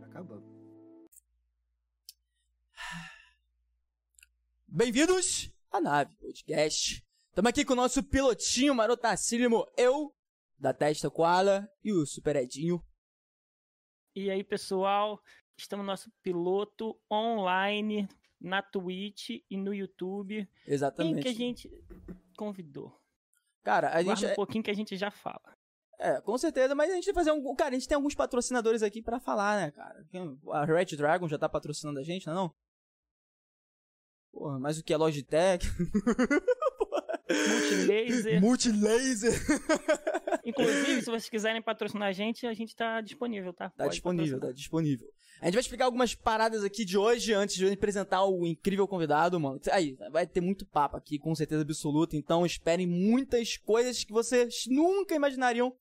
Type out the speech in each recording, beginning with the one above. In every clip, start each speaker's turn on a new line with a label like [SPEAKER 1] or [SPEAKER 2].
[SPEAKER 1] Tá acabando.
[SPEAKER 2] Bem-vindos à Nave Podcast. Estamos aqui com o nosso pilotinho marotacílimo, eu, da Testa Koala, e o Super Edinho.
[SPEAKER 3] E aí, pessoal, estamos no nosso piloto online na Twitch e no YouTube. Quem
[SPEAKER 2] Exatamente.
[SPEAKER 3] que a gente convidou?
[SPEAKER 2] Cara, a gente...
[SPEAKER 3] Guarda
[SPEAKER 2] é-
[SPEAKER 3] um pouquinho que a gente já fala.
[SPEAKER 2] É, com certeza, mas a gente vai fazer um. Cara, a gente tem alguns patrocinadores aqui pra falar, né, cara? Quem- A Red Dragon já tá patrocinando a gente, não é não? Porra, mas o que é Logitech?
[SPEAKER 3] Multilaser.
[SPEAKER 2] Multilaser!
[SPEAKER 3] Inclusive, se vocês quiserem patrocinar a gente, a gente tá disponível, tá?
[SPEAKER 2] Tá
[SPEAKER 3] Pode
[SPEAKER 2] disponível, tá
[SPEAKER 3] patrocinar.
[SPEAKER 2] disponível. A gente vai explicar algumas paradas aqui de hoje antes de eu apresentar o incrível convidado, mano. Aí, vai ter muito papo aqui, com certeza absoluta. Então, esperem muitas coisas que vocês nunca imaginariam.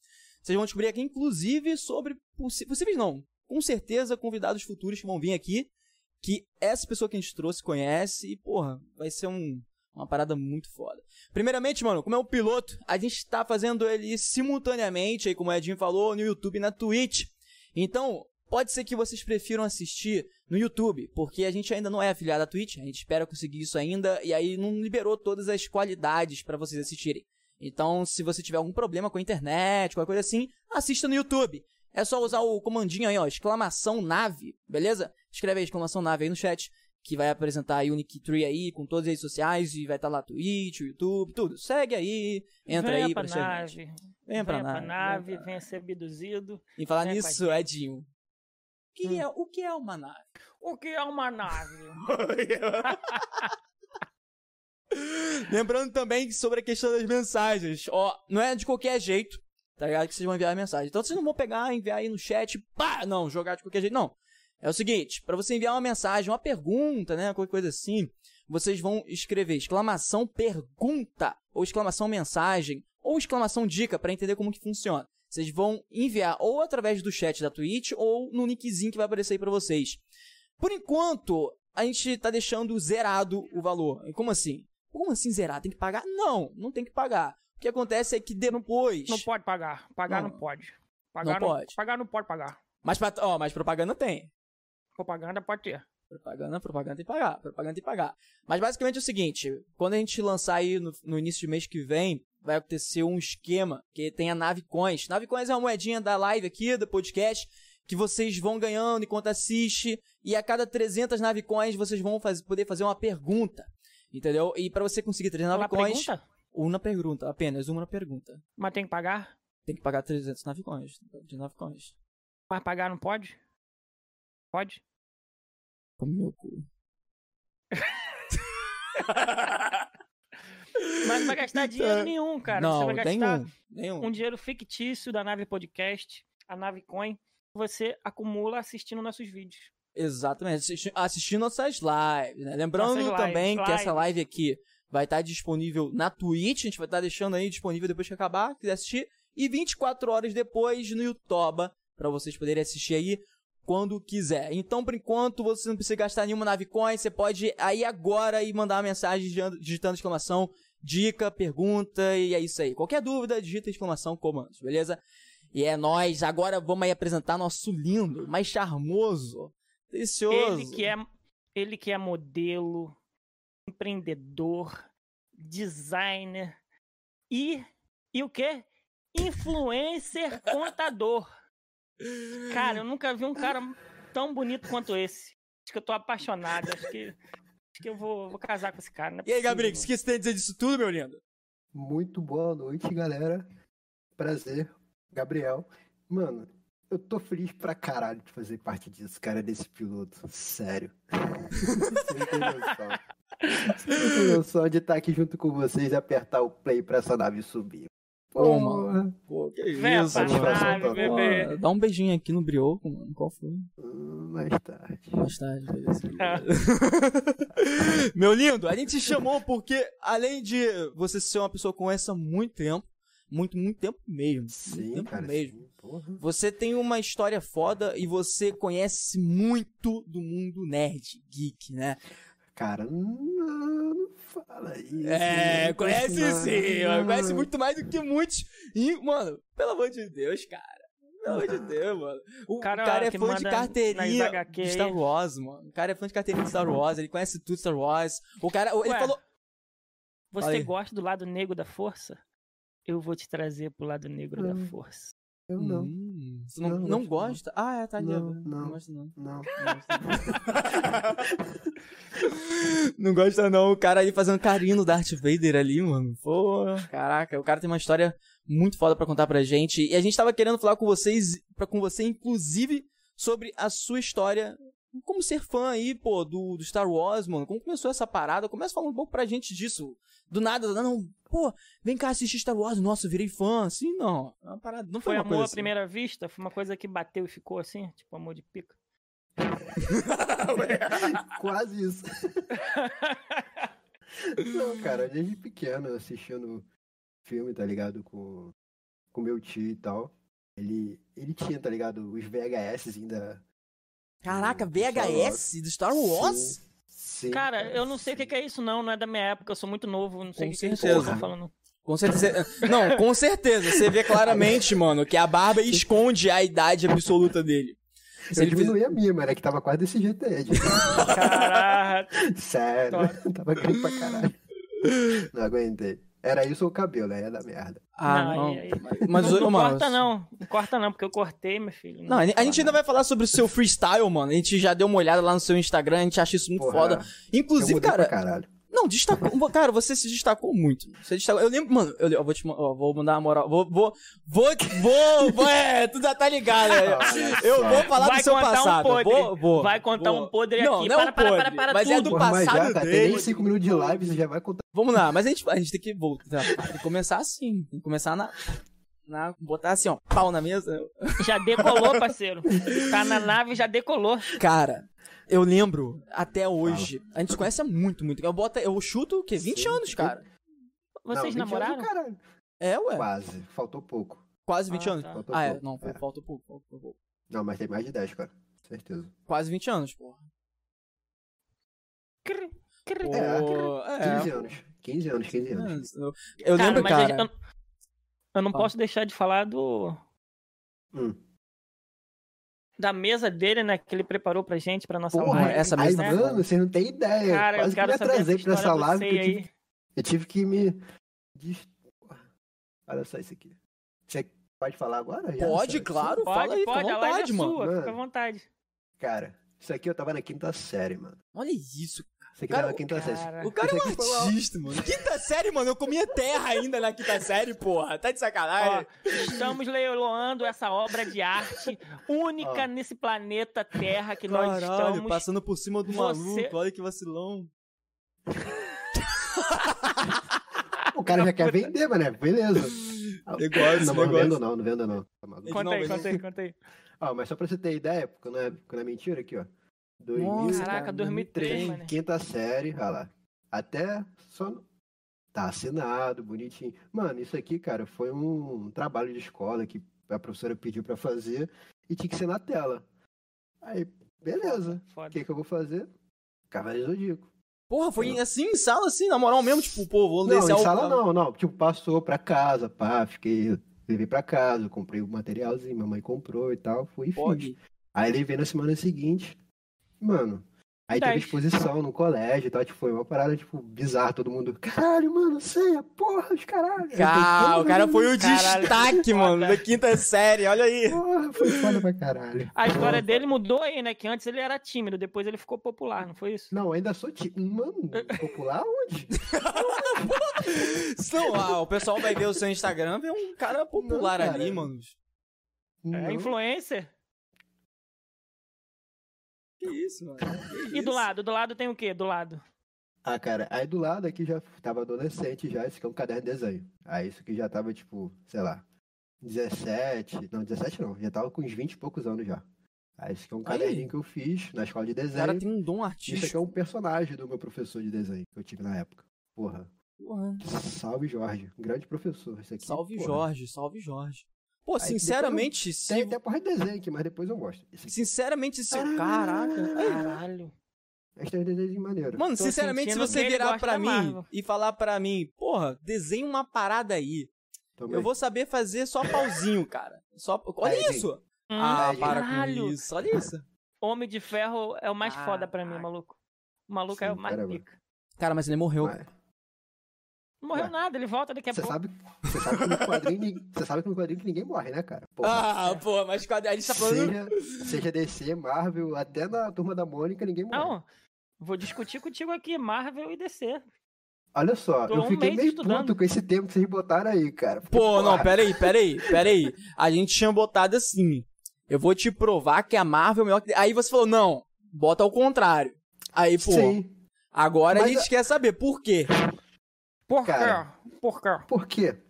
[SPEAKER 2] Vocês vão descobrir aqui, inclusive, sobre possi- possíveis não. Com certeza, convidados futuros que vão vir aqui. Que essa pessoa que a gente trouxe conhece. E, porra, vai ser um- uma parada muito foda. Primeiramente, mano, como é um piloto, a gente tá fazendo ele simultaneamente, aí como o Edinho falou, no YouTube e na Twitch. Então, pode ser que vocês prefiram assistir no YouTube, porque a gente ainda não é afiliado à Twitch, a gente espera conseguir isso ainda, e aí não liberou todas as qualidades pra vocês assistirem. Então, se você tiver algum problema com a internet, qualquer coisa assim, assista no YouTube. É só usar o comandinho aí, ó, exclamação nave, beleza? Escreve aí exclamação nave aí no chat que vai apresentar a Unique 3 aí, com todas as redes sociais, e vai estar lá Twitch, YouTube, tudo. Segue aí, entra
[SPEAKER 3] Venha
[SPEAKER 2] aí
[SPEAKER 3] pra
[SPEAKER 2] pra ser gente.
[SPEAKER 3] nave.
[SPEAKER 2] Venha pra
[SPEAKER 3] venha
[SPEAKER 2] nave. venha pra-
[SPEAKER 3] venha ser abduzido.
[SPEAKER 2] E falar
[SPEAKER 3] venha com a
[SPEAKER 2] nisso, Edinho. O que, é, o que é uma nave?
[SPEAKER 3] O que é uma nave?
[SPEAKER 2] Lembrando também sobre a questão das mensagens. Ó, não é de qualquer jeito, tá ligado? Que vocês vão enviar a mensagem. Então vocês não vão pegar, enviar aí no chat, pá, não, jogar de qualquer jeito, não. É o seguinte, pra você enviar uma mensagem, uma pergunta, né, qualquer coisa assim, vocês vão escrever exclamação pergunta ou exclamação mensagem ou exclamação dica pra entender como que funciona. Vocês vão enviar ou através do chat da Twitch ou no nickzinho que vai aparecer aí pra vocês. Por enquanto, a gente tá deixando zerado o valor. Como assim? Como assim zerar? Tem que pagar? Não, não tem que pagar. O que acontece é que depois.
[SPEAKER 3] Não pode pagar. Pagar não,
[SPEAKER 2] Não.
[SPEAKER 3] pode.
[SPEAKER 2] Não
[SPEAKER 3] Pagar não,
[SPEAKER 2] pode.
[SPEAKER 3] Pagar não pode pagar.
[SPEAKER 2] Mas, pat- ó, mas propaganda tem.
[SPEAKER 3] Propaganda pode ter.
[SPEAKER 2] Propaganda, propaganda tem que pagar, propaganda tem que pagar. Mas basicamente é o seguinte, quando a gente lançar aí no, no início do mês que vem, vai acontecer um esquema que tem a Nave Coins. Nave Coins é uma moedinha da live aqui, do podcast, que vocês vão ganhando enquanto assiste, e a cada 300 Nave Coins vocês vão faz- poder fazer uma pergunta, entendeu? E pra você conseguir 300
[SPEAKER 3] Uma
[SPEAKER 2] Nave Coins,
[SPEAKER 3] pergunta?
[SPEAKER 2] uma pergunta, apenas uma pergunta.
[SPEAKER 3] Mas tem que pagar?
[SPEAKER 2] Tem que pagar 300 Nave Coins, de Nave Coins.
[SPEAKER 3] Mas pagar não pode? Pode?
[SPEAKER 2] Come meu cu.
[SPEAKER 3] Mas não vai gastar dinheiro nenhum, cara.
[SPEAKER 2] não,
[SPEAKER 3] Você vai gastar
[SPEAKER 2] nenhum, nenhum.
[SPEAKER 3] um dinheiro fictício da Nave Podcast, a Nave Coin, que você acumula assistindo nossos vídeos.
[SPEAKER 2] Exatamente, assisti- assistindo nossas lives, né? Lembrando
[SPEAKER 3] Nossas lives,
[SPEAKER 2] também que
[SPEAKER 3] lives.
[SPEAKER 2] essa live aqui vai estar disponível na Twitch, a gente vai estar deixando aí disponível depois que acabar, quiser assistir, e 24 horas depois no Yotoba, pra vocês poderem assistir aí quando quiser. Então, por enquanto, você não precisa gastar nenhuma Navicoin, você pode aí agora e mandar uma mensagem digitando- digitando exclamação, dica, pergunta, e é isso aí. Qualquer dúvida, digita exclamação, comandos, beleza? E é nóis, agora vamos aí apresentar nosso lindo, mais charmoso, delicioso.
[SPEAKER 3] Ele que é ele que é modelo, empreendedor, designer e e o quê? Influencer contador. Cara, eu nunca vi um cara tão bonito quanto esse. Acho que eu tô apaixonado, acho que acho que eu vou, vou casar com esse cara, não é
[SPEAKER 2] E aí,
[SPEAKER 3] possível.
[SPEAKER 2] Gabrix, o que você tem a dizer disso tudo, meu lindo?
[SPEAKER 1] Muito boa noite, galera. Prazer, Gabriel. Mano, eu tô feliz pra caralho de fazer parte disso, cara, desse piloto. Sério. Você não tem noção. Você não tem noção de estar aqui junto com vocês e apertar o play pra essa nave subir. Pô,
[SPEAKER 2] Pô,
[SPEAKER 1] mano.
[SPEAKER 2] Pô, que é
[SPEAKER 3] Vem
[SPEAKER 2] isso,
[SPEAKER 3] pra
[SPEAKER 2] mano.
[SPEAKER 1] nave,
[SPEAKER 2] Pô,
[SPEAKER 3] bebê.
[SPEAKER 2] Dá um beijinho aqui no brioco, mano. Qual foi?
[SPEAKER 1] Hum, Mais tarde.
[SPEAKER 2] Mais tarde,
[SPEAKER 1] assim.
[SPEAKER 2] beleza.
[SPEAKER 3] Ah.
[SPEAKER 2] Meu lindo, a gente te chamou porque, além de você ser uma pessoa que conhece há muito tempo, muito, muito tempo mesmo. muito
[SPEAKER 1] Sim,
[SPEAKER 2] tempo
[SPEAKER 1] cara.
[SPEAKER 2] Então mesmo.
[SPEAKER 1] sim, porra.
[SPEAKER 2] Você tem uma história foda e você conhece muito do mundo nerd, geek, né?
[SPEAKER 1] Cara, não, não fala isso.
[SPEAKER 2] É,
[SPEAKER 1] não
[SPEAKER 2] conhece
[SPEAKER 1] não.
[SPEAKER 2] sim, mano, conhece muito mais do que muitos. E, mano, pelo amor de Deus, cara. Pelo amor de Deus, mano. O cara,
[SPEAKER 3] Cara
[SPEAKER 2] é
[SPEAKER 3] que
[SPEAKER 2] fã de
[SPEAKER 3] manda
[SPEAKER 2] carteirinha
[SPEAKER 3] nas HQ
[SPEAKER 2] de
[SPEAKER 3] aí.
[SPEAKER 2] Star Wars, mano. O cara é fã de carteirinha de Star Wars, ele conhece tudo de Star Wars. O cara, ele
[SPEAKER 3] Ué.
[SPEAKER 2] falou...
[SPEAKER 3] Você
[SPEAKER 2] Aí.
[SPEAKER 3] gosta do lado negro da força? Eu vou te trazer pro lado negro da
[SPEAKER 1] Hum.
[SPEAKER 3] força.
[SPEAKER 1] Eu não,
[SPEAKER 2] Hum, você não,
[SPEAKER 1] Não,
[SPEAKER 2] não,
[SPEAKER 1] gosto não.
[SPEAKER 2] gosta? Ah, é, tá ali.
[SPEAKER 1] Não,
[SPEAKER 2] né?
[SPEAKER 1] não.
[SPEAKER 2] gosta não.
[SPEAKER 1] não.
[SPEAKER 2] Não gosta não, o cara ali fazendo carinho no Darth Vader ali, mano. Pô, caraca, o cara tem uma história muito foda pra contar pra gente. E a gente tava querendo falar com vocês, pra, com você inclusive, sobre a sua história, como ser fã aí, pô, do, do Star Wars, mano. Como começou essa parada? Começa falando um pouco pra gente disso. Do nada, não, pô, vem cá assistir Star Wars, nossa, eu virei fã. Assim, não. É uma parada, não foi,
[SPEAKER 3] Foi
[SPEAKER 2] uma
[SPEAKER 3] amor
[SPEAKER 2] coisa
[SPEAKER 3] à primeira vista? Foi uma coisa que bateu e ficou assim? Tipo, amor de pica?
[SPEAKER 1] Quase isso. não, cara, desde pequeno, assistindo filme, tá ligado? Com, com meu tio e tal. Ele, ele tinha, tá ligado? Os VHS ainda.
[SPEAKER 2] Caraca,
[SPEAKER 1] do Star
[SPEAKER 2] VHS do Star Wars?
[SPEAKER 1] Sim, sim,
[SPEAKER 3] Cara, eu não sei o que que é isso, não. Não é da minha época, eu sou muito novo, não sei o
[SPEAKER 2] Com
[SPEAKER 3] que que é isso que
[SPEAKER 2] certeza.
[SPEAKER 3] você tá falando.
[SPEAKER 2] Com certeza. Não, com certeza. Você vê claramente, mano, que a barba esconde a idade absoluta dele. Se
[SPEAKER 1] Eu
[SPEAKER 2] ele
[SPEAKER 1] diminuí a minha, mano, é que tava quase desse jeito aí. gente.
[SPEAKER 3] Caraca,
[SPEAKER 1] Sério, tava grande pra caralho. Não aguentei. Era isso ou o cabelo, aí é da merda.
[SPEAKER 2] Ah,
[SPEAKER 3] Não, é,
[SPEAKER 2] não.
[SPEAKER 3] aí- aí-
[SPEAKER 2] Mas,
[SPEAKER 3] não,
[SPEAKER 2] ô, mano,
[SPEAKER 3] corta não, não corta não, porque eu cortei, meu filho.
[SPEAKER 2] Não, a a gente ainda vai falar sobre o seu freestyle, mano. A gente já deu uma olhada lá no seu Instagram, a gente acha isso muito
[SPEAKER 1] Porra,
[SPEAKER 2] foda.
[SPEAKER 1] eu
[SPEAKER 2] Inclusive,
[SPEAKER 1] mudei pra
[SPEAKER 2] cara,
[SPEAKER 1] caralho.
[SPEAKER 2] Não, destacou. Cara, você se destacou muito. Você destacou. Eu lembro, mano, eu, eu vou te ma- ó, vou mandar uma moral. Vou, vou, vou, vou, vou- é, tu já tá ligado. né?
[SPEAKER 1] Olha
[SPEAKER 2] Eu
[SPEAKER 1] só.
[SPEAKER 2] vou falar
[SPEAKER 3] Vai
[SPEAKER 2] do seu
[SPEAKER 3] contar um
[SPEAKER 2] passado.
[SPEAKER 3] podre.
[SPEAKER 2] Vou, vou,
[SPEAKER 3] Vai contar
[SPEAKER 2] vou.
[SPEAKER 3] um podre
[SPEAKER 2] não,
[SPEAKER 3] aqui.
[SPEAKER 2] Não,
[SPEAKER 3] para,
[SPEAKER 2] é um podre,
[SPEAKER 3] para, para, para,
[SPEAKER 2] mas é
[SPEAKER 3] tudo.
[SPEAKER 2] do
[SPEAKER 1] Porra, mas
[SPEAKER 2] passado
[SPEAKER 1] já, cara, tem
[SPEAKER 2] dele.
[SPEAKER 1] nem 5 minutos de live, você já vai contar.
[SPEAKER 2] Vamos lá, mas a gente, a gente tem que voltar. Tem que começar assim. Tem que começar na, na. Botar assim, ó, pau na mesa.
[SPEAKER 3] Já decolou, parceiro. Tá na nave, já decolou.
[SPEAKER 2] Cara, eu lembro até hoje. A gente se conhece há muito, muito. Eu, boto, eu chuto o quê? 20
[SPEAKER 1] Sim.
[SPEAKER 2] anos, cara.
[SPEAKER 3] Vocês
[SPEAKER 1] Não, 20 anos,
[SPEAKER 3] namoraram?
[SPEAKER 1] caralho.
[SPEAKER 2] É, ué.
[SPEAKER 1] Quase, faltou pouco.
[SPEAKER 2] Quase 20
[SPEAKER 3] Ah,
[SPEAKER 2] anos.
[SPEAKER 3] tá.
[SPEAKER 1] Faltou
[SPEAKER 2] Ah, é,
[SPEAKER 1] pouco,
[SPEAKER 2] não,
[SPEAKER 1] é.
[SPEAKER 2] falta pouco, falta um pouco.
[SPEAKER 1] Não, mas tem mais de 10, cara. Certeza.
[SPEAKER 2] Quase 20 anos, porra.
[SPEAKER 3] Crr, crr,
[SPEAKER 2] Pô,
[SPEAKER 1] É.
[SPEAKER 2] é. Hum,
[SPEAKER 1] 15 anos. 15 anos, 15 anos.
[SPEAKER 2] Eu- Eu lembro,
[SPEAKER 3] mas a
[SPEAKER 2] cara.
[SPEAKER 3] gente- tá eu, eu não
[SPEAKER 2] Fala.
[SPEAKER 3] posso deixar de falar do.
[SPEAKER 1] Hum.
[SPEAKER 3] Da mesa dele, né? Que ele preparou pra gente, pra nossa
[SPEAKER 1] Porra,
[SPEAKER 3] live. né?
[SPEAKER 2] essa
[SPEAKER 1] Aí,
[SPEAKER 2] mesa é
[SPEAKER 1] mano, você não tem ideia.
[SPEAKER 3] Cara,
[SPEAKER 1] Quase
[SPEAKER 3] eu quero
[SPEAKER 1] que me
[SPEAKER 3] saber essa
[SPEAKER 1] atrasei pra
[SPEAKER 3] história
[SPEAKER 1] essa
[SPEAKER 3] do
[SPEAKER 1] live,
[SPEAKER 3] Sei
[SPEAKER 1] porque eu
[SPEAKER 3] aí.
[SPEAKER 1] tive, eu tive que me. des- Porra. Olha só isso aqui. Você pode falar agora? Já,
[SPEAKER 2] Pode,
[SPEAKER 1] sabe?
[SPEAKER 2] claro, fala
[SPEAKER 3] Pode,
[SPEAKER 2] aí, fica à
[SPEAKER 3] pode, a live é
[SPEAKER 2] vontade, mano.
[SPEAKER 3] sua, fica à
[SPEAKER 1] tá Mano.
[SPEAKER 3] vontade.
[SPEAKER 1] Cara, isso aqui eu tava na quinta série, mano.
[SPEAKER 2] Olha isso.
[SPEAKER 1] Isso aqui
[SPEAKER 2] Cara,
[SPEAKER 1] tava na quinta série.
[SPEAKER 3] Cara,
[SPEAKER 2] O cara é um
[SPEAKER 1] Isso aqui foi uma-
[SPEAKER 2] artista, mano. Quinta série, mano, eu comia terra ainda na quinta série, porra. Tá de
[SPEAKER 3] ó,
[SPEAKER 2] sacanagem.
[SPEAKER 3] estamos leiloando essa obra de arte única
[SPEAKER 1] Ó.
[SPEAKER 3] nesse planeta Terra que nós
[SPEAKER 2] Caralho,
[SPEAKER 3] estamos.
[SPEAKER 2] passando por cima do
[SPEAKER 3] Você-
[SPEAKER 2] maluco, olha que vacilão.
[SPEAKER 1] O cara já quer vender, mano. Beleza.
[SPEAKER 2] Negócio,
[SPEAKER 1] não, mas não vendo
[SPEAKER 2] negócio.
[SPEAKER 1] não, não vendo não. Tá maluco.
[SPEAKER 3] Conta
[SPEAKER 2] Não,
[SPEAKER 3] aí,
[SPEAKER 2] mas-
[SPEAKER 3] conta aí, conta aí.
[SPEAKER 1] Ó, mas só pra você ter ideia, porque não é, porque não é mentira aqui, ó. 2000,
[SPEAKER 2] Nossa,
[SPEAKER 3] Caraca,
[SPEAKER 2] cara,
[SPEAKER 3] 2003, mano.
[SPEAKER 1] Quinta série, olha lá. Até só. no- Tá assinado, bonitinho. Mano, isso aqui, cara, foi um trabalho de escola que a professora pediu pra fazer e tinha que ser na tela. Aí, beleza. O
[SPEAKER 3] Foda.
[SPEAKER 1] que, que eu vou fazer? Cavaleiro Zodíaco.
[SPEAKER 2] Porra, foi assim, em sala, assim, na moral mesmo, tipo, pô, vou
[SPEAKER 1] Não,
[SPEAKER 2] descer
[SPEAKER 1] em
[SPEAKER 2] ao-
[SPEAKER 1] sala não, não. Tipo, passou pra casa, pá, fiquei. Levei pra casa, comprei o materialzinho, minha mãe comprou e tal, fui e fiz.
[SPEAKER 2] Pode.
[SPEAKER 1] Aí ele veio na semana seguinte, mano. Aí teve
[SPEAKER 3] Dez.
[SPEAKER 1] exposição no colégio e tal, tipo, foi uma parada, tipo, bizarra, todo mundo, caralho, mano, ceia, porra, os caralho.
[SPEAKER 2] Cara, o cara foi o
[SPEAKER 3] Caralho.
[SPEAKER 2] destaque, mano, da quinta série, olha aí.
[SPEAKER 1] Porra, foi foda pra caralho.
[SPEAKER 3] A história
[SPEAKER 2] Nossa.
[SPEAKER 3] dele mudou aí, né? Que antes ele era tímido, depois ele ficou popular, não foi isso?
[SPEAKER 1] Não, ainda sou tipo, mano, popular onde?
[SPEAKER 2] É, Não, ah, o pessoal vai ver o seu Instagram, vê um cara popular
[SPEAKER 1] Não, cara.
[SPEAKER 2] ali, mano.
[SPEAKER 3] É
[SPEAKER 1] Não.
[SPEAKER 3] influencer?
[SPEAKER 2] Que isso, mano. Que
[SPEAKER 3] E
[SPEAKER 2] isso?
[SPEAKER 3] do lado? Do lado tem o quê? Do lado?
[SPEAKER 1] Ah, cara, aí do lado aqui já tava adolescente já, esse aqui é um caderno de desenho. Aí isso aqui já tava, tipo, sei lá, 17, não, 17 não, já tava com uns 20 e poucos anos já. Aí isso aqui é um
[SPEAKER 2] Aí.
[SPEAKER 1] caderninho que eu fiz na escola de
[SPEAKER 2] O
[SPEAKER 1] desenho.
[SPEAKER 2] cara tem um dom
[SPEAKER 1] Isso aqui é
[SPEAKER 2] artístico.
[SPEAKER 1] um personagem do meu professor de desenho que eu tive na época. Porra.
[SPEAKER 2] Porra.
[SPEAKER 1] Salve Jorge. um Grande professor. Esse aqui,
[SPEAKER 2] Salve
[SPEAKER 1] porra.
[SPEAKER 2] Jorge, salve Jorge. Pô,
[SPEAKER 1] depois eu-
[SPEAKER 2] sinceramente, se-
[SPEAKER 1] Tem até porra de desenho aqui, mas depois eu mostro. Esse aqui,
[SPEAKER 2] sinceramente, se... Caraca. Aí,
[SPEAKER 3] Caralho.
[SPEAKER 1] esse tem um desenho maneiro.
[SPEAKER 2] Mano,
[SPEAKER 3] Tô
[SPEAKER 2] sinceramente, se
[SPEAKER 3] sentindo que
[SPEAKER 2] você
[SPEAKER 3] ele
[SPEAKER 2] virar
[SPEAKER 3] gosta
[SPEAKER 2] pra
[SPEAKER 3] da
[SPEAKER 2] mim
[SPEAKER 3] Marvel.
[SPEAKER 2] e falar pra mim, porra, desenha uma parada aí,
[SPEAKER 1] Toma
[SPEAKER 2] eu
[SPEAKER 1] aí.
[SPEAKER 2] vou saber fazer só pauzinho, cara. Só... Olha
[SPEAKER 1] Aí,
[SPEAKER 2] isso!
[SPEAKER 3] Hum,
[SPEAKER 2] Ah,
[SPEAKER 1] Aí,
[SPEAKER 2] para com
[SPEAKER 3] caralho.
[SPEAKER 2] isso. Olha isso.
[SPEAKER 3] Homem de Ferro é o mais
[SPEAKER 2] Ah,
[SPEAKER 3] foda pra mim, maluco. O maluco é o
[SPEAKER 1] Sim,
[SPEAKER 3] mais
[SPEAKER 1] caramba.
[SPEAKER 3] pica.
[SPEAKER 2] Cara, mas é ele morreu.
[SPEAKER 1] Mas-
[SPEAKER 3] Não morreu
[SPEAKER 1] Ué.
[SPEAKER 3] nada, ele volta daqui a
[SPEAKER 1] Você
[SPEAKER 3] pouco.
[SPEAKER 1] sabe, você sabe que no quadrinho, nin- você sabe que no quadrinho que ninguém morre, né, cara? Pô,
[SPEAKER 2] ah, pô, mas quadra- a gente tá falando.
[SPEAKER 1] seja, seja DC, Marvel, até na turma da Mônica, ninguém morre.
[SPEAKER 3] Não, vou discutir contigo aqui, Marvel e DC.
[SPEAKER 1] Olha só,
[SPEAKER 3] Tô
[SPEAKER 1] eu
[SPEAKER 3] um
[SPEAKER 1] fiquei
[SPEAKER 3] mês
[SPEAKER 1] meio
[SPEAKER 3] estudando.
[SPEAKER 1] puto com esse tempo que vocês botaram aí, cara.
[SPEAKER 2] Pô, não,
[SPEAKER 1] Porra.
[SPEAKER 2] peraí, peraí, peraí. A gente tinha botado assim. Eu vou te provar que a Marvel é melhor que. Aí você falou, não, bota ao contrário. Aí, pô,
[SPEAKER 1] Sim.
[SPEAKER 2] agora a
[SPEAKER 1] Mas
[SPEAKER 2] gente quer saber por quê.
[SPEAKER 3] Por quê?
[SPEAKER 1] Cara.
[SPEAKER 3] Por quê?
[SPEAKER 1] Por quê?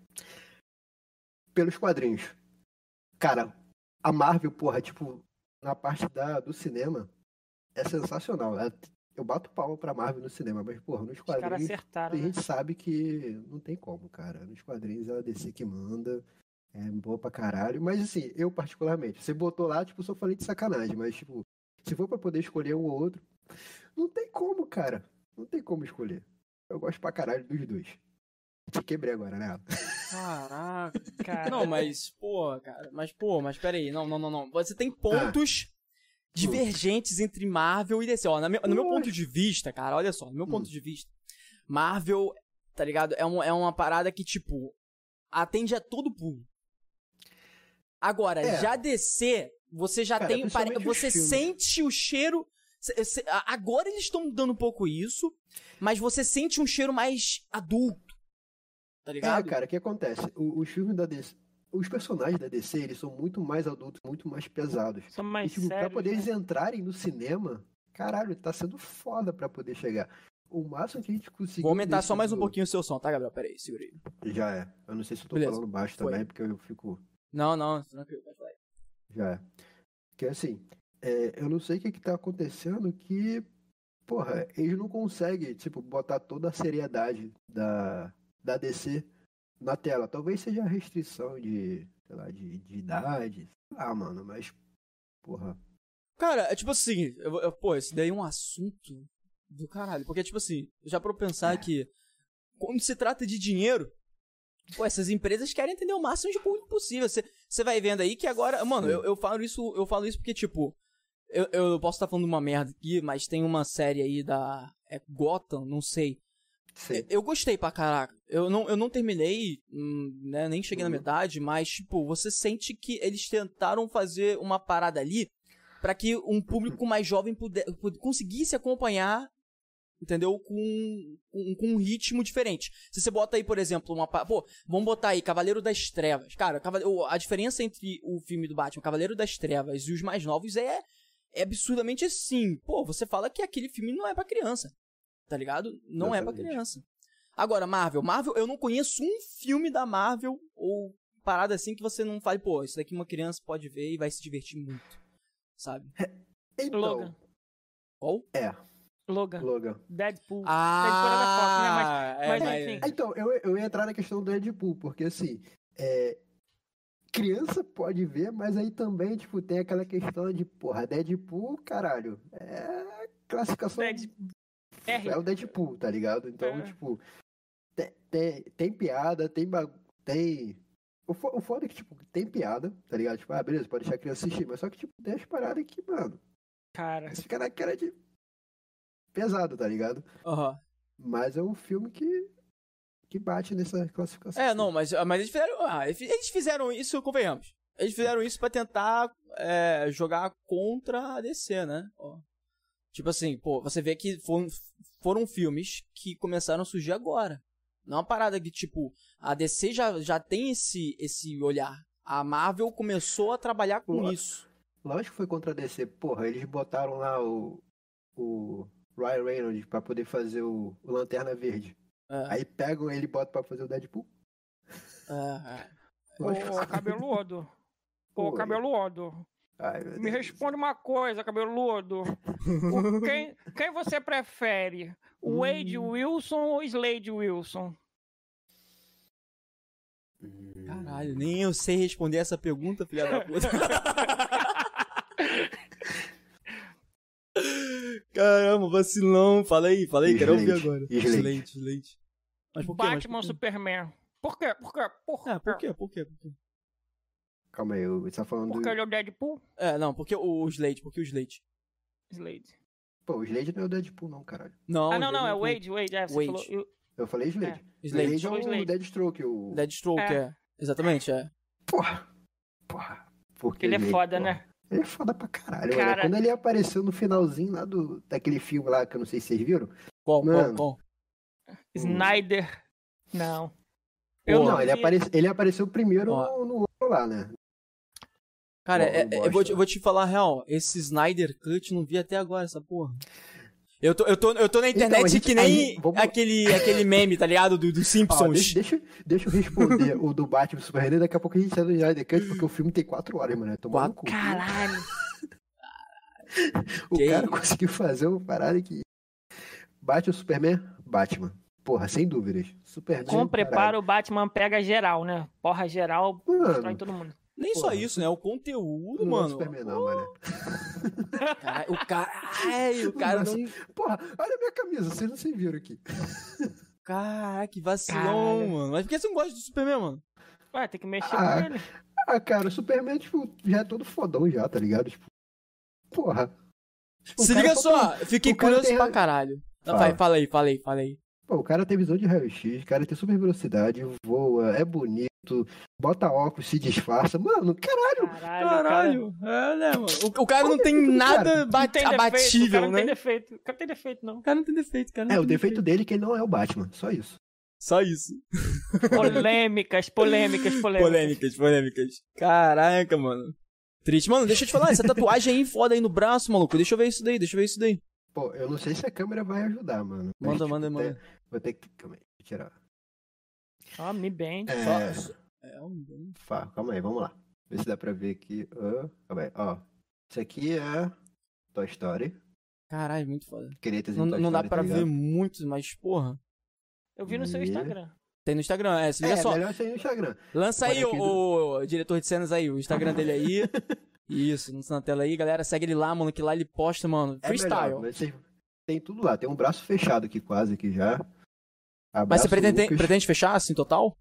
[SPEAKER 1] Pelos quadrinhos. Cara, a Marvel, porra, tipo, na parte da, do cinema, é sensacional. É- eu bato palma pra Marvel no cinema, mas, porra, nos
[SPEAKER 3] Os caras
[SPEAKER 1] quadrinhos a
[SPEAKER 3] acertaram, né?
[SPEAKER 1] gente sabe que não tem como, cara. Nos quadrinhos é a DC que manda, é boa pra caralho. Mas, assim, eu particularmente, você botou lá, tipo, só falei de sacanagem, mas, tipo, se for pra poder escolher um ou outro, não tem como, cara. Não tem como escolher. Eu gosto pra caralho dos dois. Te quebrei agora, né? Alan?
[SPEAKER 2] Caraca.
[SPEAKER 3] Cara,
[SPEAKER 2] Não, mas, pô, cara, mas, pô, mas peraí. Não, não, não, não. Você tem pontos.
[SPEAKER 1] Ah.
[SPEAKER 2] Divergentes entre Marvel e DC. Ó, na meu- no meu
[SPEAKER 1] Lógico.
[SPEAKER 2] ponto de vista, cara, olha só, no meu
[SPEAKER 1] Hum.
[SPEAKER 2] ponto de vista, Marvel, tá ligado? É, um, é uma parada que, tipo, atende a todo público. Agora,
[SPEAKER 1] É.
[SPEAKER 2] já DC, você já
[SPEAKER 1] Cara,
[SPEAKER 2] tem.
[SPEAKER 1] principalmente
[SPEAKER 2] pare-
[SPEAKER 1] os
[SPEAKER 2] Você
[SPEAKER 1] filmes.
[SPEAKER 2] sente o cheiro. se- se- a- Agora eles estão mudando um pouco isso, mas você sente um cheiro mais adulto. Tá
[SPEAKER 1] É,
[SPEAKER 2] ligado?
[SPEAKER 1] cara, o que acontece? O- os filmes da DC. Os personagens da DC, eles são muito mais adultos, muito mais pesados.
[SPEAKER 3] são
[SPEAKER 1] E,
[SPEAKER 3] mais
[SPEAKER 1] tipo, pra
[SPEAKER 3] sérios,
[SPEAKER 1] poder
[SPEAKER 3] né?
[SPEAKER 1] eles entrarem no cinema, caralho, tá sendo foda pra poder chegar. O máximo que a gente conseguiu.
[SPEAKER 2] Vou aumentar
[SPEAKER 1] nesse
[SPEAKER 2] só mais um
[SPEAKER 1] do-
[SPEAKER 2] pouquinho o seu som, tá, Gabriel? Pera aí, segura aí.
[SPEAKER 1] Já é. Eu não sei se eu tô
[SPEAKER 2] Beleza.
[SPEAKER 1] falando baixo
[SPEAKER 2] Foi.
[SPEAKER 1] também, porque eu fico.
[SPEAKER 2] Não, não, tranquilo. pode falar aí.
[SPEAKER 1] Já é. Porque assim, é, eu não sei o que, que tá acontecendo que. Porra, eles não conseguem, tipo, botar toda a seriedade da, da DC na tela. Talvez seja a restrição de, sei lá, de, de idade. Ah, mano, mas. Porra.
[SPEAKER 2] Cara, é tipo assim, eu, vou- eu- pô, isso daí é um assunto do caralho. Porque, tipo assim, já pra eu pensar que quando se trata de dinheiro, pô, essas empresas querem entender o máximo de público possível. Você você vai vendo aí que agora. Mano,
[SPEAKER 1] Sim.
[SPEAKER 2] eu, eu falo isso, eu falo isso porque, tipo, eu, eu posso estar falando uma merda aqui, mas tem uma série aí da. É Gotham, não sei.
[SPEAKER 1] Sei.
[SPEAKER 2] É, Eu gostei pra caraca. Eu não, eu não terminei, hum, né, nem cheguei
[SPEAKER 1] Uhum.
[SPEAKER 2] na metade, mas, tipo, você sente que eles tentaram fazer uma parada ali pra que um público mais jovem puder, pu- conseguisse acompanhar, entendeu? Com, com, com um ritmo diferente. Se você bota aí, por exemplo, uma. pa- Pô, vamos botar aí Cavaleiro das Trevas. Cara, Cavale- o- a diferença entre o filme do Batman, Cavaleiro das Trevas e os mais novos é, é absurdamente assim. Pô, você fala que aquele filme não é pra criança. Tá ligado? Não é pra
[SPEAKER 1] Exatamente.
[SPEAKER 2] criança. Agora, Marvel. Marvel, eu não conheço um filme da Marvel ou parada assim que você não fale, pô, isso daqui uma criança pode ver e vai se divertir muito. Sabe? É,
[SPEAKER 1] Então,
[SPEAKER 3] Logan.
[SPEAKER 2] Qual?
[SPEAKER 1] é,
[SPEAKER 3] Logan,
[SPEAKER 1] Logan.
[SPEAKER 3] Deadpool.
[SPEAKER 2] Ah,
[SPEAKER 3] é da Fox, né? Mas-
[SPEAKER 2] é,
[SPEAKER 3] mas enfim.
[SPEAKER 1] Ah, Então, eu, eu ia entrar na questão do Deadpool, porque assim, é, criança pode ver, mas aí também, tipo, tem aquela questão de, porra, Deadpool, caralho, é classificação,
[SPEAKER 3] Dead...
[SPEAKER 1] é o Deadpool, tá ligado? Então,
[SPEAKER 3] É.
[SPEAKER 1] tipo, te- tem, tem piada, tem ba- tem... O fo- o foda é que, tipo, tem piada, tá ligado? Tipo, ah, beleza, pode deixar a criança assistir, mas só que, tipo, tem as paradas que, mano,
[SPEAKER 3] Cara,
[SPEAKER 1] fica naquela de pesado, tá ligado?
[SPEAKER 2] Aham.
[SPEAKER 1] Mas é um filme que, que bate nessa classificação.
[SPEAKER 2] É, não, mas, mas eles fizeram. ah, eles fizeram isso, convenhamos. Eles fizeram isso pra tentar é, jogar contra a DC, né? Ó. Tipo assim, pô, você vê que foram, foram filmes que começaram a surgir agora. Não é uma parada que, tipo, a DC já, já tem esse, esse olhar. A Marvel começou a trabalhar com
[SPEAKER 1] Pô,
[SPEAKER 2] isso.
[SPEAKER 1] Lógico que foi contra a DC. Porra, eles botaram lá o, o Ryan Reynolds pra poder fazer o, o Lanterna Verde.
[SPEAKER 2] É,
[SPEAKER 1] Aí pegam ele e botam pra fazer o Deadpool.
[SPEAKER 2] é, é.
[SPEAKER 1] Lógico.
[SPEAKER 3] ô, ô, cabeludo. Ô,
[SPEAKER 1] Oi.
[SPEAKER 3] cabeludo.
[SPEAKER 1] Ai, meu
[SPEAKER 3] Me
[SPEAKER 1] Deus.
[SPEAKER 3] responde uma coisa, cabeludo. O- quem, quem você prefere?
[SPEAKER 2] Hum.
[SPEAKER 3] O Wade Wilson ou o Slade Wilson?
[SPEAKER 2] Caralho, nem eu sei responder essa pergunta, filha da puta. Caramba, vacilão. Fala aí, fala aí, quero ouvir
[SPEAKER 1] Slade,
[SPEAKER 2] agora.
[SPEAKER 1] Slade.
[SPEAKER 2] Slade, Slade. Mas por quê? Mas
[SPEAKER 3] Batman Superman. Por quê? Por quê?
[SPEAKER 2] por
[SPEAKER 3] Por
[SPEAKER 2] quê?
[SPEAKER 3] quê?
[SPEAKER 2] Ah, por quê? Por quê? Por quê?
[SPEAKER 1] Calma aí, eu- você tá falando
[SPEAKER 3] Porque
[SPEAKER 1] do.
[SPEAKER 3] ele é o Deadpool?
[SPEAKER 2] É, não, porque o, o Slade, porque o Slade.
[SPEAKER 3] Slade.
[SPEAKER 1] Pô, o Slade não é o Deadpool, não, caralho.
[SPEAKER 2] Não,
[SPEAKER 3] Ah, não, não, é o
[SPEAKER 2] Wade.
[SPEAKER 3] Wade, Wade. É, você
[SPEAKER 2] Wade.
[SPEAKER 3] falou. eu-
[SPEAKER 1] Eu falei Slade.
[SPEAKER 2] Slade.
[SPEAKER 1] Slade é o
[SPEAKER 3] Falou Slade.
[SPEAKER 1] Deadstroke, o.
[SPEAKER 2] Deadstroke, é. Exatamente, é.
[SPEAKER 1] Porra! Porra! Porque
[SPEAKER 3] Ele é foda, né?
[SPEAKER 2] Hum.
[SPEAKER 1] Ele é foda pra caralho.
[SPEAKER 3] Cara-
[SPEAKER 1] olha, Quando ele apareceu no finalzinho lá do, daquele filme lá, que eu não sei se vocês viram.
[SPEAKER 2] Qual, qual,
[SPEAKER 1] Mano.
[SPEAKER 2] qual?
[SPEAKER 3] Snyder. Não.
[SPEAKER 2] Pô,
[SPEAKER 1] não, ele,
[SPEAKER 3] vi.
[SPEAKER 1] aparece, ele apareceu primeiro
[SPEAKER 2] Ó.
[SPEAKER 1] no, no outro lá, né?
[SPEAKER 2] Cara,
[SPEAKER 1] Qual eu
[SPEAKER 2] é- é- eu,
[SPEAKER 1] gosto?
[SPEAKER 2] vou te, eu vou te falar a real. Esse Snyder Cut não vi até agora, essa porra. Eu tô, eu tô, eu tô na
[SPEAKER 1] Então,
[SPEAKER 2] internet
[SPEAKER 1] a gente-
[SPEAKER 2] que
[SPEAKER 1] a
[SPEAKER 2] nem
[SPEAKER 1] gente- vamos-
[SPEAKER 2] aquele, aquele meme, tá ligado? Do, do
[SPEAKER 1] Ó,
[SPEAKER 2] Simpsons.
[SPEAKER 1] deixa, deixa, deixa eu responder o do Batman e Superman, daqui a pouco a gente sai do Snyder Cut, porque o filme tem 4 horas, mano. é Tomar no cu.
[SPEAKER 3] Caralho.
[SPEAKER 1] O
[SPEAKER 2] Que
[SPEAKER 1] cara
[SPEAKER 2] isso?
[SPEAKER 1] conseguiu fazer uma parada que. Batman, Superman, Batman. Porra, sem dúvidas. Superman.
[SPEAKER 3] Com
[SPEAKER 1] caralho.
[SPEAKER 3] preparo, o Batman pega geral, né? Porra geral, destrói
[SPEAKER 1] Mano,
[SPEAKER 3] todo mundo.
[SPEAKER 2] Nem só
[SPEAKER 1] Porra.
[SPEAKER 2] isso, né? O conteúdo,
[SPEAKER 1] não é
[SPEAKER 2] mano. Uh!
[SPEAKER 1] Superman, não, mano.
[SPEAKER 2] Cara, o cara. Ai, o cara
[SPEAKER 1] Nossa.
[SPEAKER 2] não.
[SPEAKER 1] Porra, olha a minha camisa, vocês não se viram aqui.
[SPEAKER 2] Caraca, que vacilão,
[SPEAKER 3] Cara.
[SPEAKER 2] mano. Mas por que você não gosta do Superman, mano?
[SPEAKER 3] Ué, tem que mexer
[SPEAKER 1] Ah,
[SPEAKER 3] com ele.
[SPEAKER 1] Ah, cara, o Superman, tipo, já é todo fodão já, tá ligado? Tipo, porra. Tipo, O
[SPEAKER 2] Se
[SPEAKER 1] cara
[SPEAKER 2] liga
[SPEAKER 1] só
[SPEAKER 2] só, fiquei
[SPEAKER 1] o cara
[SPEAKER 2] curioso
[SPEAKER 1] tem-
[SPEAKER 2] pra caralho. Não,
[SPEAKER 1] Fala.
[SPEAKER 2] vai, fala aí, fala aí, fala aí.
[SPEAKER 1] Pô, o cara tem visão de raio-x, o cara tem super velocidade, voa, é bonito, bota óculos, se disfarça. Mano, caralho,
[SPEAKER 3] Caralho. Caralho.
[SPEAKER 2] Caralho, é, né, mano? O, o cara não tem
[SPEAKER 1] defeito do
[SPEAKER 2] nada
[SPEAKER 3] Não
[SPEAKER 2] bate-
[SPEAKER 3] tem defeito, o cara
[SPEAKER 2] abatível,
[SPEAKER 3] não
[SPEAKER 2] né?
[SPEAKER 3] tem defeito. O cara não tem defeito, não.
[SPEAKER 2] O cara não tem defeito, cara. não
[SPEAKER 1] é, o
[SPEAKER 2] tem
[SPEAKER 1] defeito dele é que ele não é o Batman, só isso.
[SPEAKER 2] Só isso.
[SPEAKER 3] Polêmicas, polêmicas, polêmicas.
[SPEAKER 2] Polêmicas, polêmicas. Caraca, mano. Triste. Mano, deixa eu te falar, essa tatuagem aí foda aí no braço, maluco. Deixa eu ver isso daí, deixa eu ver isso daí.
[SPEAKER 1] Pô, eu não sei se a câmera vai ajudar, mano. mas,
[SPEAKER 2] Manda,
[SPEAKER 1] tipo,
[SPEAKER 2] manda,
[SPEAKER 1] até-
[SPEAKER 2] manda.
[SPEAKER 1] Vou ter que. Calma aí, vou tirar.
[SPEAKER 3] Ó, Ah, me bem.
[SPEAKER 1] É,
[SPEAKER 2] Só- É um.
[SPEAKER 1] fa- calma aí, vamos lá. Ver se dá pra ver aqui. Ah, calma aí, ó. Isso aqui é Toy Story.
[SPEAKER 2] Caralho, muito foda.
[SPEAKER 1] Cretas em
[SPEAKER 2] Não,
[SPEAKER 1] Toy
[SPEAKER 2] não dá
[SPEAKER 1] Story, tá
[SPEAKER 2] pra ver
[SPEAKER 1] ligado?
[SPEAKER 2] muito, mas porra.
[SPEAKER 3] Eu vi no seu
[SPEAKER 1] E-
[SPEAKER 3] Instagram.
[SPEAKER 2] Tem no Instagram, é. Se liga
[SPEAKER 1] É,
[SPEAKER 2] só.
[SPEAKER 1] melhor sair no Instagram.
[SPEAKER 2] Lança aí
[SPEAKER 1] Olha aqui
[SPEAKER 2] o, o diretor de cenas aí, o Instagram dele aí. Isso, lança na tela aí, galera. Segue ele lá, mano, que lá ele posta, mano.
[SPEAKER 1] É
[SPEAKER 2] Freestyle.
[SPEAKER 1] melhor, mas vocês- tem tudo lá. Tem um braço fechado aqui quase aqui já.
[SPEAKER 2] mas
[SPEAKER 1] Abraço,
[SPEAKER 2] você pretende,
[SPEAKER 1] Lucas.
[SPEAKER 2] pretende fechar assim total?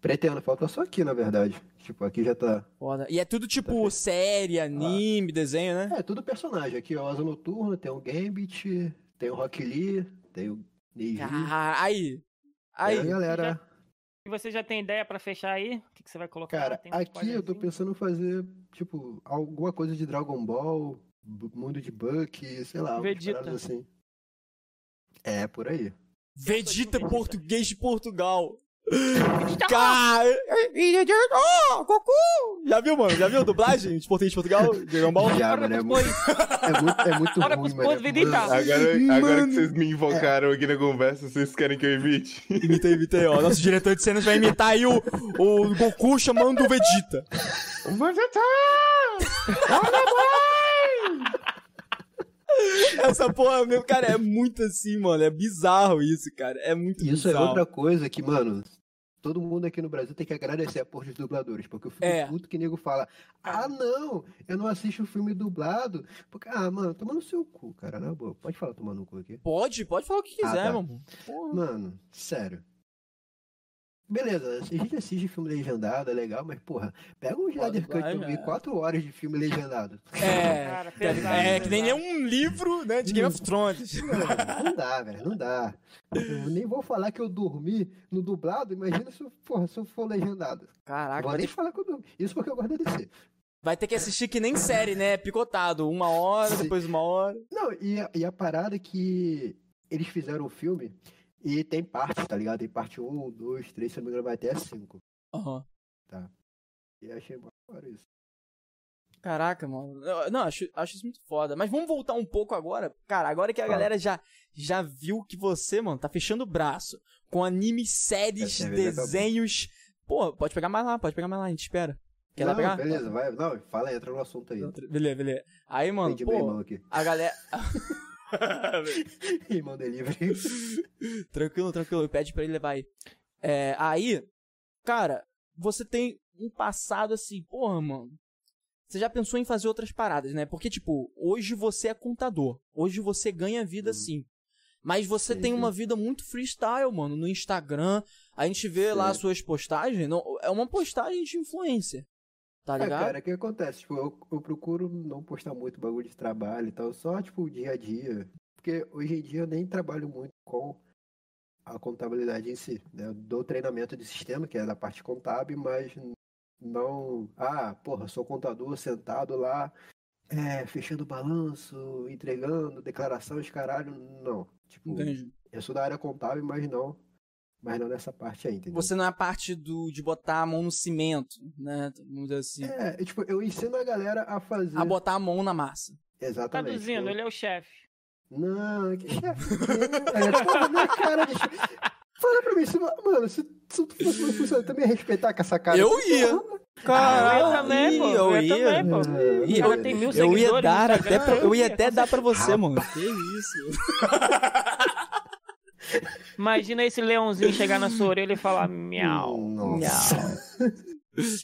[SPEAKER 1] Pretendo, falta só aqui, na verdade. Tipo, aqui já tá.
[SPEAKER 2] Foda. E é tudo tipo série, anime, desenho, né?
[SPEAKER 1] É, tudo personagem. Aqui, ó, Asa Noturna, tem o Gambit, tem o Rock Lee, tem o Neji.
[SPEAKER 3] Tá.
[SPEAKER 2] Cara, aí.
[SPEAKER 1] Aí,
[SPEAKER 2] Aí.
[SPEAKER 1] galera.
[SPEAKER 3] E você já tem ideia pra fechar aí? O que, que você vai colocar?
[SPEAKER 1] Cara,
[SPEAKER 3] Tem um
[SPEAKER 1] aqui eu tô
[SPEAKER 3] spoilerzinho?
[SPEAKER 1] pensando em fazer, tipo, alguma coisa de Dragon Ball, B- mundo de Buck, sei lá, umas
[SPEAKER 3] Vegeta.
[SPEAKER 1] paradas assim. É, por aí.
[SPEAKER 2] Vegeta
[SPEAKER 3] Vegeta.
[SPEAKER 2] português de Portugal.
[SPEAKER 3] assim. Tá. Então,
[SPEAKER 2] Cara. Oh, Goku! Já viu, mano? Já viu a dublagem de português de Portugal? Dragon Ball?
[SPEAKER 1] Já,
[SPEAKER 3] Olha
[SPEAKER 1] mano, é
[SPEAKER 3] pros
[SPEAKER 1] muito, é muito, é muito
[SPEAKER 3] Olha
[SPEAKER 1] ruim,
[SPEAKER 3] pros
[SPEAKER 1] mano.
[SPEAKER 3] pôs, Vegeta.
[SPEAKER 1] Mano,
[SPEAKER 4] Agora, agora
[SPEAKER 2] Mano.
[SPEAKER 4] que vocês me invocaram aqui na conversa, vocês querem que eu evite?
[SPEAKER 2] Imita, imita aí, ó. Nosso diretor de cenas vai imitar aí o, o Goku chamando o Vegeta. Essa porra mesmo, cara, é muito assim, mano. É bizarro isso, cara. É muito
[SPEAKER 1] Isso é
[SPEAKER 2] bizarro.
[SPEAKER 1] outra coisa que, mano, todo mundo aqui no Brasil tem que agradecer a porra dos dubladores, porque eu fico
[SPEAKER 2] É.
[SPEAKER 1] puto que nego fala, ah não, eu não assisto filme dublado, porque, ah, mano, toma no seu cu, cara, na boa, pode falar tomar no cu aqui.
[SPEAKER 2] Pode, pode falar o que
[SPEAKER 1] Ah,
[SPEAKER 2] quiser,
[SPEAKER 1] tá.
[SPEAKER 2] mano. Porra.
[SPEAKER 1] Mano, sério. Beleza, a gente assiste filme legendado, é legal, mas porra, pega um Snyder Cut
[SPEAKER 2] vai,
[SPEAKER 1] eu vi
[SPEAKER 2] é.
[SPEAKER 1] 4 horas de filme legendado.
[SPEAKER 2] É.
[SPEAKER 3] Cara, pesado,
[SPEAKER 2] É, que nem ler
[SPEAKER 3] pesado.
[SPEAKER 2] um livro, né, de
[SPEAKER 1] Hum.
[SPEAKER 2] Game of Thrones.
[SPEAKER 1] Mano, não dá, velho, não dá. Eu nem vou falar que eu dormi no dublado, imagina se, eu- porra, se eu for legendado.
[SPEAKER 2] Caraca,
[SPEAKER 1] vou
[SPEAKER 2] vai
[SPEAKER 1] nem
[SPEAKER 2] ter,
[SPEAKER 1] falar que eu dormi. Isso porque eu gosto da DC.
[SPEAKER 2] vai ter que assistir que nem série, né? Picotado. Uma hora,
[SPEAKER 1] Sim.
[SPEAKER 2] depois uma hora.
[SPEAKER 1] Não, e
[SPEAKER 2] É.
[SPEAKER 1] a, e a parada que eles fizeram o filme e tem partes, tá ligado? Tem parte 1, 2, 3, se eu não me engano, vai até 5.
[SPEAKER 2] Aham.
[SPEAKER 1] E eu achei mó da hora isso.
[SPEAKER 2] Caraca, mano. Eu- Não, acho, acho isso muito foda. Mas vamos voltar um pouco agora. Cara, agora que a
[SPEAKER 1] Fala.
[SPEAKER 2] galera já, já viu que você, mano, tá fechando o braço com anime, séries,
[SPEAKER 1] Essa é vida acabou.
[SPEAKER 2] desenhos. Pô, pode pegar mais lá, pode pegar mais lá, a gente espera. Quer lá
[SPEAKER 1] não,
[SPEAKER 2] pegar?
[SPEAKER 1] beleza, vai. Não, fala, entra no assunto aí.
[SPEAKER 2] Beleza, beleza. Aí, mano,
[SPEAKER 1] Entendi meu
[SPEAKER 2] pô,
[SPEAKER 1] irmão aqui.
[SPEAKER 2] a galera.
[SPEAKER 1] irmão delivery.
[SPEAKER 2] tranquilo, tranquilo. Pede pra ele levar aí. É, aí, cara, você tem um passado assim, porra, mano. Você já pensou em fazer outras paradas, né? Porque, tipo, hoje você é contador. Hoje você ganha vida,
[SPEAKER 1] Uhum.
[SPEAKER 2] sim. Mas você
[SPEAKER 1] Sim,
[SPEAKER 2] tem
[SPEAKER 1] sim.
[SPEAKER 2] uma vida muito freestyle, mano. No Instagram, a gente vê lá
[SPEAKER 1] Sim.
[SPEAKER 2] as suas postagens. Não, é uma postagem de influencer. Tá
[SPEAKER 1] Ah,
[SPEAKER 2] ligado?
[SPEAKER 1] cara, o que acontece? Tipo, eu, eu procuro não postar muito bagulho de trabalho e tal, só, tipo, o dia a dia. Porque hoje em dia eu nem trabalho muito com a contabilidade em si, né? Eu dou treinamento de sistema, que é da parte contábil, mas não... Ah, porra, sou contador sentado lá, é, fechando balanço, entregando, declaração, os caralho, não. Tipo,
[SPEAKER 2] Entendi.
[SPEAKER 1] eu sou da área contábil, mas não... Mas não nessa parte aí, entendeu?
[SPEAKER 2] Você não é a parte do, de botar a mão no cimento, né? Vamos dizer assim.
[SPEAKER 1] É, tipo, eu ensino a galera a fazer...
[SPEAKER 2] A botar a mão na massa.
[SPEAKER 1] Exatamente.
[SPEAKER 3] Traduzindo,
[SPEAKER 2] tipo-
[SPEAKER 1] eu-
[SPEAKER 3] ele é o chefe.
[SPEAKER 1] Não, que chefe. É, porra, minha cara de chefe. Fala pra mim, se, mano, se, se tu fosse meu funcionário, tu também ia respeitar com essa cara.
[SPEAKER 2] Eu
[SPEAKER 1] Porra,
[SPEAKER 2] ia.
[SPEAKER 1] mano.
[SPEAKER 3] eu
[SPEAKER 2] Caralho,
[SPEAKER 3] também, pô. Eu, também, pô.
[SPEAKER 1] É,
[SPEAKER 3] Ela tem mil
[SPEAKER 2] Eu ia
[SPEAKER 3] seguidores
[SPEAKER 2] dar
[SPEAKER 3] no
[SPEAKER 2] até
[SPEAKER 3] Instagram.
[SPEAKER 2] pra, eu ia até dar pra você, mano. Que isso?
[SPEAKER 3] Imagina esse leãozinho chegar na sua orelha e falar miau.
[SPEAKER 1] Nossa.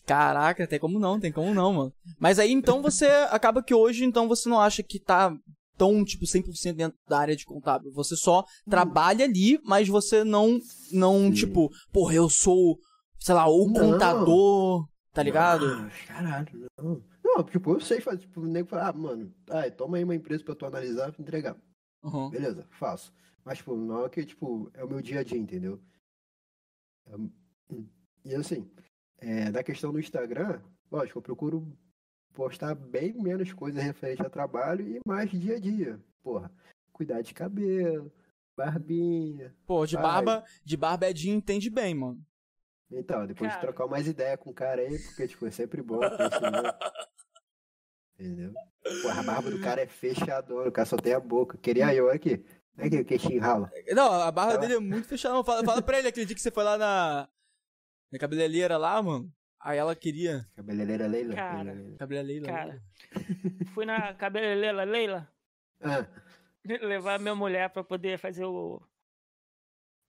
[SPEAKER 2] Caraca, tem como não, tem como não, mano. Mas aí então você acaba que hoje então você não acha que tá tão tipo 100% dentro da área de contábil. Você
[SPEAKER 3] Hum.
[SPEAKER 2] só trabalha ali, mas você não não
[SPEAKER 1] Sim.
[SPEAKER 2] tipo, porra, eu sou, sei lá, o
[SPEAKER 1] Não.
[SPEAKER 2] contador, tá ligado?
[SPEAKER 1] Ah, caralho, não. Não, tipo, eu sei fazer. Tipo, o nego fala, ah, mano, ai, toma aí uma empresa pra tu analisar e entregar.
[SPEAKER 2] Uhum.
[SPEAKER 1] Beleza, faço. Mas, tipo, não é que, tipo, é o meu dia a dia, entendeu? É um- E assim, é, da questão do Instagram, lógico, eu procuro postar bem menos coisas referente a trabalho e mais dia a dia. Porra, cuidar de cabelo, barbinha.
[SPEAKER 2] Pô, de
[SPEAKER 1] Ai.
[SPEAKER 2] barba, de barba Edinho entende bem, mano.
[SPEAKER 1] Então, depois de
[SPEAKER 3] Cara.
[SPEAKER 1] trocar mais ideia com o cara aí, porque, tipo, é sempre bom conhecer. Entendeu? Porra, a barba do cara é fechadona, o cara só tem a boca. Queria eu, olha aqui. Olha aqui, o queixinho rala.
[SPEAKER 2] Não, a barra
[SPEAKER 1] Tá.
[SPEAKER 2] dele é muito fechada. não. Fala, fala pra ele aquele dia que você foi lá na. Na cabeleireira lá, mano. Aí ela queria.
[SPEAKER 1] Cabeleireira Leila.
[SPEAKER 3] Cara.
[SPEAKER 1] Leila.
[SPEAKER 2] Cabeleireira.
[SPEAKER 3] Cara, fui na cabeleireira Leila
[SPEAKER 1] Ah.
[SPEAKER 3] levar minha mulher pra poder fazer o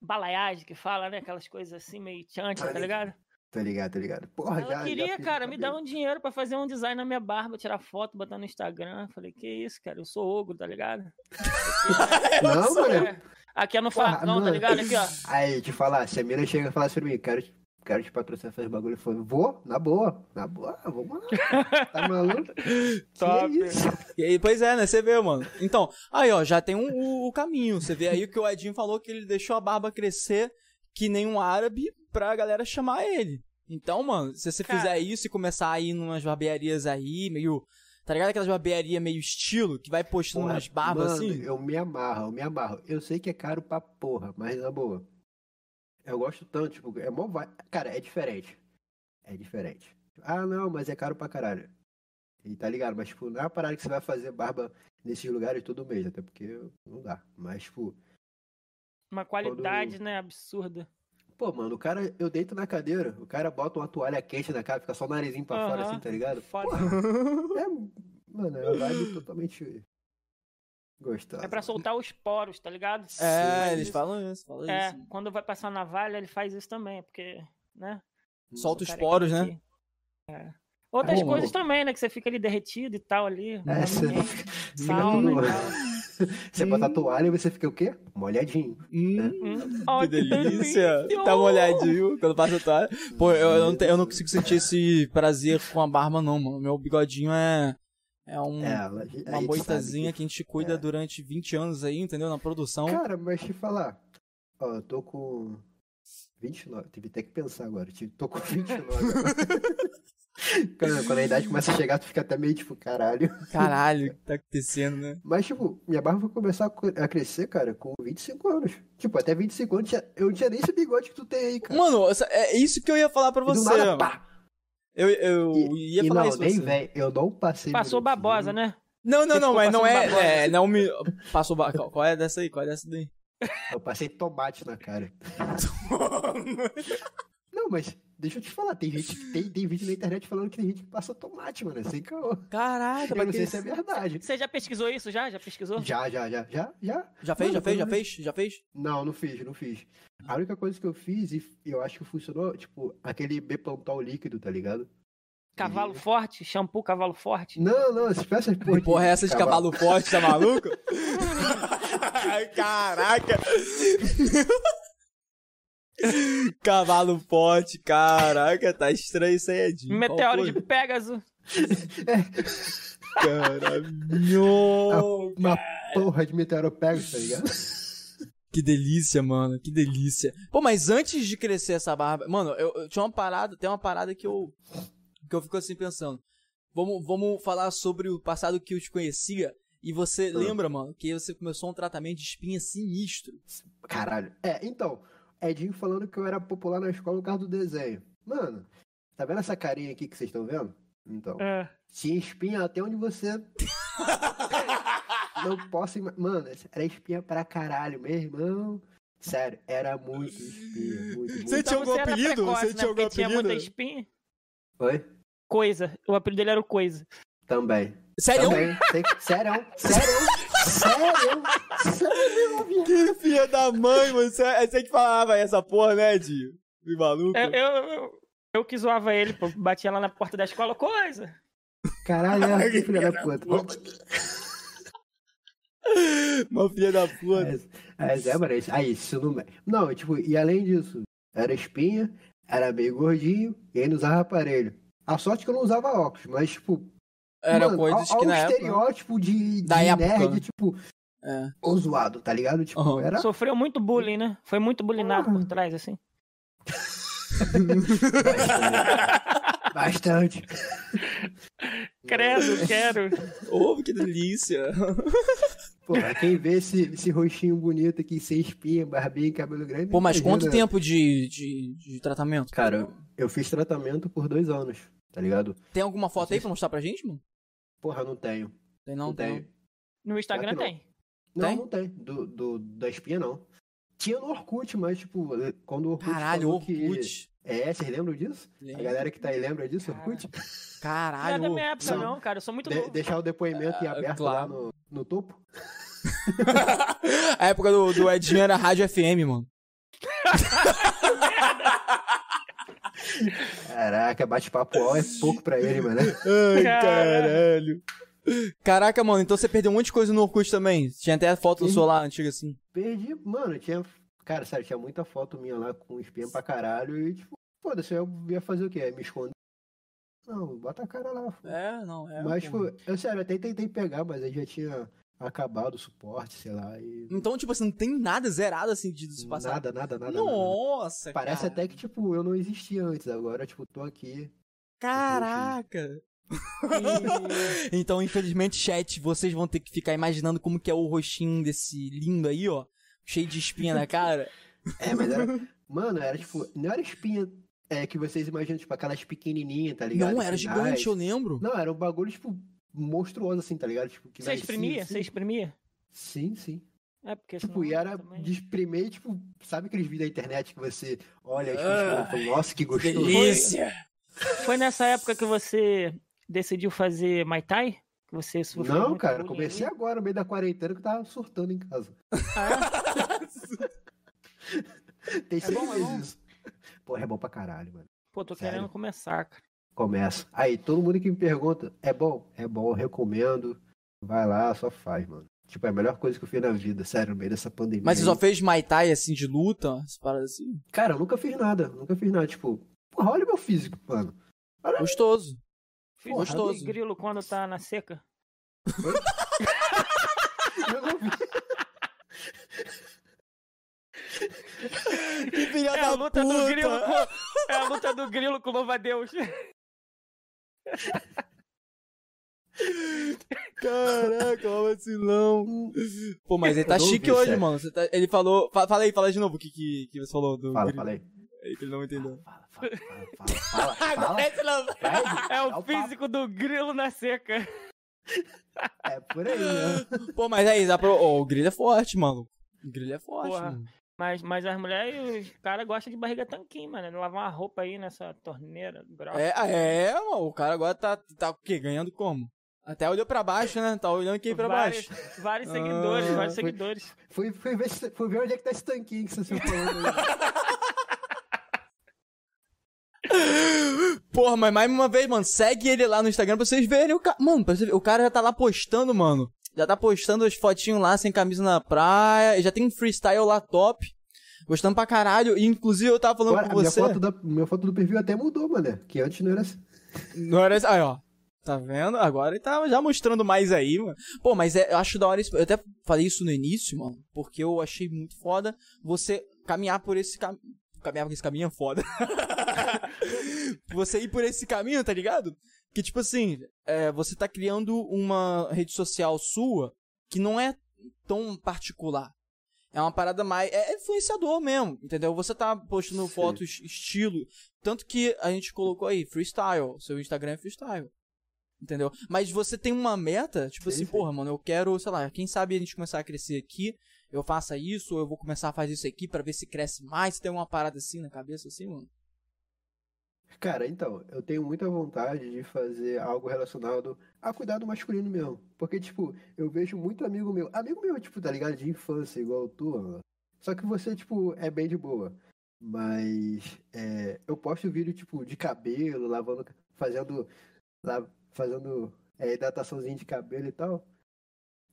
[SPEAKER 3] balaiagem que fala, né? Aquelas coisas assim meio tchancha, tá
[SPEAKER 1] Olha.
[SPEAKER 3] ligado?
[SPEAKER 1] Tô ligado, tô ligado. Porra, já.
[SPEAKER 3] Ela
[SPEAKER 1] já
[SPEAKER 3] queria,
[SPEAKER 1] fiz
[SPEAKER 3] cara,
[SPEAKER 1] o
[SPEAKER 3] me dar
[SPEAKER 1] cabelo.
[SPEAKER 3] um dinheiro pra fazer um design na minha barba, tirar foto, botar no Instagram. Falei, que isso, cara, eu sou ogro, tá ligado?
[SPEAKER 1] Não, mano.
[SPEAKER 3] É. Aqui é no
[SPEAKER 1] Porra,
[SPEAKER 3] facão, tá
[SPEAKER 1] mano.
[SPEAKER 3] ligado? Aqui, ó.
[SPEAKER 1] Aí, te falar, se a mina chega e fala assim pra mim, quero te, quero te patrocinar fazer bagulho, eu falo, vou, na boa, na boa, vamos lá. Tá maluco?
[SPEAKER 3] Top.
[SPEAKER 1] Que é isso?
[SPEAKER 2] E aí, pois é, né? Você vê, mano. Então, aí, ó, já tem um, o, o caminho. Você vê aí que o Edinho falou que ele deixou a barba crescer que nem um árabe pra galera chamar ele. Então, mano, se você
[SPEAKER 3] Cara.
[SPEAKER 2] fizer isso e começar a ir numas barbearias aí, meio. Tá ligado? Aquelas barbearias meio estilo, que vai postando
[SPEAKER 1] Porra,
[SPEAKER 2] Tipo umas barbas
[SPEAKER 1] mano,
[SPEAKER 2] assim.
[SPEAKER 1] Eu me amarro, eu me amarro. Eu sei que é caro pra porra, mas na boa. Eu gosto tanto, tipo, é mó vai. Cara, é diferente. É diferente. Ah, não, mas é caro pra caralho. E tá ligado? Mas, tipo, não é uma parada que você vai fazer barba nesses lugares todo mês, até porque não dá. Mas, tipo,
[SPEAKER 3] Uma qualidade, né, absurda.
[SPEAKER 1] pô, mano, o cara, eu deito na cadeira, o cara bota uma toalha quente na cara, fica só o narizinho pra fora,
[SPEAKER 3] Aham.
[SPEAKER 1] assim, tá ligado?
[SPEAKER 3] Foda.
[SPEAKER 1] É, mano, é uma vibe totalmente gostosa.
[SPEAKER 3] É pra soltar os poros, tá ligado?
[SPEAKER 2] É,
[SPEAKER 3] Mas
[SPEAKER 2] eles
[SPEAKER 3] isso-
[SPEAKER 2] falam isso, falam
[SPEAKER 3] É,
[SPEAKER 2] isso.
[SPEAKER 3] quando vai passar navalha, ele faz isso também, porque, né?
[SPEAKER 2] Solta os
[SPEAKER 3] Careca
[SPEAKER 2] poros, né?
[SPEAKER 3] aqui. É. Outras
[SPEAKER 1] Bom,
[SPEAKER 3] coisas
[SPEAKER 1] bom.
[SPEAKER 3] também, né? Que você fica ali derretido e tal ali.
[SPEAKER 1] É,
[SPEAKER 3] né,
[SPEAKER 1] você
[SPEAKER 3] ninguém-
[SPEAKER 1] fica- fica
[SPEAKER 3] Sauna e
[SPEAKER 1] todo-
[SPEAKER 3] tal.
[SPEAKER 1] Você bota a toalha e você fica o quê? Molhadinho.
[SPEAKER 2] Hum.
[SPEAKER 3] Hum, ó,
[SPEAKER 2] Que delícia!
[SPEAKER 3] delícia.
[SPEAKER 2] Tá molhadinho quando passa a toalha. Pô, eu, eu não, te- eu não consigo sentir esse prazer com a barba, não, mano. Meu bigodinho é. É um,
[SPEAKER 1] É, ela- a gente
[SPEAKER 2] uma
[SPEAKER 1] sabe
[SPEAKER 2] boitazinha então. que...
[SPEAKER 1] que-
[SPEAKER 2] a gente cuida
[SPEAKER 1] é.
[SPEAKER 2] durante 20 anos aí, entendeu? Na produção.
[SPEAKER 1] Cara, mas te falar. Ó, eu tô com 29. Tive até que pensar agora. tive- Tô com 29 agora. Cara, quando a idade começa a chegar, tu fica até meio tipo, caralho.
[SPEAKER 2] Caralho, o que tá acontecendo, né?
[SPEAKER 1] Mas, tipo, minha barba vai começar a co- a crescer, cara, com 25 anos. Tipo, até 25 anos tinha- eu não tinha nem esse bigode que tu tem aí, cara.
[SPEAKER 2] Mano, essa- é isso que eu ia falar pra
[SPEAKER 1] E do
[SPEAKER 2] você.
[SPEAKER 1] nada,
[SPEAKER 2] mano.
[SPEAKER 1] pá!
[SPEAKER 2] eu eu
[SPEAKER 1] E,
[SPEAKER 2] ia
[SPEAKER 1] e
[SPEAKER 2] falar
[SPEAKER 1] não,
[SPEAKER 2] isso pra
[SPEAKER 1] nem
[SPEAKER 2] você.
[SPEAKER 1] velho, eu não passei.
[SPEAKER 3] Passou
[SPEAKER 1] minutinho.
[SPEAKER 3] babosa, né?
[SPEAKER 2] Não, não,
[SPEAKER 3] Você
[SPEAKER 2] não,
[SPEAKER 3] ficou
[SPEAKER 2] mas não é.
[SPEAKER 3] passando
[SPEAKER 1] né?
[SPEAKER 2] é não me. Passou. ba- Qual qual é dessa aí? Qual é dessa daí?
[SPEAKER 1] Eu passei tomate na cara. Não, mas deixa eu te falar, tem gente que tem, tem vídeo na internet falando que tem gente que passa tomate, mano. assim Sem caô.
[SPEAKER 2] Caraca,
[SPEAKER 1] Mas
[SPEAKER 2] vai
[SPEAKER 1] não sei
[SPEAKER 2] crescer.
[SPEAKER 1] se é verdade.
[SPEAKER 3] Você já pesquisou isso? Já? Já pesquisou?
[SPEAKER 1] Já, já, já, já, já.
[SPEAKER 2] Já fez,
[SPEAKER 1] é Mano,
[SPEAKER 2] já fez, já
[SPEAKER 1] quando eu
[SPEAKER 2] fez? Já fez?
[SPEAKER 1] Não, não fiz, não fiz. A única coisa que eu fiz, e f- eu acho que funcionou, tipo, aquele Bepantol líquido, tá ligado?
[SPEAKER 3] Cavalo forte? Shampoo cavalo forte?
[SPEAKER 2] Hum,
[SPEAKER 1] Não, não, essas peças, porra.
[SPEAKER 2] Que porra é essa de cavalo forte, tá maluco? Caraca! Cavalo forte, caraca, tá estranho isso aí, Edinho.
[SPEAKER 3] Meteoro de Pégaso.
[SPEAKER 2] Caralho!
[SPEAKER 1] Uma porra de meteoro pega, tá ligado?
[SPEAKER 2] Que delícia, mano, que delícia. Pô, mas antes de crescer essa barba. Mano, eu, eu tinha uma parada, tem uma parada que eu. que eu fico assim pensando. Vamos, vamos falar sobre o passado que eu te conhecia. E você lembra, mano, que você começou um tratamento de espinha sinistro.
[SPEAKER 1] Caralho. É, então, Edinho falando que eu era popular na escola por causa do desenho. Mano, tá vendo essa carinha aqui que vocês estão vendo? Então,
[SPEAKER 3] É.
[SPEAKER 1] tinha espinha até onde você. Não posso. ima- Mano, era espinha pra caralho, meu irmão. Sério, era muito espinha. Muito, muito.
[SPEAKER 2] Você tinha algum
[SPEAKER 3] Então era
[SPEAKER 2] apelido?
[SPEAKER 3] precoce,
[SPEAKER 2] Você
[SPEAKER 3] né?
[SPEAKER 2] tinha algum
[SPEAKER 3] Porque Tinha muita
[SPEAKER 2] apelido?
[SPEAKER 3] espinha.
[SPEAKER 1] Oi?
[SPEAKER 3] Coisa. O apelido dele era o Coisa.
[SPEAKER 1] Também.
[SPEAKER 2] Sério?
[SPEAKER 1] Também. Sei- Sério? Sério? Sério? Sério? viado.
[SPEAKER 2] Que filha da mãe, mano. Você, é você que falava essa porra, né, Edinho? Me maluco.
[SPEAKER 3] Eu, eu, eu, eu que zoava ele, pô. Batia lá na porta da escola. Coisa.
[SPEAKER 1] Caralho, é que filha da puta.
[SPEAKER 2] Uma filha da puta.
[SPEAKER 1] Mas, mas é, mano, isso- aí, isso não. Não, tipo, e além disso, era espinha, era meio gordinho e ainda usava aparelho. A sorte é que eu não usava óculos, mas, tipo.
[SPEAKER 2] Era
[SPEAKER 1] mano,
[SPEAKER 2] coisas
[SPEAKER 1] ó- ó
[SPEAKER 2] que
[SPEAKER 1] o
[SPEAKER 2] na época.
[SPEAKER 1] estereótipo de, de
[SPEAKER 2] Da época,
[SPEAKER 1] nerd,
[SPEAKER 2] né?
[SPEAKER 1] tipo,
[SPEAKER 2] É.
[SPEAKER 1] ou zoado, tá ligado? Tipo,
[SPEAKER 2] Aham.
[SPEAKER 1] era.
[SPEAKER 3] Sofreu muito bullying, né? Foi muito bullyingado por trás, assim.
[SPEAKER 1] Bastante.
[SPEAKER 3] Credo, quero.
[SPEAKER 2] Oh, que delícia.
[SPEAKER 1] Pô, quem vê esse, esse rostinho bonito aqui, sem espinha, barbinha e cabelo grande.
[SPEAKER 2] Pô, mas
[SPEAKER 1] imagina.
[SPEAKER 2] quanto tempo de, de, de tratamento?
[SPEAKER 1] Cara, eu fiz tratamento por dois anos, tá ligado?
[SPEAKER 2] Tem alguma foto aí pra mostrar pra gente, mano?
[SPEAKER 1] Porra, não tenho.
[SPEAKER 2] Tem não,
[SPEAKER 1] não
[SPEAKER 2] tem.
[SPEAKER 1] tenho.
[SPEAKER 2] não.
[SPEAKER 3] No Instagram
[SPEAKER 1] Será que não?
[SPEAKER 3] tem.
[SPEAKER 1] Não,
[SPEAKER 2] Tem?
[SPEAKER 1] não tem. Do, do- da espinha, não. Tinha no Orkut, mas, tipo, quando o Orkut.
[SPEAKER 2] Caralho,
[SPEAKER 1] falou que-
[SPEAKER 2] Orkut.
[SPEAKER 1] É, vocês lembram disso? A galera que tá aí lembra disso,
[SPEAKER 3] Caralho.
[SPEAKER 1] Orkut?
[SPEAKER 3] Não é
[SPEAKER 2] Caralho,
[SPEAKER 3] da minha época,
[SPEAKER 1] não.
[SPEAKER 3] não, cara. Eu sou muito
[SPEAKER 1] De-
[SPEAKER 3] novo.
[SPEAKER 1] deixar o depoimento em
[SPEAKER 2] Ah,
[SPEAKER 1] aberto
[SPEAKER 2] claro.
[SPEAKER 1] lá no, no topo.
[SPEAKER 2] A época do, do Edinho era Rádio FM, mano.
[SPEAKER 1] Caraca, bate-papo ó, é pouco pra ele, mano.
[SPEAKER 2] Ai,
[SPEAKER 3] Caralho.
[SPEAKER 2] Caraca, mano, então você perdeu um monte de coisa no Orkut também. Tinha até foto no
[SPEAKER 1] Sim.
[SPEAKER 2] celular antiga assim.
[SPEAKER 1] Perdi, mano, tinha. Cara, sério, tinha muita foto minha lá com espinha pra caralho e, tipo, foda-se, eu ia fazer o quê? Me esconder? Não, bota a cara lá. foda-se.
[SPEAKER 2] É, não, é.
[SPEAKER 1] mas,
[SPEAKER 2] pô.
[SPEAKER 1] tipo, eu sério, até tentei pegar, mas aí já tinha acabado o suporte, sei lá, e.
[SPEAKER 2] Então, tipo assim, não tem nada zerado assim de do passado.
[SPEAKER 1] Nada, nada, nada. nada.
[SPEAKER 2] Nossa,
[SPEAKER 1] Parece
[SPEAKER 2] cara.
[SPEAKER 1] até que, tipo, eu não existia antes, agora, tipo, tô aqui.
[SPEAKER 2] Caraca. Então, infelizmente, chat, vocês vão ter que ficar imaginando como que é o rostinho desse lindo aí, ó. Cheio de espinha na cara.
[SPEAKER 1] É, mas era. Mano, era tipo, não era espinha é, que vocês imaginam, tipo, aquelas pequenininhas, tá ligado?
[SPEAKER 2] Não, era
[SPEAKER 1] Finais.
[SPEAKER 2] gigante, eu lembro.
[SPEAKER 1] Não, era um bagulho, tipo, monstruoso, assim, tá ligado? Tipo, que
[SPEAKER 3] Você
[SPEAKER 1] nascia,
[SPEAKER 3] exprimia?
[SPEAKER 1] assim.
[SPEAKER 3] Você exprimia?
[SPEAKER 1] Sim, sim.
[SPEAKER 3] É, porque
[SPEAKER 1] Tipo,
[SPEAKER 3] senão
[SPEAKER 1] e era
[SPEAKER 3] também-
[SPEAKER 1] de exprimir, tipo, sabe aqueles vídeos da internet que você olha e
[SPEAKER 2] Ah,
[SPEAKER 1] fala, nossa, que gostoso.
[SPEAKER 3] Foi nessa época que você decidiu fazer Mai Tai? Que você sofreu
[SPEAKER 1] Não,
[SPEAKER 3] muito
[SPEAKER 1] cara,
[SPEAKER 3] bullying
[SPEAKER 1] comecei
[SPEAKER 3] ali?
[SPEAKER 1] agora, no meio da quarentena, que eu tava surtando em casa. Tem seis
[SPEAKER 3] bom, Ah. é
[SPEAKER 1] meses
[SPEAKER 3] bom?
[SPEAKER 1] isso. Porra, é bom pra caralho, mano.
[SPEAKER 3] Pô, tô
[SPEAKER 1] Sério?
[SPEAKER 3] querendo começar, cara.
[SPEAKER 1] Começa. Aí, todo mundo que me pergunta, é bom? É bom, eu recomendo. Vai lá, só faz, mano. Tipo, é a melhor coisa que eu fiz na vida, sério, no meio dessa pandemia.
[SPEAKER 2] Mas você só
[SPEAKER 1] aí.
[SPEAKER 2] fez Mai Tai, assim, de luta? Essas paradas assim.
[SPEAKER 1] Cara, eu nunca fiz nada, nunca fiz nada. Tipo, porra, olha o meu físico, mano.
[SPEAKER 2] Gostoso.
[SPEAKER 3] Fiz
[SPEAKER 2] Porra,
[SPEAKER 3] isso de
[SPEAKER 2] gostoso.
[SPEAKER 3] grilo quando tá na seca.
[SPEAKER 1] Eu não vi.
[SPEAKER 2] Que filha
[SPEAKER 3] É a luta do grilo com... É a luta do grilo com louva-a-Deus.
[SPEAKER 2] Caraca, ó, vacilão. Pô, mas ele tá
[SPEAKER 1] Eu não
[SPEAKER 2] chique
[SPEAKER 1] ouvi,
[SPEAKER 2] hoje,
[SPEAKER 1] sério.
[SPEAKER 2] mano. Você tá- Ele falou... fa- Fala aí, fala de novo o que, que, que você falou do
[SPEAKER 1] Fala,
[SPEAKER 2] grilo.
[SPEAKER 1] fala aí.
[SPEAKER 2] É que ele não entendeu.
[SPEAKER 1] Fala, fala, fala, fala, fala, fala. Vai,
[SPEAKER 3] É
[SPEAKER 1] dá
[SPEAKER 3] o
[SPEAKER 1] o papo.
[SPEAKER 3] físico do grilo na seca.
[SPEAKER 1] É por aí, né?
[SPEAKER 2] Pô, mas aí, dá pra... Ó, o grilo é forte, maluco. O grilo é forte,
[SPEAKER 3] Porra.
[SPEAKER 2] mano.
[SPEAKER 3] Mas, mas as mulheres e os caras gostam de barriga tanquinho, mano. Lavar uma roupa aí nessa torneira grossa.
[SPEAKER 2] É, é, mano, o cara agora tá, tá o quê? Ganhando como? Até olhou pra baixo, né? Tá olhando aqui pra
[SPEAKER 3] Vários-
[SPEAKER 2] baixo.
[SPEAKER 3] Vários seguidores,
[SPEAKER 2] Ah,
[SPEAKER 3] vários
[SPEAKER 1] foi-
[SPEAKER 3] seguidores.
[SPEAKER 1] Fui, fui, ver, se- fui ver onde é que tá esse tanquinho que vocês estão falando aí.
[SPEAKER 2] Porra, mas mais uma vez, mano, segue ele lá no Instagram pra vocês verem o cara. Mano, pra você ver, o cara já tá lá postando, mano. Já tá postando as fotinhos lá sem camisa na praia. Já tem um freestyle lá top. Gostando pra caralho. E inclusive eu tava falando
[SPEAKER 1] Agora, a
[SPEAKER 2] com
[SPEAKER 1] minha
[SPEAKER 2] você.
[SPEAKER 1] foto, da, minha foto do perfil até mudou, mano. Que antes não era assim.
[SPEAKER 2] Agora, aí, ó. Tá vendo? Agora ele tá já mostrando mais aí, mano. Pô, mas é- eu acho da hora isso. Eu até falei isso no início, mano, porque eu achei muito foda você caminhar por esse caminho. Caminhar por esse caminho é foda. você ir por esse caminho, tá ligado? Que tipo assim, é, você tá criando uma rede social sua que não é tão particular. É uma parada mais. É influenciador mesmo, entendeu? Você tá postando
[SPEAKER 1] Sim.
[SPEAKER 2] fotos estilo. Tanto que a gente colocou aí, freestyle. Seu Instagram é freestyle. Entendeu? Mas você tem uma meta, tipo
[SPEAKER 1] Sim,
[SPEAKER 2] assim,
[SPEAKER 1] sim.
[SPEAKER 2] porra, mano, eu quero, sei lá, quem sabe a gente começar a crescer aqui, eu faça isso, ou eu vou começar a fazer isso aqui pra ver se cresce mais, se tem uma parada assim na cabeça, assim, mano.
[SPEAKER 1] Cara, então, eu tenho muita vontade de fazer algo relacionado a cuidado masculino mesmo. Porque, tipo, eu vejo muito amigo meu. Amigo meu, tipo, tá ligado? De infância, igual tu, mano. Só que você, tipo, é bem de boa. Mas é, eu posto vídeo, tipo, de cabelo, lavando. Fazendo. la- fazendo é, hidrataçãozinha de cabelo e tal.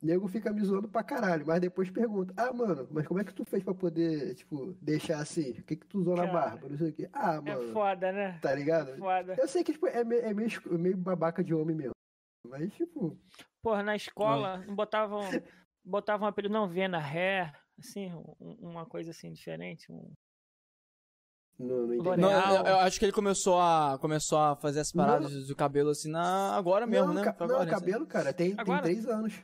[SPEAKER 1] Nego fica me zoando pra caralho, mas depois pergunta: Ah, mano, mas como é que tu fez pra poder, tipo, deixar assim? O que que tu usou na
[SPEAKER 3] Cara,
[SPEAKER 1] barba? Não sei o quê. Ah,
[SPEAKER 3] É
[SPEAKER 1] mano.
[SPEAKER 3] foda, né?
[SPEAKER 1] Tá ligado?
[SPEAKER 3] Foda.
[SPEAKER 1] Eu sei que tipo, é, me- é meio, escro- meio babaca de homem mesmo. Mas, tipo,
[SPEAKER 3] Porra, na escola, não botavam, botavam um apelido não vê na ré, assim, um- uma coisa assim diferente. um-
[SPEAKER 1] não, não entendi.
[SPEAKER 3] Olha,
[SPEAKER 2] Não, é,
[SPEAKER 3] Real.
[SPEAKER 2] eu, eu acho que ele começou a, começou a fazer as paradas do cabelo assim na, agora mesmo,
[SPEAKER 1] não,
[SPEAKER 2] né?
[SPEAKER 1] ca-
[SPEAKER 2] Foi
[SPEAKER 1] não,
[SPEAKER 2] agora,
[SPEAKER 1] cabelo, cara, tem,
[SPEAKER 3] Agora?
[SPEAKER 1] tem três anos.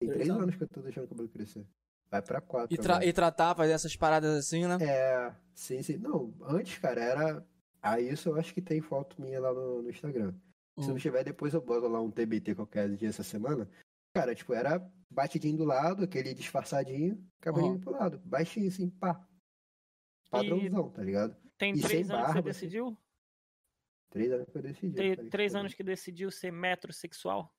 [SPEAKER 1] Tem
[SPEAKER 2] Três
[SPEAKER 1] três
[SPEAKER 2] anos.
[SPEAKER 1] anos. que eu tô deixando o cabelo crescer. Vai pra quatro.
[SPEAKER 2] E, tra-
[SPEAKER 1] agora.
[SPEAKER 2] e tratar, fazer essas paradas assim, né?
[SPEAKER 1] É, sim, sim. Não, antes, cara, era. Ah, isso eu acho que tem foto minha lá no, no Instagram. Se não
[SPEAKER 2] Hum.
[SPEAKER 1] tiver, depois eu boto lá um TBT qualquer dia essa semana. Cara, tipo, era batidinho do lado, aquele disfarçadinho, cabelinho
[SPEAKER 2] Uhum.
[SPEAKER 1] pro lado. Baixinho, assim, pá. Padrãozão, tá ligado?
[SPEAKER 3] Tem
[SPEAKER 1] E
[SPEAKER 3] três
[SPEAKER 1] sem
[SPEAKER 3] anos que você
[SPEAKER 1] barba, assim.
[SPEAKER 3] decidiu?
[SPEAKER 1] Três anos que eu decidi.
[SPEAKER 3] Tem
[SPEAKER 1] tá ligado?
[SPEAKER 3] três anos que decidiu ser metrosexual?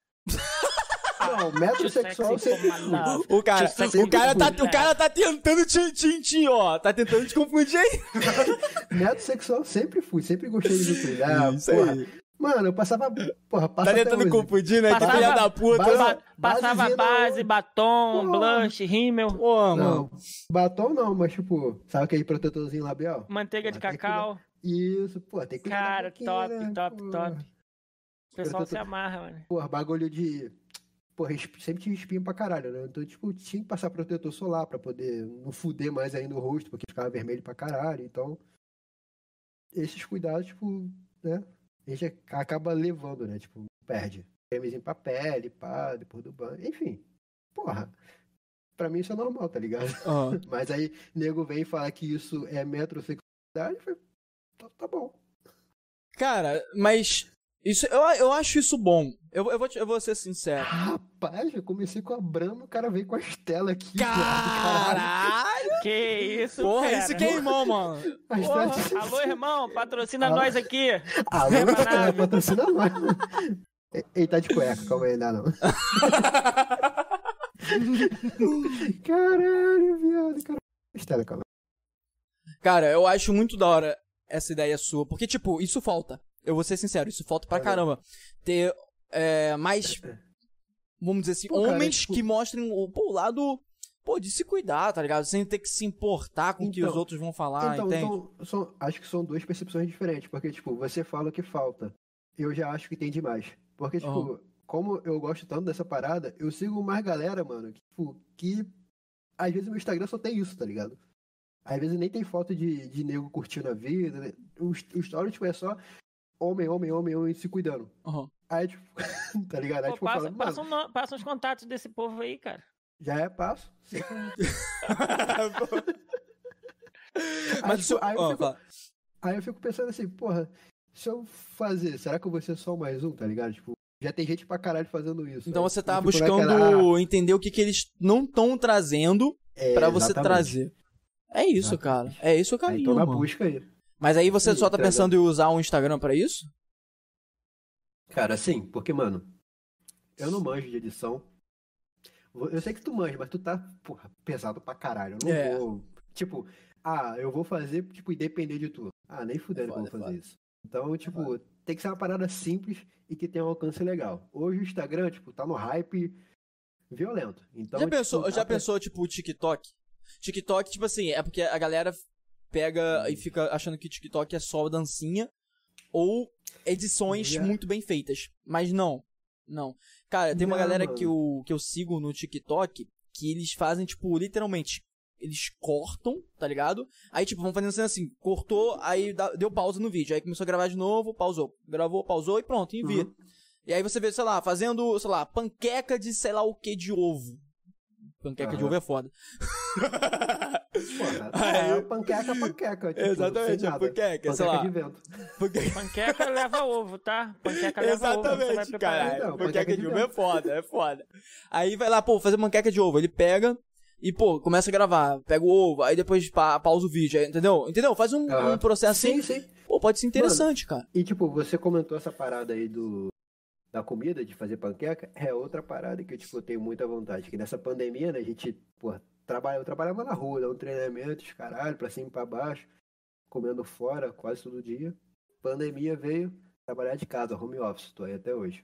[SPEAKER 1] Ah, Não, metrosexual
[SPEAKER 3] Sexy
[SPEAKER 1] sempre
[SPEAKER 3] como nada.
[SPEAKER 2] O cara,
[SPEAKER 1] Tinha
[SPEAKER 2] o cara, tá,
[SPEAKER 3] sempre-
[SPEAKER 2] o cara tá tentando te, te, te, ó. Tá tentando te confundir aí.
[SPEAKER 1] Metrosexual sempre fui, sempre gostei de me cuidar.
[SPEAKER 2] Isso
[SPEAKER 1] É, porra.
[SPEAKER 2] aí.
[SPEAKER 1] Mano, eu passava. Porra,
[SPEAKER 2] Tá
[SPEAKER 1] passa até
[SPEAKER 2] tentando
[SPEAKER 1] hoje.
[SPEAKER 2] confundir, né? Que
[SPEAKER 3] Passava-
[SPEAKER 2] filha da puta.
[SPEAKER 1] Base-
[SPEAKER 3] Ba- Passava
[SPEAKER 1] basezinha na
[SPEAKER 3] base,
[SPEAKER 1] outra.
[SPEAKER 3] batom,
[SPEAKER 1] Porra.
[SPEAKER 3] blush, rímel,
[SPEAKER 2] Pô, né? mano.
[SPEAKER 1] Não, batom não, mas tipo, sabe aquele protetorzinho labial?
[SPEAKER 3] manteiga de
[SPEAKER 1] Mas tem que cuidar.
[SPEAKER 3] cacau.
[SPEAKER 1] Isso, pô, tem que cuidar da
[SPEAKER 3] Cara,
[SPEAKER 1] boquinha,
[SPEAKER 3] top,
[SPEAKER 1] né,
[SPEAKER 3] top,
[SPEAKER 1] porra.
[SPEAKER 3] top. O pessoal
[SPEAKER 1] Protetor-
[SPEAKER 3] se amarra, mano.
[SPEAKER 1] Porra, bagulho de. Porra, esp- sempre tive espinho pra caralho, né? Então, tipo, tinha que passar protetor solar pra poder não fuder mais ainda o rosto, porque ficava vermelho pra caralho. Então, esses cuidados, tipo, né? A gente ac- acaba levando, né? Tipo, perde. Cremezinho pra pele, pá, depois do banho. Enfim, porra. Pra mim isso é normal, tá ligado?
[SPEAKER 2] Ó.
[SPEAKER 1] Mas aí, nego vem e fala que isso é metrosexualidade, foi. Tá, tá bom.
[SPEAKER 2] Cara, mas. Isso, eu, eu acho isso bom. Eu, eu, vou, te- eu vou ser sincero.
[SPEAKER 1] Rapaz, eu comecei com a Brama, o cara veio com a Estela aqui. viado,
[SPEAKER 2] Caralho!
[SPEAKER 3] Que isso,
[SPEAKER 2] Porra,
[SPEAKER 3] fera.
[SPEAKER 2] isso
[SPEAKER 1] é?
[SPEAKER 2] queimou, mano.
[SPEAKER 1] caralho.
[SPEAKER 3] Porra,
[SPEAKER 1] A Estela-
[SPEAKER 3] Alô, é irmão, patrocina
[SPEAKER 1] Alô.
[SPEAKER 3] nós aqui.
[SPEAKER 1] Alô, é
[SPEAKER 3] Preparado.
[SPEAKER 1] patrocina nós. Ele tá de cueca, calma aí, não, dá não. Caralho, viado, cara. Estela, calma.
[SPEAKER 2] Cara, eu acho muito da hora essa ideia sua. Porque, tipo, isso falta. Eu vou ser sincero, isso falta pra
[SPEAKER 1] Aham.
[SPEAKER 2] caramba. Ter é, mais. Vamos dizer assim,
[SPEAKER 1] Pô, cara,
[SPEAKER 2] homens
[SPEAKER 1] tipo-
[SPEAKER 2] que mostrem o, pô, o lado. Pô, de se cuidar, tá ligado? Sem ter que se importar com o que
[SPEAKER 1] Então-
[SPEAKER 2] os outros vão falar,
[SPEAKER 1] então,
[SPEAKER 2] entende?
[SPEAKER 1] são- são- acho que são duas percepções diferentes, porque, tipo, você fala o que falta. Eu já acho que tem demais. Porque, tipo,
[SPEAKER 2] Aham.
[SPEAKER 1] como eu gosto tanto dessa parada, eu sigo mais galera, mano, que, tipo, que às vezes meu Instagram só tem isso, tá ligado? Às vezes nem tem foto de, de nego curtindo a vida, né? O, his- o story, tipo, é só homem, homem, homem, homem se cuidando.
[SPEAKER 2] Aham.
[SPEAKER 1] Aí, tipo, tá ligado? Aí,
[SPEAKER 3] Pô,
[SPEAKER 1] tipo,
[SPEAKER 3] passa,
[SPEAKER 1] falando, mano,
[SPEAKER 3] passa um no- passa uns contatos desse povo aí, cara.
[SPEAKER 1] já é passo. tipo,
[SPEAKER 2] Mas isso.
[SPEAKER 1] aí eu
[SPEAKER 2] ó,
[SPEAKER 1] fico-
[SPEAKER 2] fala.
[SPEAKER 1] Aí eu fico pensando assim, porra, se eu fazer, será que eu vou ser só mais um, tá ligado? Tipo, já tem gente pra caralho fazendo isso.
[SPEAKER 2] Então
[SPEAKER 1] Aí
[SPEAKER 2] você
[SPEAKER 1] eu
[SPEAKER 2] tá
[SPEAKER 1] fico
[SPEAKER 2] buscando
[SPEAKER 1] naquela, ah,
[SPEAKER 2] entender o que, que eles não estão trazendo
[SPEAKER 1] é,
[SPEAKER 2] pra você
[SPEAKER 1] exatamente.
[SPEAKER 2] trazer. É isso, cara. É isso o
[SPEAKER 1] Aí
[SPEAKER 2] caminho,
[SPEAKER 1] tô na
[SPEAKER 2] mano.
[SPEAKER 1] busca aí.
[SPEAKER 2] Mas aí você
[SPEAKER 1] Sim,
[SPEAKER 2] só tá
[SPEAKER 1] entendeu?
[SPEAKER 2] pensando em usar o Instagram pra isso?
[SPEAKER 1] Cara, sim, porque, mano, eu não manjo de edição. Vou- Eu sei que tu manja, mas tu tá, porra, pesado pra caralho. Eu não
[SPEAKER 2] É.
[SPEAKER 1] vou. Tipo, ah, eu vou fazer, tipo, e depender de tu. Ah, nem fudendo que eu
[SPEAKER 2] foda,
[SPEAKER 1] vou fazer
[SPEAKER 2] é foda.
[SPEAKER 1] isso. Então, tipo, tem que ser uma parada simples e que tenha um alcance legal. Hoje o Instagram, tipo, tá no hype violento. Então,
[SPEAKER 2] já
[SPEAKER 1] tipo,
[SPEAKER 2] pensou,
[SPEAKER 1] dá
[SPEAKER 2] já
[SPEAKER 1] pra-
[SPEAKER 2] pensou tipo, o TikTok? TikTok, tipo assim, é porque a galera pega e fica achando que TikTok é só dancinha ou edições
[SPEAKER 1] Yeah.
[SPEAKER 2] muito bem feitas. Mas não. Não. Cara, tem uma
[SPEAKER 1] Não,
[SPEAKER 2] galera
[SPEAKER 1] mano.
[SPEAKER 2] que eu, que eu sigo no TikTok que eles fazem, tipo, literalmente. Eles cortam, tá ligado? Aí, tipo, vão fazendo cena assim, cortou, aí dá- deu pausa no vídeo. Aí começou a gravar de novo, pausou. Gravou, pausou e pronto, envia. E aí você vê, sei lá, fazendo, sei lá, panqueca de sei lá o que de ovo. Panqueca de
[SPEAKER 1] Aham.
[SPEAKER 2] ovo é foda.
[SPEAKER 1] Porra,
[SPEAKER 2] Aí-
[SPEAKER 1] é panqueca, panqueca. Tipo,
[SPEAKER 2] Exatamente,
[SPEAKER 1] sem
[SPEAKER 2] é
[SPEAKER 1] nada.
[SPEAKER 2] panqueca, sei lá.
[SPEAKER 1] de vento.
[SPEAKER 2] Panqueca-
[SPEAKER 3] Panqueca leva ovo, tá? Panqueca leva ovo. você vai
[SPEAKER 2] Exatamente,
[SPEAKER 3] preparar.
[SPEAKER 2] cara.
[SPEAKER 1] Então,
[SPEAKER 2] panqueca de ovo é
[SPEAKER 1] ovo.
[SPEAKER 2] foda, é foda. Aí vai lá, pô, fazer panqueca de ovo. Ele pega e, pô, começa a gravar. Pega o ovo, aí depois pa- pausa o vídeo, aí, entendeu? Entendeu? Faz um,
[SPEAKER 1] Aham.
[SPEAKER 2] um processo assim.
[SPEAKER 1] Sim, sim.
[SPEAKER 2] Pô, pode ser interessante, cara.
[SPEAKER 1] E tipo, você comentou essa parada aí do da comida, de fazer panqueca, é outra parada que tipo, eu tenho muita vontade. Que nessa pandemia, né, a gente, porra, trabalha, eu trabalhava na rua, dava um treinamento, os caralho, pra cima e pra baixo, comendo fora quase todo dia. Pandemia veio trabalhar de casa, home office, tô aí até hoje.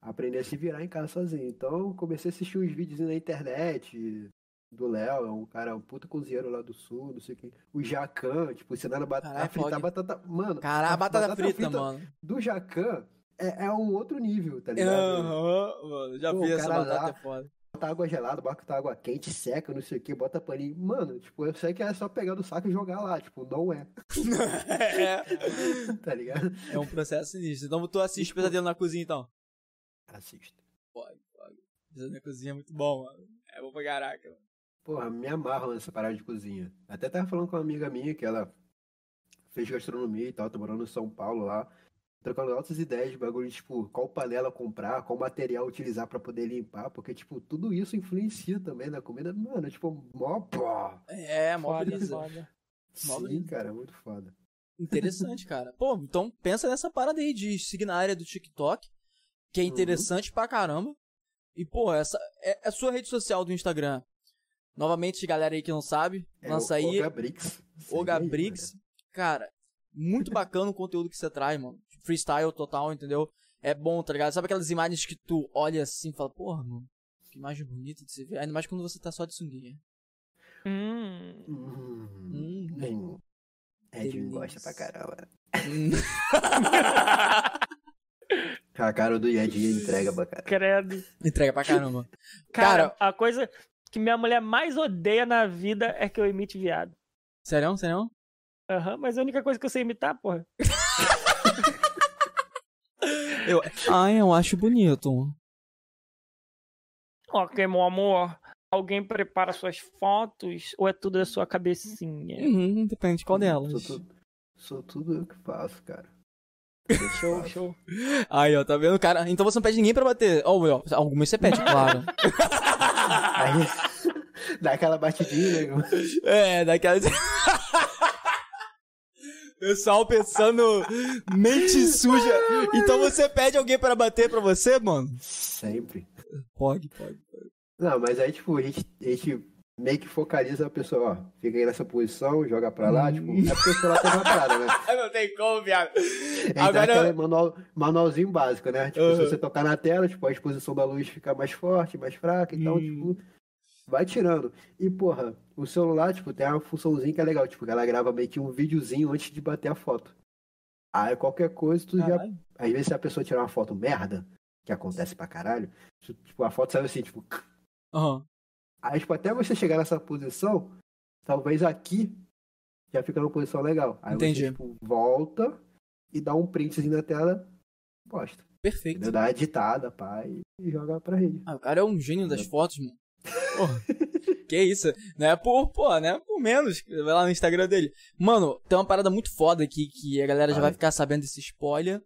[SPEAKER 1] Aprendi a se virar em casa sozinho. Então comecei a assistir uns vídeos na internet do Léo, é um cara, um puta cozinheiro lá do sul, não sei o que. O Jacan, tipo, ensinando a, bat
[SPEAKER 2] Caralho,
[SPEAKER 1] a fritar
[SPEAKER 2] Fog.
[SPEAKER 1] batata. Mano,
[SPEAKER 2] Caralho, batata, frita, mano.
[SPEAKER 1] do Jacan é, é um outro nível, tá ligado?
[SPEAKER 2] Aham, mano. Já
[SPEAKER 1] Pô,
[SPEAKER 2] vi
[SPEAKER 1] o
[SPEAKER 2] essa
[SPEAKER 1] cara lá-
[SPEAKER 2] batata é foda.
[SPEAKER 1] Bota água gelada, bota água quente, seca, não sei o que, bota paninho. Mano, tipo, eu sei que é só pegar do saco e jogar lá, tipo, não é,
[SPEAKER 2] é,
[SPEAKER 1] tá ligado?
[SPEAKER 2] é um processo sinistro. Então tu assiste
[SPEAKER 1] Tipo-
[SPEAKER 2] Pesadelo na Cozinha, então.
[SPEAKER 1] Assista.
[SPEAKER 2] Pesadelo na Cozinha é muito bom, mano. É bom pra caraca.
[SPEAKER 1] Porra, me amarro nessa parada de cozinha. Até tava falando com uma amiga minha que ela fez gastronomia e tal, tá morando em São Paulo lá, trocando altas ideias de bagulho, tipo, qual panela comprar, qual material utilizar pra poder limpar, porque, tipo, tudo isso influencia também na comida. Mano, é, tipo, mó pó.
[SPEAKER 2] É, mó
[SPEAKER 3] Foda,
[SPEAKER 2] brisa.
[SPEAKER 3] foda.
[SPEAKER 2] Mó
[SPEAKER 1] Sim,
[SPEAKER 2] brisa.
[SPEAKER 1] cara, é muito foda.
[SPEAKER 2] Interessante, cara. Pô, então pensa nessa parada aí de seguir na área do TikTok, que é
[SPEAKER 1] Uhum.
[SPEAKER 2] interessante pra caramba. E, pô, essa é a sua rede social do Instagram. Novamente, galera aí que não sabe,
[SPEAKER 1] É
[SPEAKER 2] lança
[SPEAKER 1] o
[SPEAKER 2] aí
[SPEAKER 1] Ogabrix. Segue aí,
[SPEAKER 2] Ogabrix. Cara, muito bacana o conteúdo que você traz, mano. Freestyle total, entendeu? É bom, tá ligado? Sabe aquelas imagens que tu olha assim e fala, porra, mano, que imagem bonita de se ver. Ainda mais quando você tá só de sunguinha.
[SPEAKER 3] Hum.
[SPEAKER 1] mano. Hum.
[SPEAKER 2] Hum.
[SPEAKER 1] Hum. Edwin gosta pra
[SPEAKER 2] Delícia.
[SPEAKER 1] caramba.
[SPEAKER 2] Hum.
[SPEAKER 1] A cara do Edwin entrega pra caramba.
[SPEAKER 3] Credo.
[SPEAKER 2] Entrega pra caramba.
[SPEAKER 3] Cara,
[SPEAKER 2] Cara-
[SPEAKER 3] a coisa que minha mulher mais odeia na vida é que eu imite viado.
[SPEAKER 2] Sério? Sério?
[SPEAKER 3] Aham, mas a única coisa que eu sei imitar, porra.
[SPEAKER 2] Eu... Ai, eu acho bonito.
[SPEAKER 3] Ok, meu amor. Alguém prepara suas fotos ou é tudo da sua cabecinha?
[SPEAKER 2] Uhum, depende de qual delas.
[SPEAKER 1] Sou tudo, sou tudo eu que faço, cara.
[SPEAKER 3] Show, show.
[SPEAKER 2] Aí, ó, tá vendo, cara? Então você não pede ninguém pra bater. Ó, ó, algumas você pede, claro.
[SPEAKER 1] Aí, dá aquela batidinha, né?
[SPEAKER 2] é, daquelas. Pessoal pensando mente suja. Então você pede alguém pra bater pra você, mano?
[SPEAKER 1] Sempre.
[SPEAKER 2] Pode, pode.
[SPEAKER 1] Não, mas aí, tipo, a gente, a gente meio que focaliza a pessoa, ó. Fica aí nessa posição, joga pra lá, tipo. É porque o celular tá uma parada, né?
[SPEAKER 2] Não tem como, viado.
[SPEAKER 1] Ele dá
[SPEAKER 2] Agora-
[SPEAKER 1] aquele manual, manualzinho básico, né? Tipo, se
[SPEAKER 2] Uhum.
[SPEAKER 1] você tocar na tela, tipo, a exposição da luz fica mais forte, mais fraca, então,
[SPEAKER 2] Hum.
[SPEAKER 1] tipo, vai tirando. E, porra, o celular, tipo, tem uma funçãozinha que é legal, tipo, que ela grava meio que um videozinho antes de bater a foto. Aí qualquer coisa, tu já.
[SPEAKER 2] Caralho.
[SPEAKER 1] Às vezes se a pessoa tirar uma foto merda, que acontece pra caralho, tu- tipo, a foto sai assim, tipo.
[SPEAKER 2] Aham.
[SPEAKER 1] Aí, tipo, até você chegar nessa posição, talvez aqui já fica numa posição legal. Aí
[SPEAKER 2] Entendi.
[SPEAKER 1] você, tipo, volta e dá um printzinho na tela, bosta.
[SPEAKER 2] Perfeito.
[SPEAKER 1] Entendeu? Dá uma editada, pai, e joga pra rede.
[SPEAKER 2] Ah, o cara é um gênio das fotos, mano. Porra. que isso? Não é por, pô, né? Por menos. Vai lá no Instagram dele. Mano, tem uma parada muito foda aqui que a galera já
[SPEAKER 1] Vai.
[SPEAKER 2] vai ficar sabendo desse spoiler.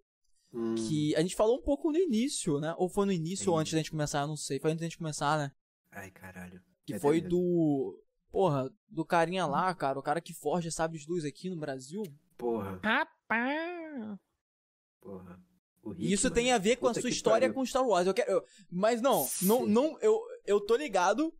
[SPEAKER 1] Hum.
[SPEAKER 2] Que a gente falou um pouco no início, né? Ou foi no início ou
[SPEAKER 1] Sim.
[SPEAKER 2] antes da gente começar, eu não sei. Foi antes da gente começar, né?
[SPEAKER 1] Ai, caralho.
[SPEAKER 2] Que
[SPEAKER 1] É
[SPEAKER 2] foi
[SPEAKER 1] verdade.
[SPEAKER 2] do. Porra, do carinha lá, cara. O cara que forja sabres luz aqui no Brasil.
[SPEAKER 1] Porra,
[SPEAKER 3] Rapaz.
[SPEAKER 1] porra. O
[SPEAKER 2] E isso
[SPEAKER 1] Rickman.
[SPEAKER 2] tem a ver com a
[SPEAKER 1] Puta
[SPEAKER 2] sua
[SPEAKER 1] que
[SPEAKER 2] história
[SPEAKER 1] pariu.
[SPEAKER 2] com Star Wars. Eu quero, eu- mas não, não,
[SPEAKER 1] Sim.
[SPEAKER 2] não eu, eu tô ligado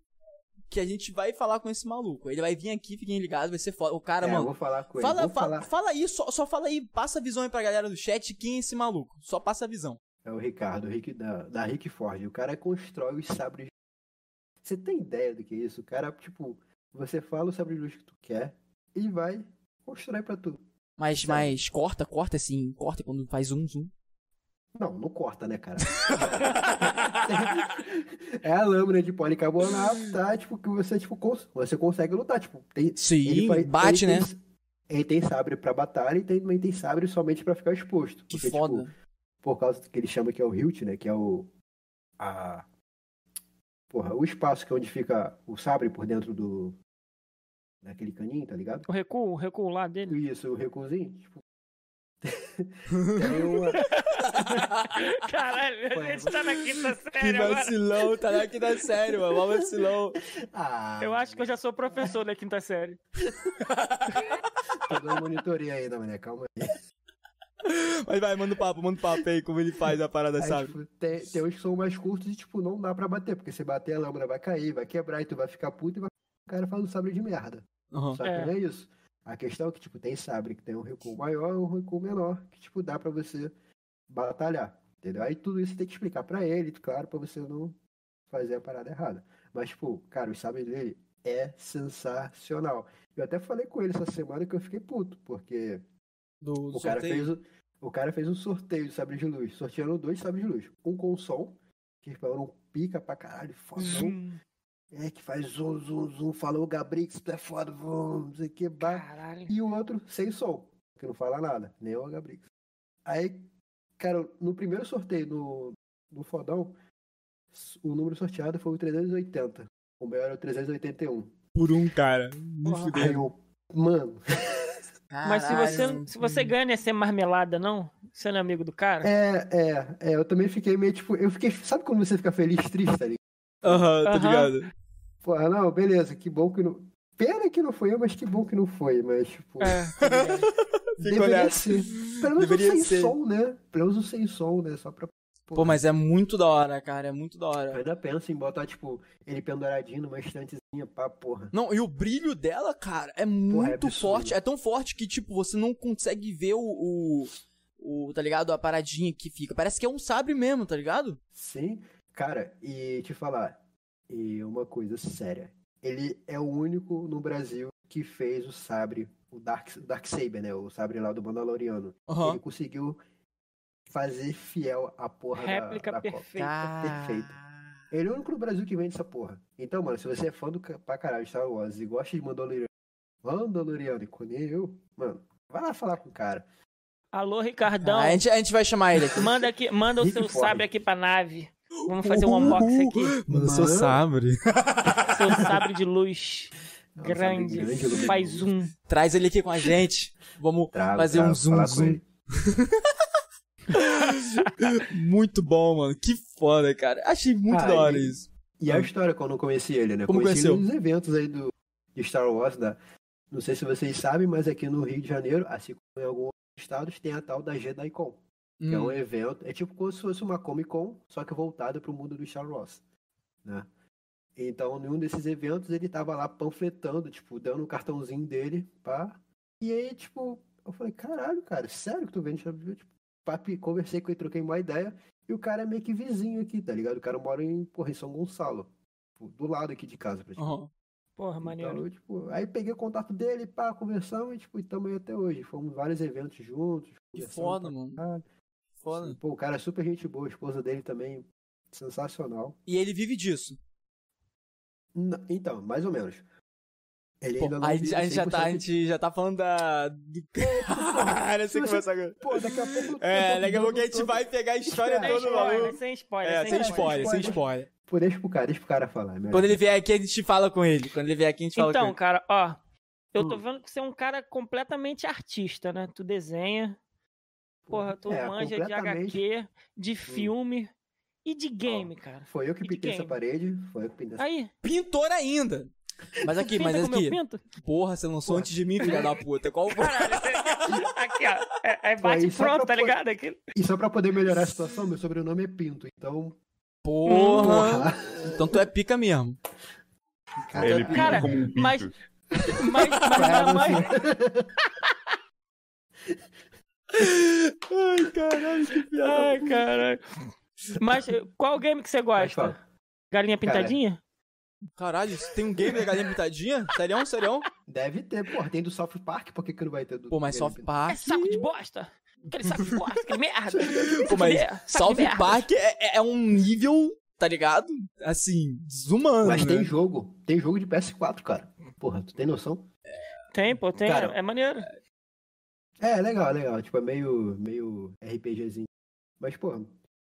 [SPEAKER 2] que a gente vai falar com esse maluco. Ele vai vir aqui, fiquem ligados, vai ser foda. O cara,
[SPEAKER 1] é, eu
[SPEAKER 2] mano.
[SPEAKER 1] vou falar com ele.
[SPEAKER 2] Fala,
[SPEAKER 1] vou
[SPEAKER 2] fala,
[SPEAKER 1] falar.
[SPEAKER 2] fala aí, só, só fala aí, passa a visão aí pra galera do chat quem é esse maluco. Só passa a visão.
[SPEAKER 1] É o Ricardo, o Rick, da, da Rick Ford. O cara constrói os sabres. Você tem ideia do que é isso? O cara, tipo, você fala o sabre de luz que tu quer, e vai mostrar pra tu.
[SPEAKER 2] Mas, mas corta, corta assim, corta quando faz zoom, zoom.
[SPEAKER 1] Não, não corta, né, cara? é a lâmina de policarbonato, tá? Tipo, que você, tipo, cons- você consegue lutar. Tipo, tem,
[SPEAKER 2] Sim,
[SPEAKER 1] faz-
[SPEAKER 2] bate,
[SPEAKER 1] ele
[SPEAKER 2] né?
[SPEAKER 1] tem- ele tem sabre pra batalha e tem- também tem sabre somente pra ficar exposto.
[SPEAKER 2] Que
[SPEAKER 1] Porque,
[SPEAKER 2] foda.
[SPEAKER 1] tipo, por causa do que ele chama que é o hilt, né? Que é o. A. Porra, o espaço que é onde fica o sabre por dentro do. Daquele caninho, tá ligado?
[SPEAKER 3] O recuo, o recuo lá dele.
[SPEAKER 1] Isso, o recuozinho. Tipo. tem uma.
[SPEAKER 3] Caralho, a gente tá na quinta
[SPEAKER 2] que
[SPEAKER 3] série agora.
[SPEAKER 2] vacilão, tá lá que dá sério, mano. Mó vacilão.
[SPEAKER 1] Ah,
[SPEAKER 3] Eu acho que eu já sou professor da quinta série.
[SPEAKER 1] tô dando monitoria ainda, mané. Calma aí.
[SPEAKER 2] Mas vai, manda o papo, manda o papo aí, como ele faz a parada,
[SPEAKER 1] Aí,
[SPEAKER 2] sabe?
[SPEAKER 1] tipo, tem, tem uns que são mais curtos e, tipo, não dá pra bater, porque se bater a lâmina vai cair, vai quebrar e tu vai ficar puto e vai... o cara faz um sabre de merda.
[SPEAKER 2] Aham.
[SPEAKER 1] Só que
[SPEAKER 3] É.
[SPEAKER 1] não é isso. A questão é que, tipo, tem sabre que tem um recuo maior e um recuo menor, que, tipo, dá pra você batalhar, entendeu? Aí tudo isso tem que explicar pra ele, claro, pra você não fazer a parada errada. Mas, tipo, cara, o sabre dele é sensacional. Eu até falei com ele essa semana que eu fiquei puto, porque
[SPEAKER 2] Do, do
[SPEAKER 1] o cara,
[SPEAKER 2] sorteio.
[SPEAKER 1] fez, o- o cara fez um sorteio de sabre de luz. Sortearam dois sabres de luz. Um com som, que foram pica pra caralho, fodão.
[SPEAKER 3] Zoom.
[SPEAKER 1] É, que faz zoom, zoom, zoom. Falou, Gabrix, tu é foda, vum, não sei o que, bah.
[SPEAKER 3] Caralho.
[SPEAKER 1] E o outro sem som, que não fala nada, nem o Gabrix. Aí, cara, no primeiro sorteio, no, no fodão, s- o número sorteado foi o 380. O meu era o 381.
[SPEAKER 2] Por um, cara.
[SPEAKER 3] Porra.
[SPEAKER 1] Aí eu, mano,
[SPEAKER 3] Mas se você, se você ganha nessa marmelada, não? Sendo amigo do cara?
[SPEAKER 1] É, é, é, eu também fiquei meio tipo, eu fiquei, sabe quando você fica feliz, triste, tá ligado?
[SPEAKER 2] Aham, tá
[SPEAKER 3] Aham.
[SPEAKER 2] ligado?
[SPEAKER 1] Porra, não, beleza, que bom que não. Pena que não foi eu, mas que bom que não foi, mas tipo.
[SPEAKER 3] É, tá ligado.
[SPEAKER 2] Fica
[SPEAKER 1] deveria
[SPEAKER 2] olhando.
[SPEAKER 1] ser. Pelo menos um
[SPEAKER 2] Deveria
[SPEAKER 1] sem
[SPEAKER 2] ser.
[SPEAKER 1] som, né? Pelo menos um sem som, né? Só pra.
[SPEAKER 2] Pô, mas é muito da hora, cara. É muito da
[SPEAKER 1] Eu
[SPEAKER 2] hora.
[SPEAKER 1] ainda pensa em botar, tipo, ele penduradinho numa estantezinha, pá, porra.
[SPEAKER 2] Não, e o brilho dela, cara, é muito
[SPEAKER 1] absurdo.
[SPEAKER 2] forte. É tão forte que, tipo, você não consegue ver o, o. o- Tá ligado? A paradinha que fica. Parece que é um sabre mesmo, tá ligado?
[SPEAKER 1] Sim, cara, e te falar, e uma coisa séria. Ele é o único no Brasil que fez o sabre, o Dark, Dark Saber, né? O sabre lá do Mandaloriano.
[SPEAKER 2] Aham.
[SPEAKER 1] Ele conseguiu fazer fiel a porra da-
[SPEAKER 3] Réplica
[SPEAKER 1] da, Copa.
[SPEAKER 3] perfeita.
[SPEAKER 1] perfeito. Ele é o único no Brasil que vende essa porra. Então, mano, se você é fã do ca- pra caralho de Star Wars e gosta de Mandaloriano, Mandaloriano e Conan, eu, mano, vai lá falar com o cara.
[SPEAKER 3] Alô, Ricardão.
[SPEAKER 2] Ah, a, gente, a gente vai chamar ele aqui.
[SPEAKER 3] Manda, aqui, manda o
[SPEAKER 1] Rick
[SPEAKER 3] seu
[SPEAKER 1] Ford.
[SPEAKER 3] sabre aqui pra nave. Vamos fazer um unboxing
[SPEAKER 2] Uhul.
[SPEAKER 3] aqui.
[SPEAKER 1] Mano, seu
[SPEAKER 2] sabre.
[SPEAKER 3] Seu sabre de luz.
[SPEAKER 1] É um sabre
[SPEAKER 3] Grande.
[SPEAKER 1] luminoso.
[SPEAKER 3] Faz um.
[SPEAKER 2] Traz ele aqui com a gente. Vamos
[SPEAKER 1] Trago,
[SPEAKER 2] fazer
[SPEAKER 1] trago,
[SPEAKER 2] um zoom,
[SPEAKER 1] falar com
[SPEAKER 2] zoom.
[SPEAKER 1] ele.
[SPEAKER 2] Muito bom, mano. Que foda, cara. Achei muito
[SPEAKER 1] Ah,
[SPEAKER 2] da hora
[SPEAKER 1] e-
[SPEAKER 2] isso.
[SPEAKER 1] E a história quando eu conheci ele, né?
[SPEAKER 2] Como
[SPEAKER 1] conheci ele
[SPEAKER 2] conheceu?
[SPEAKER 1] nos eventos aí do de Star Wars, da. Não sei se vocês sabem, mas aqui no Rio de Janeiro, assim como em alguns outros estados, tem a tal da JediCon. Que é um
[SPEAKER 2] Hum.
[SPEAKER 1] evento, é tipo como se fosse uma Comic Con, só que voltada pro mundo do Star Wars, né? Então, em um desses eventos, ele tava lá panfletando, tipo, dando o cartãozinho dele, pá. E aí, tipo, eu falei, caralho, cara, sério que tu vende Star Wars? Tipo, papi, conversei com ele, troquei uma ideia, e o cara é meio que vizinho aqui, tá ligado? O cara mora em, porra, em São Gonçalo, tipo, do lado aqui de casa, praticamente.
[SPEAKER 2] Aham.
[SPEAKER 3] Porra, maneiro.
[SPEAKER 1] Então, eu, tipo, aí peguei o contato dele, pá, conversamos e, tipo, estamos aí até hoje. Fomos em vários eventos juntos.
[SPEAKER 2] Que
[SPEAKER 1] conversamos
[SPEAKER 2] foda,
[SPEAKER 1] pra
[SPEAKER 2] mano.
[SPEAKER 1] caralho.
[SPEAKER 2] Foda.
[SPEAKER 1] Sim, Pô, o cara é super gente boa, a esposa dele também, sensacional.
[SPEAKER 2] E ele vive disso.
[SPEAKER 1] N- então, mais ou menos. Ele
[SPEAKER 2] Pô,
[SPEAKER 1] ainda não
[SPEAKER 2] a, gente,
[SPEAKER 1] vive
[SPEAKER 2] a gente já tá, a
[SPEAKER 1] 100%.
[SPEAKER 2] gente já tá falando da. Do... Cara, você começa agora.
[SPEAKER 1] Pô, daqui a pouco.
[SPEAKER 2] É,
[SPEAKER 1] eu tô
[SPEAKER 2] daqui a pouco a gente
[SPEAKER 1] todo-
[SPEAKER 2] vai pegar a história
[SPEAKER 1] Sem
[SPEAKER 3] Sem
[SPEAKER 2] toda do
[SPEAKER 3] spoiler,
[SPEAKER 2] Tá
[SPEAKER 3] né?
[SPEAKER 2] maluco.
[SPEAKER 3] sem spoiler.
[SPEAKER 2] É, sem spoiler, sem
[SPEAKER 1] spoiler.
[SPEAKER 2] spoiler.
[SPEAKER 1] Pô, deixa pro cara, deixa pro cara falar. é melhor.
[SPEAKER 2] Quando ele vier aqui, a gente fala com ele. Quando ele vier aqui, a gente fala
[SPEAKER 3] Então,
[SPEAKER 2] com
[SPEAKER 3] cara, ó. Eu tô
[SPEAKER 1] Hum.
[SPEAKER 3] vendo que você é um cara completamente artista, né? Tu desenha, porra, tu
[SPEAKER 1] É,
[SPEAKER 3] manja de
[SPEAKER 1] completamente.
[SPEAKER 3] HQ,
[SPEAKER 2] Hum.
[SPEAKER 3] de filme e de game, cara.
[SPEAKER 1] Foi eu que
[SPEAKER 3] E de
[SPEAKER 1] pintei essa
[SPEAKER 3] game.
[SPEAKER 1] parede, foi eu que pintei essa
[SPEAKER 3] Aí,
[SPEAKER 2] ele. Pintor ainda. Mas aqui,
[SPEAKER 3] pinta
[SPEAKER 2] mas
[SPEAKER 3] como eu
[SPEAKER 2] aqui.
[SPEAKER 3] pinto?
[SPEAKER 2] Porra, você lançou
[SPEAKER 1] Porra.
[SPEAKER 2] antes de mim, filha da puta. Qual foi?
[SPEAKER 3] Aqui, ó. É, é bate
[SPEAKER 1] Aí, só
[SPEAKER 3] pronto,
[SPEAKER 1] pra
[SPEAKER 3] tá
[SPEAKER 1] pôr-
[SPEAKER 3] ligado? Aqui.
[SPEAKER 1] E só pra poder melhorar a situação, meu sobrenome é Pinto, então.
[SPEAKER 2] Porra. Então tu é pica mesmo.
[SPEAKER 1] Cara,
[SPEAKER 4] Ele pinta
[SPEAKER 3] Cara,
[SPEAKER 4] como um pinto.
[SPEAKER 3] mas- Mas, mas minha mãe.
[SPEAKER 1] assim,
[SPEAKER 2] Ai, caralho, que
[SPEAKER 3] Ai, caralho. Mas eh, qual game que você
[SPEAKER 1] Pode
[SPEAKER 3] gosta?
[SPEAKER 1] falar.
[SPEAKER 3] Galinha
[SPEAKER 1] Cara,
[SPEAKER 3] Pintadinha?
[SPEAKER 2] Caralho, isso tem um game da galinha pintadinha? Serião, serião?
[SPEAKER 1] Deve ter, pô. Tem do Soft Park, por que, que não vai ter do.
[SPEAKER 2] Pô, mas
[SPEAKER 1] do-
[SPEAKER 2] South Park...
[SPEAKER 3] É saco de bosta. Aquele saco de bosta, aquele merda.
[SPEAKER 2] Pô, mas
[SPEAKER 3] Saco de
[SPEAKER 2] South
[SPEAKER 3] merda.
[SPEAKER 2] Park é, é- é um nível, tá ligado? Assim, desumano,
[SPEAKER 1] Mas
[SPEAKER 4] Uhum.
[SPEAKER 2] né?
[SPEAKER 1] tem jogo. Tem jogo de PS4, cara. Porra, tu tem noção?
[SPEAKER 3] Tem, pô, tem.
[SPEAKER 1] Cara,
[SPEAKER 3] é maneiro.
[SPEAKER 1] É, legal, legal. Tipo, é meio, meio RPGzinho. Mas, porra,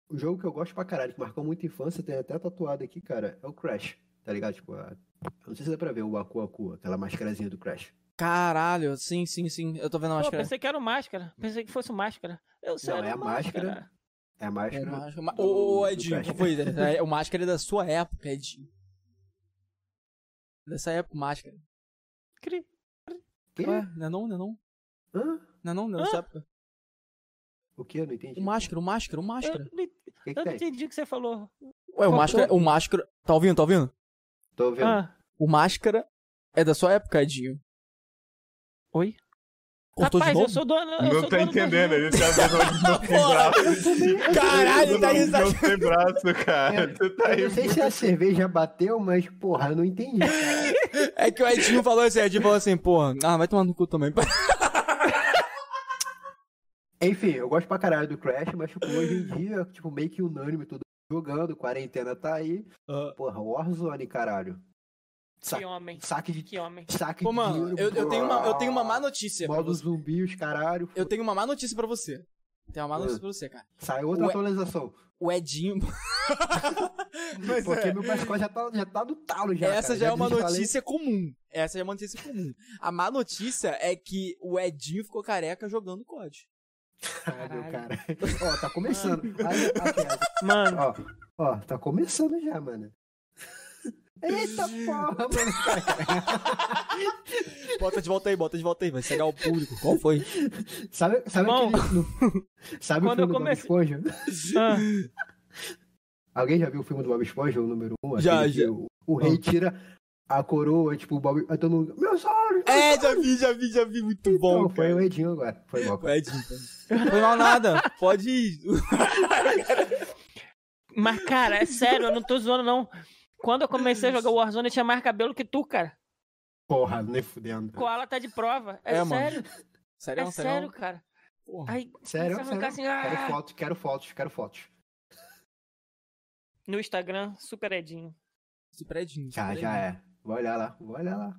[SPEAKER 1] o jogo que eu gosto pra caralho, que marcou muita infância, tem até tatuado aqui, cara, é o Crash. Tá ligado? Tipo, a... eu não sei se dá pra ver o Aku Aku, aquela mascarazinha do Crash.
[SPEAKER 2] Caralho, sim, sim, sim. Eu tô vendo a
[SPEAKER 3] Pô,
[SPEAKER 2] máscara.
[SPEAKER 3] pensei que era o máscara. Pensei que fosse o máscara. Eu sei,
[SPEAKER 1] Não,
[SPEAKER 3] era
[SPEAKER 1] é
[SPEAKER 3] o
[SPEAKER 1] a máscara.
[SPEAKER 3] máscara.
[SPEAKER 1] É a
[SPEAKER 2] É
[SPEAKER 1] máscara.
[SPEAKER 2] máscara. Ma-
[SPEAKER 1] do-
[SPEAKER 2] Ô, ô,
[SPEAKER 1] do
[SPEAKER 2] Edinho,
[SPEAKER 1] Crash.
[SPEAKER 2] qual foi? É, o máscara é da sua época, Edinho. Dessa época, máscara.
[SPEAKER 3] Cri.
[SPEAKER 1] Quê?
[SPEAKER 2] Ué, não é não, não é não?
[SPEAKER 1] Hã?
[SPEAKER 2] Não é não, não é dessa época.
[SPEAKER 1] O que? Eu não entendi.
[SPEAKER 2] O máscara, o máscara, o
[SPEAKER 3] Eu,
[SPEAKER 2] máscara.
[SPEAKER 3] não en-
[SPEAKER 1] O que, tá que
[SPEAKER 3] eu não
[SPEAKER 1] tem?
[SPEAKER 3] entendi o que você falou.
[SPEAKER 2] Ué, o máscara, o máscara... Tá ouvindo, tá ouvindo?
[SPEAKER 1] Tô vendo.
[SPEAKER 3] Ah,
[SPEAKER 2] O máscara é da sua época, Edinho.
[SPEAKER 3] Oi?
[SPEAKER 2] Cortou
[SPEAKER 3] rapaz,
[SPEAKER 2] de novo?
[SPEAKER 3] eu sou dono. eu
[SPEAKER 4] Não
[SPEAKER 3] sou
[SPEAKER 4] tá
[SPEAKER 3] dono do
[SPEAKER 4] entendendo,
[SPEAKER 3] jogo.
[SPEAKER 4] ele tá vendo que não tem braço.
[SPEAKER 2] Caralho,
[SPEAKER 4] Ele
[SPEAKER 2] tá
[SPEAKER 4] não-
[SPEAKER 2] risado.
[SPEAKER 4] Não tem braço, cara. Tu tá aí.
[SPEAKER 1] Eu não sei se a cerveja bateu, mas, porra, eu não entendi. cara.
[SPEAKER 2] É que o Edinho falou assim, o Edinho falou assim, porra, ah, vai tomar no cu também.
[SPEAKER 1] Enfim, eu gosto pra caralho do Crash, mas, tipo, hoje em dia, tipo, meio que unânime, todo mundo jogando, quarentena tá aí.
[SPEAKER 2] Ah.
[SPEAKER 1] Porra, Warzone, caralho. Sa-
[SPEAKER 3] Que homem.
[SPEAKER 1] saque de.
[SPEAKER 3] Que homem.
[SPEAKER 1] Saque
[SPEAKER 2] Pô,
[SPEAKER 1] de
[SPEAKER 2] mano,
[SPEAKER 1] dinheiro,
[SPEAKER 2] eu, eu tenho uma, eu tenho uma má
[SPEAKER 1] brrr,
[SPEAKER 2] notícia pra
[SPEAKER 1] Modo
[SPEAKER 2] você.
[SPEAKER 1] zumbi, os caralho.
[SPEAKER 2] Eu tenho uma má notícia pra você. Tem uma má notícia pra você, cara.
[SPEAKER 1] Saiu outra
[SPEAKER 2] Ué.
[SPEAKER 1] atualização.
[SPEAKER 2] O Edinho. Mas
[SPEAKER 1] porque
[SPEAKER 2] é,
[SPEAKER 1] meu mascote já tá, já tá no talo já.
[SPEAKER 2] essa
[SPEAKER 1] cara.
[SPEAKER 2] já é uma
[SPEAKER 1] desinstalei.
[SPEAKER 2] notícia comum. Essa já é uma notícia comum. A má notícia é que o Edinho ficou careca jogando COD.
[SPEAKER 1] Caralho, cara. Ó, tá começando. Aí, aqui,
[SPEAKER 3] Mano,
[SPEAKER 1] ó, ó, tá começando já, mano. Eita porra, mano.
[SPEAKER 2] Bota de volta aí, bota de volta aí. Vai chegar o público. Qual foi?
[SPEAKER 1] Sabe, sabe
[SPEAKER 3] Irmão,
[SPEAKER 1] aquele. no- Sabe
[SPEAKER 3] quando
[SPEAKER 1] o
[SPEAKER 3] eu
[SPEAKER 1] filme
[SPEAKER 3] comecei-
[SPEAKER 1] do Bob Esponja?
[SPEAKER 3] ah,
[SPEAKER 1] Alguém já viu o filme do Bob Esponja, o número 1?
[SPEAKER 2] Já, já. Ah.
[SPEAKER 1] O, o rei tira a coroa, tipo, o Bob. Aí todo mundo. Meus olhos!
[SPEAKER 2] É, já vi, já vi, já vi. Muito bom.
[SPEAKER 1] Então, foi
[SPEAKER 2] cara.
[SPEAKER 3] né?
[SPEAKER 2] É
[SPEAKER 1] o Edinho agora. Foi mal.
[SPEAKER 2] O Edinho. cara. Foi mal nada. Pode ir.
[SPEAKER 3] mas, cara, é sério, eu não tô zoando, não. Quando eu comecei a jogar Warzone, eu tinha mais cabelo que tu, cara.
[SPEAKER 1] Porra, nem fudendo.
[SPEAKER 3] Koala tá de prova. É,
[SPEAKER 2] É, mano.
[SPEAKER 3] sério.
[SPEAKER 2] Sério,
[SPEAKER 3] é sério,
[SPEAKER 2] sério.
[SPEAKER 3] cara.
[SPEAKER 2] Porra.
[SPEAKER 3] Aí,
[SPEAKER 1] Sério,
[SPEAKER 3] se
[SPEAKER 1] sério.
[SPEAKER 3] arrancar assim, ah,
[SPEAKER 1] Quero fotos, quero fotos, quero fotos.
[SPEAKER 3] no Instagram, super Edinho.
[SPEAKER 2] Super Edinho.
[SPEAKER 1] Já,
[SPEAKER 2] super
[SPEAKER 1] já
[SPEAKER 2] Edinho.
[SPEAKER 1] é. Vou olhar lá, vou olhar lá.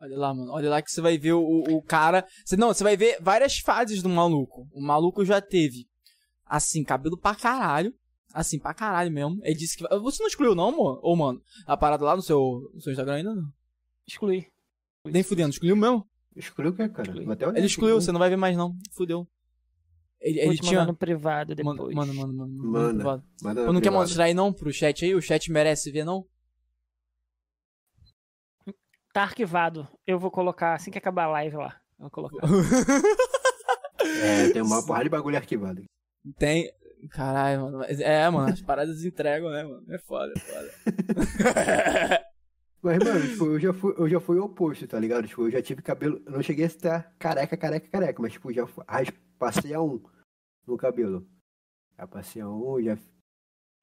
[SPEAKER 2] é. Olha lá, mano. Olha lá que você vai ver o, o cara. Você, não, você vai ver várias fases do maluco. O maluco já teve, assim, cabelo pra caralho. Assim, pra caralho mesmo. Ele disse que. vai- Você não excluiu, não, amor? Ou, mano, a parada lá no seu, no seu Instagram ainda não?
[SPEAKER 3] Excluí.
[SPEAKER 2] Nem fudendo, excluiu mesmo?
[SPEAKER 1] Excluiu o que, cara?
[SPEAKER 3] Excluiu.
[SPEAKER 1] Vou até olhar
[SPEAKER 2] Ele
[SPEAKER 1] aqui.
[SPEAKER 2] excluiu, você não vai ver mais, não. Fudeu. Ele,
[SPEAKER 3] Vou
[SPEAKER 2] ele
[SPEAKER 3] te mandar
[SPEAKER 2] tinha.
[SPEAKER 3] no privado depois.
[SPEAKER 2] Mano, mano, mano, mano.
[SPEAKER 1] Manda.
[SPEAKER 2] privado.
[SPEAKER 1] Manda
[SPEAKER 2] Pô,
[SPEAKER 1] no
[SPEAKER 2] não quer
[SPEAKER 1] privado.
[SPEAKER 2] mostrar aí, não, pro chat aí? O chat merece ver, não?
[SPEAKER 3] Tá arquivado. Eu vou colocar assim que acabar a live lá. um Eu vou colocar.
[SPEAKER 1] É, tem uma porrada de bagulho arquivado. aqui.
[SPEAKER 2] Tem. Caralho, mano. mas- É, mano, as paradas entregam, né, mano? É foda, é foda.
[SPEAKER 1] Mas, mano, tipo, eu já fui, eu já fui o oposto, tá ligado? Tipo, eu já tive cabelo. Eu não cheguei a estar careca, careca, careca, mas, tipo, já fu- ras- passei a um no cabelo. Já passei a um, já,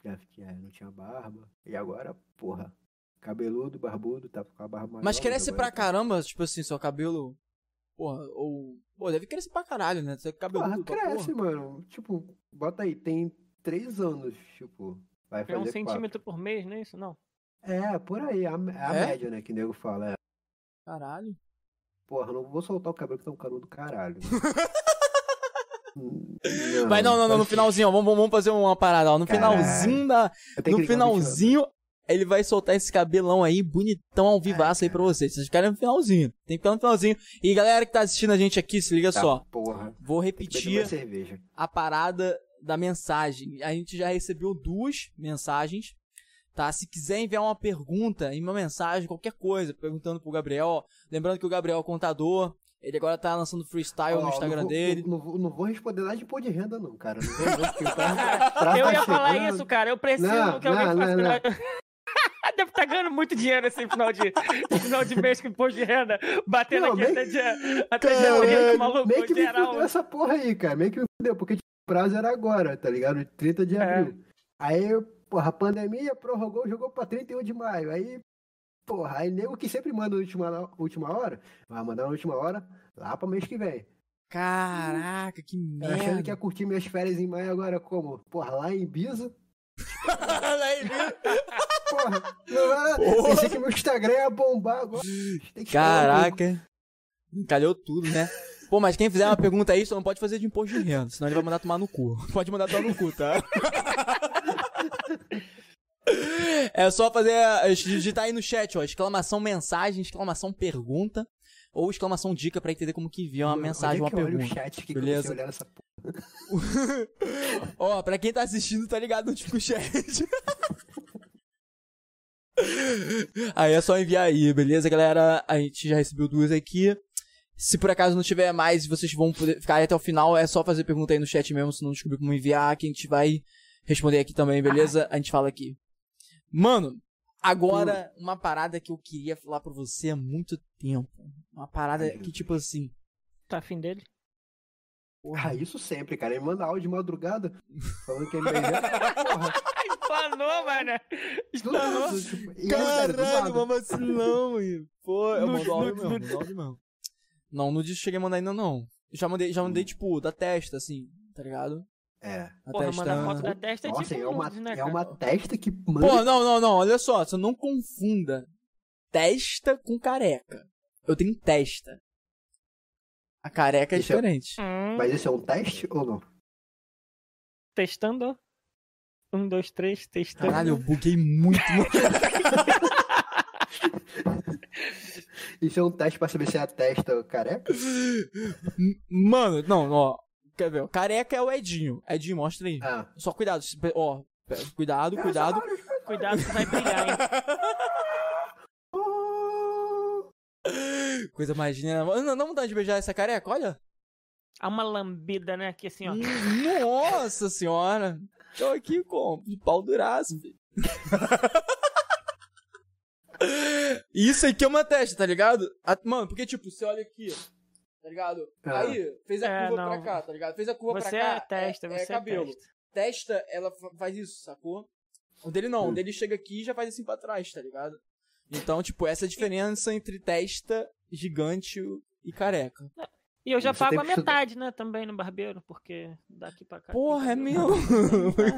[SPEAKER 1] já fiquei, ah, não tinha barba. E agora, porra, cabeludo, barbudo, tá com a barba maior.
[SPEAKER 2] Mas cresce
[SPEAKER 1] agora
[SPEAKER 2] pra
[SPEAKER 1] tá-
[SPEAKER 2] caramba, tipo assim, seu cabelo. Porra, ou. Pô, deve crescer pra caralho, né? Seu cabelo.
[SPEAKER 1] Porra, cresce, mano. Tipo, bota aí, tem três anos, tipo, vai fazer
[SPEAKER 3] É um
[SPEAKER 1] quatro.
[SPEAKER 3] centímetro por mês, não é isso? Não.
[SPEAKER 1] É, por aí, a, me- a
[SPEAKER 2] É?
[SPEAKER 1] média, né, que o nego fala. É,
[SPEAKER 2] Caralho.
[SPEAKER 1] porra, não vou soltar o cabelo que tá um cano do caralho. Hum,
[SPEAKER 2] Vai, não, não, não, no
[SPEAKER 1] assim,
[SPEAKER 2] finalzinho, ó, vamos, vamos fazer uma parada, ó. No
[SPEAKER 1] Caralho.
[SPEAKER 2] finalzinho da.
[SPEAKER 1] eu tenho
[SPEAKER 2] No
[SPEAKER 1] que ligar o ventilador.
[SPEAKER 2] finalzinho, ele vai soltar esse cabelão aí, bonitão, ao vivaço aí pra vocês. Vocês querem no finalzinho. Tem que ficar no finalzinho. E galera que tá assistindo a gente aqui, se liga
[SPEAKER 1] Tá,
[SPEAKER 2] só.
[SPEAKER 1] Porra.
[SPEAKER 2] Vou
[SPEAKER 1] Tem que beber
[SPEAKER 2] repetir
[SPEAKER 1] mais cerveja.
[SPEAKER 2] a parada da mensagem. A gente já recebeu duas mensagens, tá? Se quiser enviar uma pergunta, uma mensagem, qualquer coisa, perguntando pro Gabriel. ó, Lembrando que o Gabriel é o contador, ele agora tá lançando freestyle
[SPEAKER 1] Ó,
[SPEAKER 2] no
[SPEAKER 1] não
[SPEAKER 2] Instagram
[SPEAKER 1] vou-
[SPEAKER 2] dele.
[SPEAKER 1] Não, não vou- não vou responder nada de pôr de renda, não, cara. Não vou, não, porque pra- pra
[SPEAKER 3] eu
[SPEAKER 1] tá
[SPEAKER 3] ia falar
[SPEAKER 1] chegando-
[SPEAKER 3] isso, cara. Eu preciso
[SPEAKER 1] Não,
[SPEAKER 3] que alguém
[SPEAKER 1] não,
[SPEAKER 3] faça.
[SPEAKER 1] não,
[SPEAKER 3] Deve estar ganhando muito dinheiro esse final de, final de mês com imposto de renda. Batendo
[SPEAKER 1] Não,
[SPEAKER 3] aqui
[SPEAKER 1] meio-
[SPEAKER 3] até dia. Até dia 30, maluco,
[SPEAKER 1] é, Meio que me
[SPEAKER 3] geral.
[SPEAKER 1] fudeu essa porra aí, cara. Meio que me fudeu, porque tipo, o prazo era agora, tá ligado? 30 de
[SPEAKER 3] É.
[SPEAKER 1] abril. Aí eu, Porra, a pandemia prorrogou, jogou pra 31 de maio. Aí, porra, aí nego que sempre manda na última, última hora, vai mandar na última hora lá pra mês que vem.
[SPEAKER 2] Caraca, que
[SPEAKER 1] Eu achando
[SPEAKER 2] merda.
[SPEAKER 1] que ia curtir minhas férias em maio agora como? Porra, lá em Ibiza?
[SPEAKER 2] Aí, viu?
[SPEAKER 1] Porra, não era...
[SPEAKER 2] Porra.
[SPEAKER 1] Pensei que meu Instagram ia bombar agora. Tem que falar comigo.
[SPEAKER 2] Caraca. Calhou tudo, né? Pô, mas quem fizer uma pergunta aí, só não pode fazer de imposto de renda, senão ele vai mandar tomar no cu. Pode mandar tomar no cu, tá? É só fazer. a- digitar aí no chat, ó. Exclamação mensagem, exclamação pergunta. Ou exclamação dica pra entender como que envia uma
[SPEAKER 1] Mano, onde
[SPEAKER 2] mensagem,
[SPEAKER 1] é
[SPEAKER 2] uma
[SPEAKER 1] que eu olho o
[SPEAKER 2] pergunta.
[SPEAKER 1] chat que Beleza.
[SPEAKER 2] Beleza.
[SPEAKER 1] olhar essa porra.
[SPEAKER 2] Ó, pra quem tá assistindo, tá ligado no tipo chat. aí é só enviar aí, beleza, galera? A gente já recebeu duas aqui. Se por acaso não tiver mais e vocês vão poder ficar aí até o final, é só fazer pergunta aí no chat mesmo, se não descobrir como enviar, que a gente vai responder aqui também, beleza? A gente fala aqui. Mano, agora uma parada que eu queria falar pra você há muito tempo. Uma parada que, tipo assim.
[SPEAKER 3] Tá afim dele?
[SPEAKER 1] Ah, isso sempre, cara. Ele manda áudio de madrugada falando que é beijar. Porra,
[SPEAKER 3] Espanou, mano.
[SPEAKER 2] Tá
[SPEAKER 1] do nada, tipo, e é sério, do
[SPEAKER 2] Caralho,
[SPEAKER 1] nada.
[SPEAKER 2] mamacilão, hein? Pô, eu
[SPEAKER 3] No-
[SPEAKER 2] mando áudio
[SPEAKER 3] no-
[SPEAKER 2] mesmo, mando áudio mesmo. Não, no dia cheguei a mandar ainda não. Eu Já mandei, já
[SPEAKER 1] Hum.
[SPEAKER 2] mandei, tipo, da testa, assim, tá ligado?
[SPEAKER 1] É.
[SPEAKER 2] A
[SPEAKER 3] Porra,
[SPEAKER 2] testa.
[SPEAKER 3] mandar foto da testa é
[SPEAKER 1] Nossa,
[SPEAKER 3] tipo
[SPEAKER 1] é uma,
[SPEAKER 3] nudes, né,
[SPEAKER 1] é uma
[SPEAKER 3] cara?
[SPEAKER 1] testa que manda.
[SPEAKER 2] Pô, não, não, não, olha só, você não confunda testa com careca. Eu tenho testa. A careca é
[SPEAKER 1] Isso é-
[SPEAKER 2] diferente.
[SPEAKER 3] Hum,
[SPEAKER 1] Mas isso é um teste ou não?
[SPEAKER 3] Testando. Um, dois, três, testando.
[SPEAKER 2] Caralho, eu buguei muito. mano.
[SPEAKER 1] Isso é um teste pra saber se é a testa careca?
[SPEAKER 2] Mano, não, ó. Quer ver? ó, Careca é o Edinho. Edinho, mostra aí.
[SPEAKER 1] Ah.
[SPEAKER 2] Só cuidado, se- ó. Cuidado, cuidado.
[SPEAKER 3] Cuidado que vai brigar, hein?
[SPEAKER 2] Coisa mais linda. Não, não dá vontade de beijar essa careca, olha.
[SPEAKER 3] Há uma lambida, né? Aqui assim, ó.
[SPEAKER 2] Hum, Nossa senhora. Tô aqui com de pau duraço, filho. Isso aqui é uma testa, tá ligado? A- Mano, porque tipo, você olha aqui, tá ligado?
[SPEAKER 1] Ah.
[SPEAKER 2] Aí, fez a
[SPEAKER 3] É,
[SPEAKER 2] curva
[SPEAKER 3] não.
[SPEAKER 2] pra cá, tá ligado? Fez a curva
[SPEAKER 3] Você
[SPEAKER 2] pra cá.
[SPEAKER 3] é testa, você é,
[SPEAKER 2] cabelo.
[SPEAKER 3] testa.
[SPEAKER 2] Testa, ela fa- faz isso, sacou? O dele não, o
[SPEAKER 1] Hum.
[SPEAKER 2] dele chega aqui e já faz assim pra trás, tá ligado? Então, tipo, essa é a diferença entre testa, gigante e careca.
[SPEAKER 3] E eu já
[SPEAKER 1] Você
[SPEAKER 3] pago
[SPEAKER 1] tem
[SPEAKER 3] a
[SPEAKER 1] que estudar.
[SPEAKER 3] metade, né? Também no barbeiro, porque daqui pra cá.
[SPEAKER 2] Porra, é meu.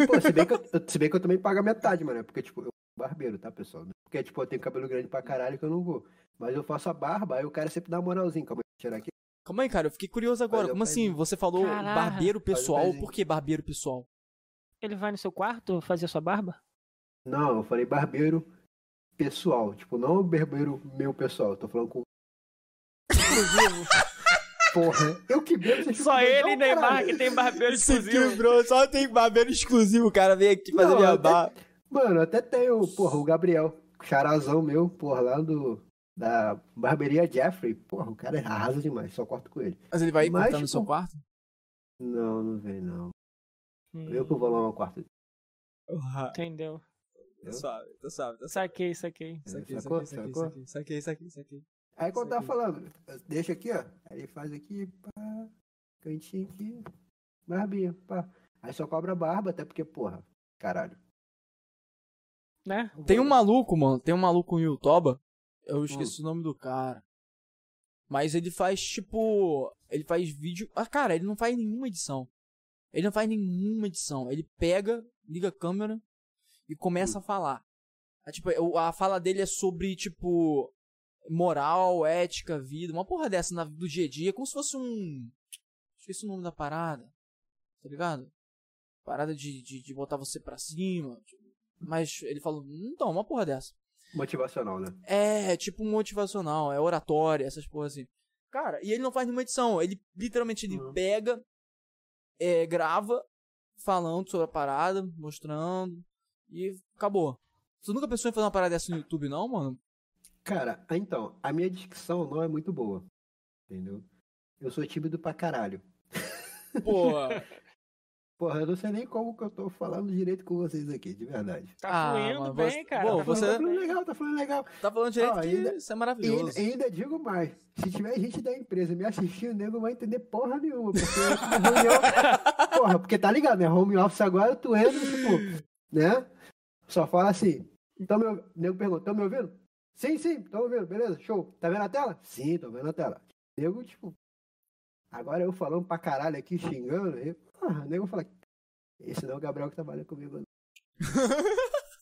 [SPEAKER 1] Pô, se bem, que eu, se bem que eu também pago a metade, mano. é Porque, tipo, eu sou barbeiro, tá, pessoal? Porque, tipo, eu tenho cabelo grande pra caralho que eu não vou. Mas eu faço a barba, aí o cara sempre dá uma moralzinha. Calma aí, deixa eu tirar aqui.
[SPEAKER 2] Calma aí, cara, eu fiquei curioso agora.
[SPEAKER 1] Olha,
[SPEAKER 2] Como
[SPEAKER 1] faz
[SPEAKER 2] assim?
[SPEAKER 1] um-
[SPEAKER 2] Você falou
[SPEAKER 3] Caraca.
[SPEAKER 2] barbeiro pessoal,
[SPEAKER 1] pezinho.
[SPEAKER 2] por que barbeiro pessoal?
[SPEAKER 3] Ele vai no seu quarto fazer a sua barba?
[SPEAKER 1] Não, eu falei barbeiro pessoal. Tipo, não barbeiro meu pessoal. Eu tô falando com. Porra, eu que bebo, vocês ficam doidão, caralho.
[SPEAKER 3] que tem barbeiro
[SPEAKER 2] só tem barbeiro exclusivo, cara. Vem aqui
[SPEAKER 1] fazer Não, é minha até-
[SPEAKER 2] barba.
[SPEAKER 1] Mano, até tem o, porra, o Gabriel, charazão meu, porra, lá do, da barbearia Jeffrey. Porra, o cara arrasa demais, só corto com ele.
[SPEAKER 2] Mas ele vai
[SPEAKER 1] Mas,
[SPEAKER 2] cortar no seu
[SPEAKER 1] tipo,
[SPEAKER 2] quarto?
[SPEAKER 1] Não, não vem, não. Eu que vou lá no quarto.
[SPEAKER 2] Ah,
[SPEAKER 3] Hum, Entendeu?
[SPEAKER 2] Tá suave, tá suave, tá suave.
[SPEAKER 3] Saquei, saquei.
[SPEAKER 2] Saquei,
[SPEAKER 1] É, Sacou?
[SPEAKER 2] saquei, saquei,
[SPEAKER 1] Sacou?
[SPEAKER 2] saquei, saquei, saquei, saquei.
[SPEAKER 1] Aí quando eu tava
[SPEAKER 2] Saquei.
[SPEAKER 1] falando, deixa aqui, ó. Aí ele faz aqui, pá, cantinho aqui, barbinha, pá. Aí só cobra a barba, até porque, porra, caralho.
[SPEAKER 3] Né?
[SPEAKER 2] Tem um maluco, mano, tem um maluco em Utoba. Eu esqueci o nome do cara. Mas ele faz tipo. Ele faz vídeo. Ah, cara, ele não faz nenhuma edição. Ele não faz nenhuma edição. Ele pega, liga a câmera e começa a falar. Ah, tipo, eu- a fala dele é sobre, tipo, moral, ética, vida, uma porra dessa na- do dia a dia, como se fosse um. Esqueci o nome da parada. Tá ligado? Parada de, de, de botar você pra cima. tipo. Mas ele falou, então, uma porra dessa.
[SPEAKER 1] Motivacional, né?
[SPEAKER 2] É, tipo motivacional, é oratória, essas porras assim. Cara, e ele não faz nenhuma edição. Ele literalmente ele
[SPEAKER 1] Uhum.
[SPEAKER 2] pega, é, grava, falando sobre a parada, mostrando, e acabou. Você nunca pensou em fazer uma parada dessa no YouTube, não, mano?
[SPEAKER 1] Cara, ah, então, a minha dicção não é muito boa. Entendeu? Eu sou tímido pra caralho.
[SPEAKER 2] Pô.
[SPEAKER 1] Porra, eu não sei nem como que eu tô falando direito com vocês aqui, de verdade.
[SPEAKER 3] Tá
[SPEAKER 2] Ah,
[SPEAKER 3] fluindo
[SPEAKER 2] mano,
[SPEAKER 3] bem,
[SPEAKER 2] você-
[SPEAKER 3] cara.
[SPEAKER 2] Bom,
[SPEAKER 3] tá
[SPEAKER 1] Tá falando-
[SPEAKER 2] você-
[SPEAKER 1] Tá
[SPEAKER 3] fluindo
[SPEAKER 1] falando
[SPEAKER 3] bem.
[SPEAKER 1] legal, tá falando legal.
[SPEAKER 2] tá falando direito
[SPEAKER 1] Ó,
[SPEAKER 2] que
[SPEAKER 1] ainda-
[SPEAKER 2] isso é
[SPEAKER 1] E ainda,
[SPEAKER 2] maravilhoso.
[SPEAKER 1] e ainda digo mais, se tiver gente da empresa me assistindo, o nego vai entender porra nenhuma, porque reunião, porra, porque tá ligado, né? Home office agora, tu entra, tipo, né? Só fala assim. Então, meu o nego pergunta, estão me ouvindo? Sim, sim, estão ouvindo, beleza, show. Tá vendo a tela? Sim, tô vendo a tela. Nego, tipo, agora eu falando pra caralho aqui, xingando, e, ah, o nego fala, esse não é o Gabriel que trabalha comigo. não."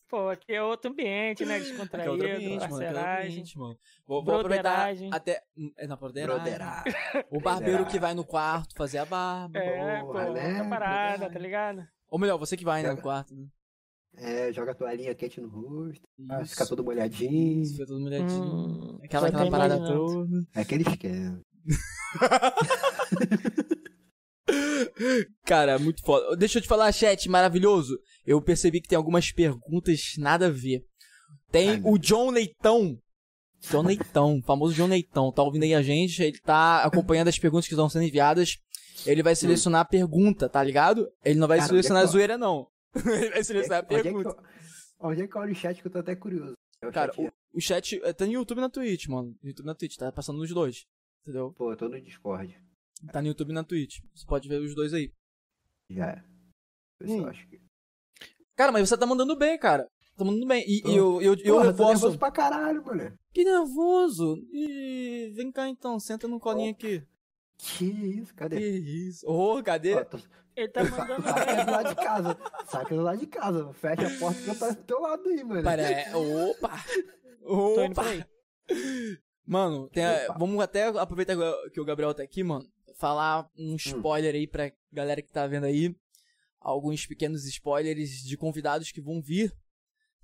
[SPEAKER 3] Pô, aqui é outro ambiente, né?
[SPEAKER 2] Que é
[SPEAKER 3] Descontraído,
[SPEAKER 2] outro ambiente, mano. Que é outro
[SPEAKER 3] parceragem.
[SPEAKER 2] ambiente, mano. Vou, vou aproveitar
[SPEAKER 3] Broderagem.
[SPEAKER 2] até... É na broderagem.
[SPEAKER 1] Broderá.
[SPEAKER 2] O barbeiro que vai no quarto fazer a barba.
[SPEAKER 3] É, pô,
[SPEAKER 1] Porra, né?
[SPEAKER 3] outra parada, tá ligado?
[SPEAKER 2] Ou melhor, você que vai né, no
[SPEAKER 1] Joga-
[SPEAKER 2] quarto, né?
[SPEAKER 1] É, joga a toalhinha quente no rosto, pra ficar
[SPEAKER 2] Isso.
[SPEAKER 1] todo molhadinho.
[SPEAKER 2] Isso, fica todo molhadinho.
[SPEAKER 3] Hum,
[SPEAKER 2] Aquela,
[SPEAKER 3] já
[SPEAKER 2] aquela
[SPEAKER 3] tô
[SPEAKER 2] parada
[SPEAKER 3] imaginando.
[SPEAKER 2] toda.
[SPEAKER 1] É aquele esquema.
[SPEAKER 2] Cara, muito foda. Deixa eu te falar, chat, maravilhoso. Eu percebi que tem algumas perguntas nada a ver. Tem
[SPEAKER 1] Ai, meu
[SPEAKER 2] o John Leitão. John Leitão, famoso John Leitão. Tá ouvindo aí a gente, ele tá acompanhando as perguntas que estão sendo enviadas. Ele vai selecionar a pergunta, tá ligado? Ele não vai
[SPEAKER 1] Cara,
[SPEAKER 2] selecionar a
[SPEAKER 1] onde é que eu-
[SPEAKER 2] zoeira, não. Ele vai selecionar a
[SPEAKER 1] Onde é que
[SPEAKER 2] pergunta.
[SPEAKER 1] eu- Onde é que eu olho o chat que eu tô até curioso? É o
[SPEAKER 2] Cara,
[SPEAKER 1] chat-
[SPEAKER 2] O chat é, tá no YouTube e na Twitch, mano. No YouTube e na Twitch, tá passando nos dois. Entendeu?
[SPEAKER 1] Pô, eu tô no Discord.
[SPEAKER 2] Tá no YouTube e na Twitch. Você pode ver os dois aí.
[SPEAKER 1] Já é. Eu só
[SPEAKER 2] Hum.
[SPEAKER 1] acho que...
[SPEAKER 2] Cara, mas você tá mandando bem, cara. Tá mandando bem. E, e eu, eu,
[SPEAKER 1] Porra,
[SPEAKER 2] eu
[SPEAKER 1] tô
[SPEAKER 2] reforço.
[SPEAKER 1] nervoso pra caralho, mano.
[SPEAKER 2] Que nervoso! Ih, vem cá então, senta no colinho aqui.
[SPEAKER 1] Que isso,
[SPEAKER 2] Que
[SPEAKER 1] cadê?
[SPEAKER 2] isso? Ô, cadê?
[SPEAKER 1] Ó, tô...
[SPEAKER 3] Ele tá mandando
[SPEAKER 1] Saca do lado de casa. Saca do lado de casa. Fecha a porta que eu apareço do teu lado aí, mano.
[SPEAKER 2] Pare- é, Opa!
[SPEAKER 3] Tô indo
[SPEAKER 2] Opa!
[SPEAKER 3] pra aí.
[SPEAKER 2] Mano, tem a-
[SPEAKER 1] Opa.
[SPEAKER 2] vamos até aproveitar que o Gabriel tá aqui, mano. Falar
[SPEAKER 1] Hum.
[SPEAKER 2] um spoiler aí pra galera que tá vendo aí. Alguns pequenos spoilers de convidados que vão vir.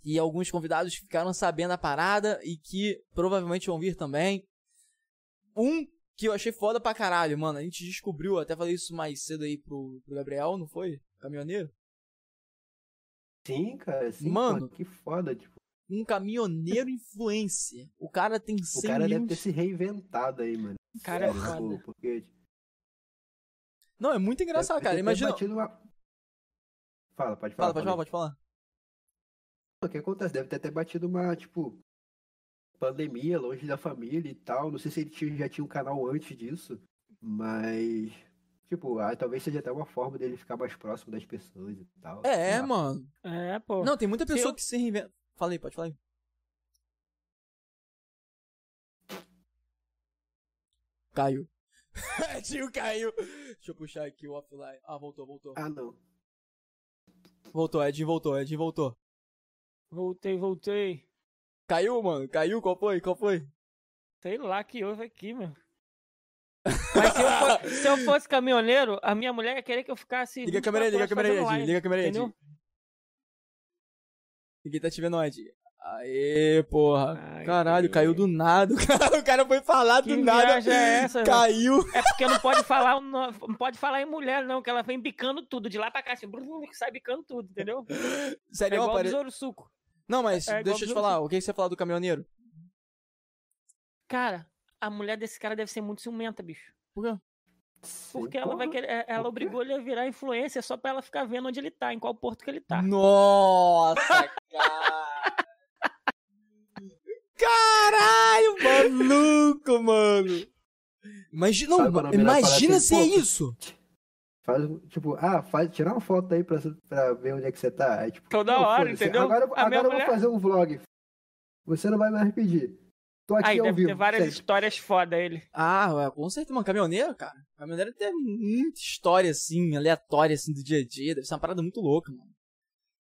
[SPEAKER 2] E alguns convidados que ficaram sabendo a parada e que provavelmente vão vir também. Um que eu achei foda pra caralho, mano. A gente descobriu, até falei isso mais cedo aí pro, pro Gabriel, não foi? Caminhoneiro?
[SPEAKER 1] Sim, cara. Sim,
[SPEAKER 2] Mano.
[SPEAKER 1] pô, que foda, tipo.
[SPEAKER 2] Um caminhoneiro influencer. O cara tem 100
[SPEAKER 1] O cara
[SPEAKER 2] mil
[SPEAKER 1] deve ter se reinventado aí, mano.
[SPEAKER 3] O cara é
[SPEAKER 1] Sério,
[SPEAKER 3] foda.
[SPEAKER 1] pô, porque, tipo,
[SPEAKER 2] Não, é muito engraçado,
[SPEAKER 1] deve
[SPEAKER 2] cara.
[SPEAKER 1] ter
[SPEAKER 2] Imagina.
[SPEAKER 1] batido uma- Fala, pode falar.
[SPEAKER 2] Fala, pode falar, pode falar.
[SPEAKER 1] O que acontece? Deve ter até batido uma, tipo, pandemia, longe da família e tal. Não sei se ele tinha- já tinha um canal antes disso, mas, tipo, ah, talvez seja até uma forma dele ficar mais próximo das pessoas e tal.
[SPEAKER 2] É,
[SPEAKER 1] sei lá.
[SPEAKER 2] mano.
[SPEAKER 3] É, pô.
[SPEAKER 2] Não, tem muita
[SPEAKER 3] Se
[SPEAKER 2] pessoa
[SPEAKER 3] eu-
[SPEAKER 2] que se reinventa. Fala aí, pode falar aí. Caiu. Tio caiu. Deixa eu puxar aqui o offline. Ah, voltou, voltou.
[SPEAKER 1] Ah, não.
[SPEAKER 2] Voltou, Edinho voltou, Edinho voltou.
[SPEAKER 3] Voltei, voltei.
[SPEAKER 2] Caiu, mano, caiu. Qual foi? Qual foi?
[SPEAKER 3] Sei lá que houve aqui, meu. Mas se eu, fo- se eu fosse caminhoneiro, a minha mulher ia querer que eu ficasse.
[SPEAKER 2] Liga a câmera aí, liga a câmera aí, Edinho. Liga a câmera aí, Edinho.
[SPEAKER 3] Entendeu?
[SPEAKER 2] Ninguém tá te vendo, Edinho. Aê, porra.
[SPEAKER 3] Ai,
[SPEAKER 2] Caralho,
[SPEAKER 3] que-
[SPEAKER 2] caiu do nada. O cara foi falar
[SPEAKER 3] Que
[SPEAKER 2] do nada.
[SPEAKER 3] viagem é essa? meu?
[SPEAKER 2] Caiu.
[SPEAKER 3] É porque não pode falar, o no- não pode falar em mulher, não, que ela vem bicando tudo, de lá pra cá, assim, brum, brum, sai bicando tudo, entendeu? É
[SPEAKER 2] Sério,
[SPEAKER 3] igual o
[SPEAKER 2] apare-
[SPEAKER 3] besouro suco.
[SPEAKER 2] Não, mas
[SPEAKER 3] É igual
[SPEAKER 2] deixa eu te
[SPEAKER 3] besouro
[SPEAKER 2] falar. O que você ia falar do caminhoneiro?
[SPEAKER 3] Cara, a mulher desse cara deve ser muito ciumenta, bicho.
[SPEAKER 2] Por quê?
[SPEAKER 3] Porque ela vai querer. é-
[SPEAKER 1] Por
[SPEAKER 3] Ela
[SPEAKER 1] quê?
[SPEAKER 3] obrigou ele a virar influencer só pra ela ficar vendo onde ele tá, em qual porto que ele tá.
[SPEAKER 2] Nossa, cara. Caralho, maluco, mano. Imagina,
[SPEAKER 1] Sabe quando a mina
[SPEAKER 2] imagina
[SPEAKER 1] fala
[SPEAKER 2] se é
[SPEAKER 1] assim, pô,
[SPEAKER 2] isso.
[SPEAKER 1] Faz, um- tipo, ah, faz, tirar uma foto aí pra, pra ver onde é que você tá. Aí, tipo,
[SPEAKER 3] Toda
[SPEAKER 1] não,
[SPEAKER 3] hora,
[SPEAKER 1] foda-se.
[SPEAKER 3] entendeu?
[SPEAKER 1] Agora, eu-
[SPEAKER 3] A
[SPEAKER 1] agora
[SPEAKER 3] minha
[SPEAKER 1] eu vou
[SPEAKER 3] mulher-
[SPEAKER 1] fazer um vlog. Você não vai mais pedir. Tô aqui
[SPEAKER 3] Aí
[SPEAKER 1] ao
[SPEAKER 3] deve
[SPEAKER 1] vivo.
[SPEAKER 3] ter várias
[SPEAKER 1] sempre.
[SPEAKER 3] histórias foda ele.
[SPEAKER 2] Ah, ué, com certeza, mano. Caminhoneiro, cara. Caminhoneiro tem muita história, assim, aleatória, assim, do dia a dia. Deve ser uma parada muito louca, mano.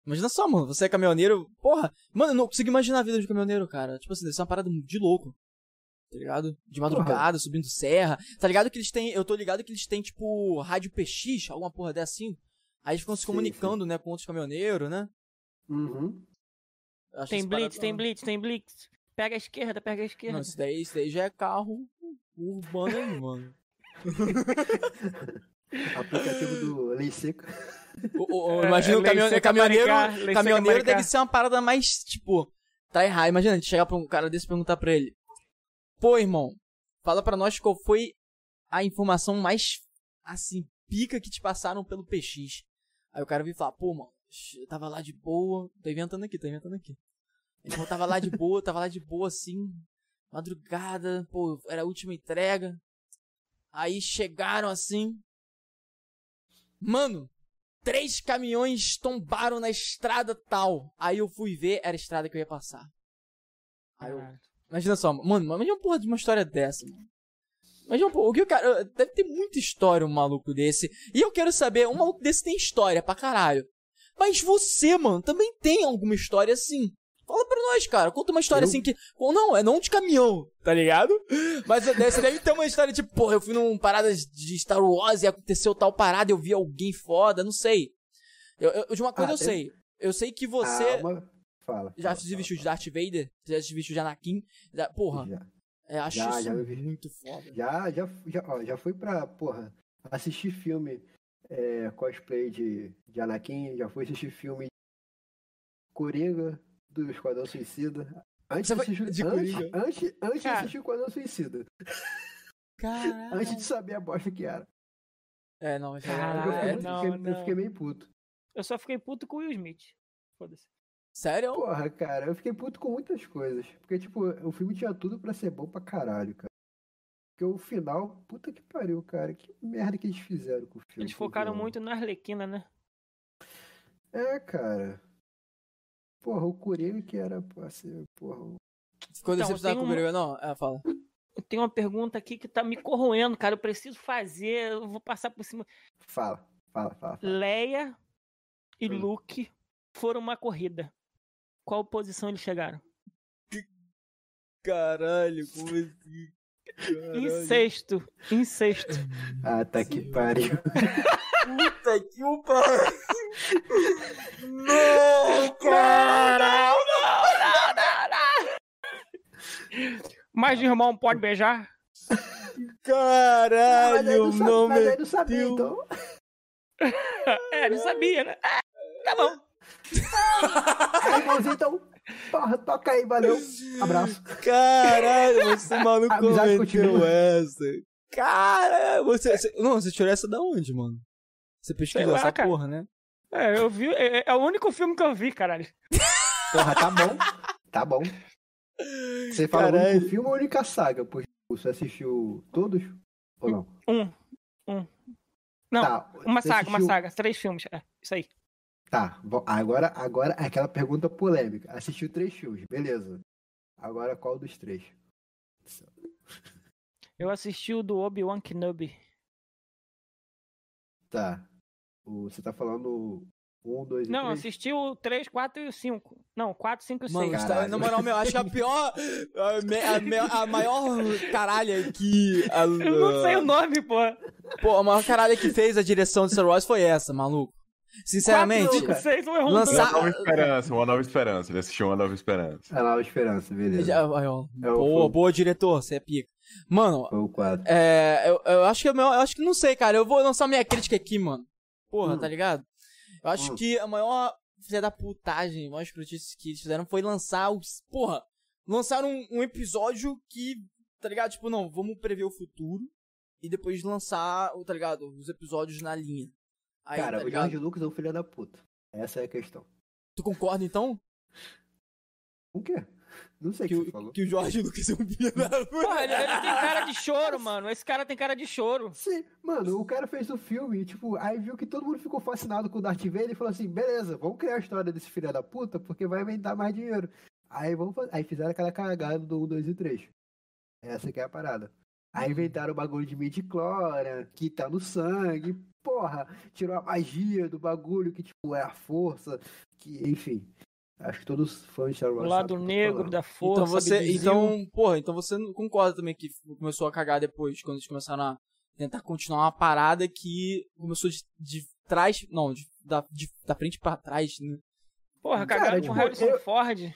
[SPEAKER 2] Imagina só, mano. Você é caminhoneiro. Porra, mano, eu não consigo imaginar a vida de caminhoneiro, cara. Tipo assim, deve ser uma parada de louco. Tá ligado? De madrugada, subindo serra. Tá ligado que eles têm. Eu tô ligado que eles têm, tipo, rádio PX, alguma porra dessa assim. Aí eles ficam se
[SPEAKER 1] Sim,
[SPEAKER 2] comunicando, né, com outros caminhoneiros, né?
[SPEAKER 1] Uhum.
[SPEAKER 2] Eu acho
[SPEAKER 3] Tem
[SPEAKER 2] essa parada-
[SPEAKER 3] blitz, tem blitz, tem blitz. Pega a esquerda, pega a esquerda.
[SPEAKER 2] Não, isso daí, isso daí já é carro urbano aí, mano.
[SPEAKER 1] Aplicativo do Lei Seca.
[SPEAKER 2] O- o- o-
[SPEAKER 3] É,
[SPEAKER 2] imagina
[SPEAKER 3] é
[SPEAKER 2] o caminhone-
[SPEAKER 3] Leiseca
[SPEAKER 2] caminhoneiro.
[SPEAKER 3] Maricá, Leiseca
[SPEAKER 2] caminhoneiro
[SPEAKER 3] Maricá.
[SPEAKER 2] deve ser uma parada mais, tipo, tá errado. Imagina, a gente chegar pra um cara desse e perguntar pra ele. Pô, irmão, fala pra nós qual foi a informação mais, assim, pica que te passaram pelo PX. Aí o cara vem falar, pô, mano, eu tava lá de boa. Tô inventando aqui, tô inventando aqui. Ele falou, tava lá de boa, tava lá de boa, assim, madrugada, pô, era a última entrega. Aí chegaram assim. Mano, três caminhões tombaram na estrada tal. Aí eu fui ver, era a estrada que eu ia passar. Aí eu
[SPEAKER 3] Caralho.
[SPEAKER 2] Imagina só, mano, imagina uma porra de uma história dessa, mano. Imagina, porra, o que o cara. Deve ter muita história um maluco desse. E eu quero saber, um maluco desse tem história pra caralho. Mas você, mano, também tem alguma história assim. Fala pra nós, cara. Conta uma história
[SPEAKER 1] Eu?
[SPEAKER 2] assim que. Ou não, é não de caminhão, tá ligado? Mas né, você deve ter uma história tipo, porra, eu fui num parada de Star Wars e aconteceu tal parada, eu vi alguém foda, não sei. Eu, eu- de uma coisa
[SPEAKER 1] Ah,
[SPEAKER 2] eu
[SPEAKER 1] eu-
[SPEAKER 2] sei. Eu sei que você
[SPEAKER 1] Calma. Fala.
[SPEAKER 2] já
[SPEAKER 1] fala,
[SPEAKER 2] se vestiu de
[SPEAKER 1] fala,
[SPEAKER 2] Darth Vader, já se vestiu de Anakin. Já, porra.
[SPEAKER 1] fala.
[SPEAKER 2] É, acho
[SPEAKER 1] Já,
[SPEAKER 2] isso
[SPEAKER 1] já me vi.
[SPEAKER 2] muito foda.
[SPEAKER 1] Já, já, já, ó, já fui pra, porra, assistir filme é, cosplay de, de Anakin, já fui assistir filme Coringa do Esquadão Suicida. Antes
[SPEAKER 2] Você
[SPEAKER 1] de,
[SPEAKER 2] foi
[SPEAKER 1] assistir,
[SPEAKER 2] de
[SPEAKER 1] antes,
[SPEAKER 2] Coringa?
[SPEAKER 1] antes, antes de
[SPEAKER 3] Cara.
[SPEAKER 1] assistir o Esquadão Suicida.
[SPEAKER 2] Caralho.
[SPEAKER 1] Antes de saber a bosta que era.
[SPEAKER 2] É, não, mas
[SPEAKER 1] Porque eu fiquei,
[SPEAKER 3] Caralho,
[SPEAKER 2] é,
[SPEAKER 1] muito-
[SPEAKER 3] não,
[SPEAKER 1] fiquei- eu
[SPEAKER 3] não.
[SPEAKER 1] fiquei meio puto.
[SPEAKER 3] Eu só fiquei puto com o Will Smith. Foda-se.
[SPEAKER 2] Sério?
[SPEAKER 1] Porra, cara, eu fiquei puto com muitas coisas. Porque, tipo, o filme tinha tudo pra ser bom pra caralho, cara. Porque o final, puta que pariu, cara. Que merda que eles fizeram com o filme.
[SPEAKER 3] Eles
[SPEAKER 1] com o
[SPEAKER 3] focaram
[SPEAKER 1] vilão.
[SPEAKER 3] muito na Arlequina, né?
[SPEAKER 1] É, cara. Porra, o Coringa que era pra ser, porra. o-
[SPEAKER 2] Ficou
[SPEAKER 3] Então,
[SPEAKER 2] decepcionado
[SPEAKER 3] tem
[SPEAKER 2] com o
[SPEAKER 3] uma-
[SPEAKER 2] Coringa? Não, é, fala.
[SPEAKER 3] Tem uma pergunta aqui que tá me corroendo, cara. Eu preciso fazer, eu vou passar por
[SPEAKER 1] Tá.
[SPEAKER 3] cima.
[SPEAKER 1] Fala, fala, fala. fala.
[SPEAKER 3] Leia e
[SPEAKER 1] Hum.
[SPEAKER 3] Luke foram uma corrida. Qual posição eles chegaram?
[SPEAKER 2] Caralho, como assim?
[SPEAKER 3] Em sexto. Em sexto.
[SPEAKER 1] Ah, tá que pariu.
[SPEAKER 2] Puta que o pariu. Não, cara!
[SPEAKER 3] Mas irmão pode beijar?
[SPEAKER 1] Mas aí
[SPEAKER 2] Caralho,
[SPEAKER 1] não sabe-
[SPEAKER 2] não,
[SPEAKER 1] mas aí
[SPEAKER 2] meu.
[SPEAKER 1] não sabia,
[SPEAKER 2] Deus.
[SPEAKER 1] então.
[SPEAKER 3] É, não sabia, né? Ah, tá bom.
[SPEAKER 1] Aí, irmãozinho, então. Porra, toca aí, valeu. Abraço.
[SPEAKER 2] Caralho, você é maluco
[SPEAKER 1] Amizade
[SPEAKER 2] cometeu
[SPEAKER 1] continua.
[SPEAKER 2] essa. Cara, você, você- Não, você tirou essa da onde, mano? Você pesquisou
[SPEAKER 3] lá,
[SPEAKER 2] essa
[SPEAKER 3] cara.
[SPEAKER 2] porra, né?
[SPEAKER 3] É, eu vi. É, é o único filme que eu vi, caralho.
[SPEAKER 1] Porra, tá bom. Tá bom. Você fala o
[SPEAKER 2] Caralho.
[SPEAKER 1] único filme ou a única saga? Porque você assistiu todos? Ou não?
[SPEAKER 3] Um. Não,
[SPEAKER 1] tá,
[SPEAKER 3] Uma
[SPEAKER 1] você
[SPEAKER 3] saga, uma
[SPEAKER 1] assistiu-
[SPEAKER 3] saga. Três filmes. É, isso aí.
[SPEAKER 1] Tá, vo- agora, agora aquela pergunta polêmica. Assistiu três filmes, beleza. Agora qual dos três?
[SPEAKER 3] Eu assisti o do Obi-Wan Kenobi.
[SPEAKER 1] Tá. O- você tá falando um, dois e
[SPEAKER 3] Não, assim- eu
[SPEAKER 1] três?
[SPEAKER 3] assisti o 3, 4 e o 5. Não, 4, 5 e 6.
[SPEAKER 2] Mano, está,
[SPEAKER 1] Caralho.
[SPEAKER 2] na moral, meu, acho que a pior. A, me- a me- a maior caralha que. A,
[SPEAKER 3] Eu não
[SPEAKER 1] é-
[SPEAKER 3] sei o nome, pô.
[SPEAKER 2] Pô, a maior caralha que fez a direção de Star Wars foi essa, maluco. Sinceramente.
[SPEAKER 3] 4, 5, 6, um errou um
[SPEAKER 2] lançar-
[SPEAKER 4] Uma nova esperança, uma nova esperança. Ele assistiu uma nova esperança.
[SPEAKER 1] Ah lá, o Esperança, beleza.
[SPEAKER 2] Já- aí, ó.
[SPEAKER 1] É o-
[SPEAKER 2] boa, boa, diretor, você é pica. Mano,
[SPEAKER 1] Foi o quatro.
[SPEAKER 2] é. Eu, eu acho que a maior- eu acho que não sei, cara. Eu vou lançar minha crítica aqui, mano. Porra,
[SPEAKER 1] Hum.
[SPEAKER 2] tá ligado? Eu acho
[SPEAKER 1] Hum.
[SPEAKER 2] que a maior filha da putagem, a maior escrotice que eles fizeram foi lançar os. Porra! Lançaram um, um episódio que. Tá ligado? Tipo, não, vamos prever o futuro. E depois lançar, o- tá ligado? Os episódios na linha. Aí,
[SPEAKER 1] Cara,
[SPEAKER 2] tá
[SPEAKER 1] o
[SPEAKER 2] ligado?
[SPEAKER 1] George Lucas é um filho da puta. Essa é a questão.
[SPEAKER 2] Tu concorda então?
[SPEAKER 1] O quê? Não sei o
[SPEAKER 2] Que
[SPEAKER 1] que, você
[SPEAKER 2] o,
[SPEAKER 1] falou.
[SPEAKER 2] que o Jorge Lucas é um filho da
[SPEAKER 3] Porra, ele, ele tem
[SPEAKER 2] puta?
[SPEAKER 3] cara de choro, mano. Esse cara tem cara de choro.
[SPEAKER 1] Sim, mano, o cara fez o filme, tipo, aí viu que todo mundo ficou fascinado com o Darth Vader e falou assim, beleza, vamos criar a história desse filho da puta, porque vai me dar mais dinheiro. Aí vamos fa- aí fizeram aquela cagada do 1, 2 e 3. Essa que é a parada. Aí inventaram o bagulho de midichlorian, que tá no sangue, porra, tirou a magia do bagulho, que tipo, é a força, que, enfim. Acho que todos os fãs de Star
[SPEAKER 3] O
[SPEAKER 1] Wars
[SPEAKER 3] lado
[SPEAKER 1] sabem o que eu tô
[SPEAKER 3] negro
[SPEAKER 1] falando.
[SPEAKER 3] da força.
[SPEAKER 2] Então você.
[SPEAKER 3] abduzil.
[SPEAKER 2] Então,
[SPEAKER 1] um
[SPEAKER 2] porra, então você não concorda também que começou a cagar depois, quando eles começaram a tentar continuar uma parada que começou de, de trás. Não, de, da, de- da frente pra trás, né?
[SPEAKER 3] Porra,
[SPEAKER 1] Cara,
[SPEAKER 3] cagaram com
[SPEAKER 1] tipo,
[SPEAKER 3] Harrison
[SPEAKER 1] eu-
[SPEAKER 3] Ford.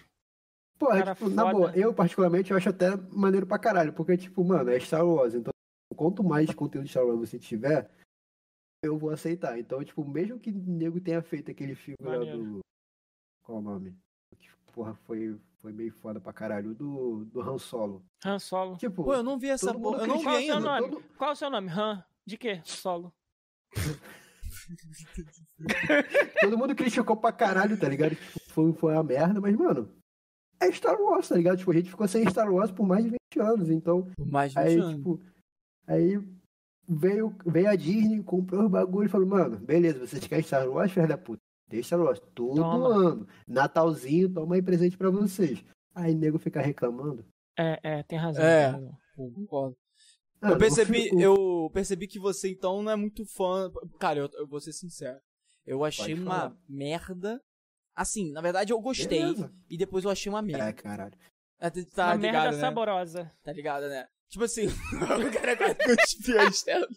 [SPEAKER 1] Porra,
[SPEAKER 3] Cara
[SPEAKER 1] tipo, na
[SPEAKER 3] foda.
[SPEAKER 1] boa, eu particularmente eu acho até maneiro pra caralho, porque, tipo, mano, é Star Wars, então quanto mais conteúdo de Star Wars você tiver, eu vou aceitar. Então, tipo, mesmo que o nego tenha feito aquele filme lá
[SPEAKER 3] Maneiro.
[SPEAKER 1] do. Qual o nome? Que, porra, foi, foi meio foda pra caralho, do, do Han Solo.
[SPEAKER 3] Han Solo.
[SPEAKER 1] Tipo,
[SPEAKER 2] Pô, eu não vi essa
[SPEAKER 1] todo mundo
[SPEAKER 2] porra. Eu não vi
[SPEAKER 3] critica-
[SPEAKER 1] criticou,
[SPEAKER 2] ainda.
[SPEAKER 3] Qual é o seu
[SPEAKER 1] todo-
[SPEAKER 3] Qual é o seu nome? Han? De quê? Solo.
[SPEAKER 1] Todo mundo criticou pra caralho, tá ligado? Tipo, Foi, foi uma merda, mas, mano, é Star Wars, tá ligado? Tipo, a gente ficou sem Star Wars por mais de 20 anos, então.
[SPEAKER 2] Por mais de
[SPEAKER 1] Aí,
[SPEAKER 2] 20 anos.
[SPEAKER 1] tipo, aí veio, veio a Disney, comprou os bagulho e falou, mano, beleza, vocês querem Star Wars, filha da puta? Deixa Star Wars todo
[SPEAKER 3] Toma.
[SPEAKER 1] ano. Natalzinho, toma aí presente pra vocês. Aí nego fica reclamando.
[SPEAKER 3] É, é, tem razão.
[SPEAKER 2] É.
[SPEAKER 3] tem razão.
[SPEAKER 2] Pô, concordo.
[SPEAKER 1] Mano,
[SPEAKER 2] eu, percebi,
[SPEAKER 1] fico-
[SPEAKER 2] eu percebi que você, então, não é muito fã. Cara, eu, eu vou ser sincero. Eu achei
[SPEAKER 1] Pode
[SPEAKER 2] uma
[SPEAKER 1] falar.
[SPEAKER 2] merda. Assim, na verdade, eu gostei.
[SPEAKER 1] Beleza.
[SPEAKER 2] E depois eu achei uma merda.
[SPEAKER 1] É, caralho.
[SPEAKER 2] É, tá
[SPEAKER 3] Uma
[SPEAKER 2] ligado,
[SPEAKER 3] merda
[SPEAKER 2] né?
[SPEAKER 3] saborosa.
[SPEAKER 2] Tá ligado, né? Tipo assim, o cara quase cuspiu a Estela.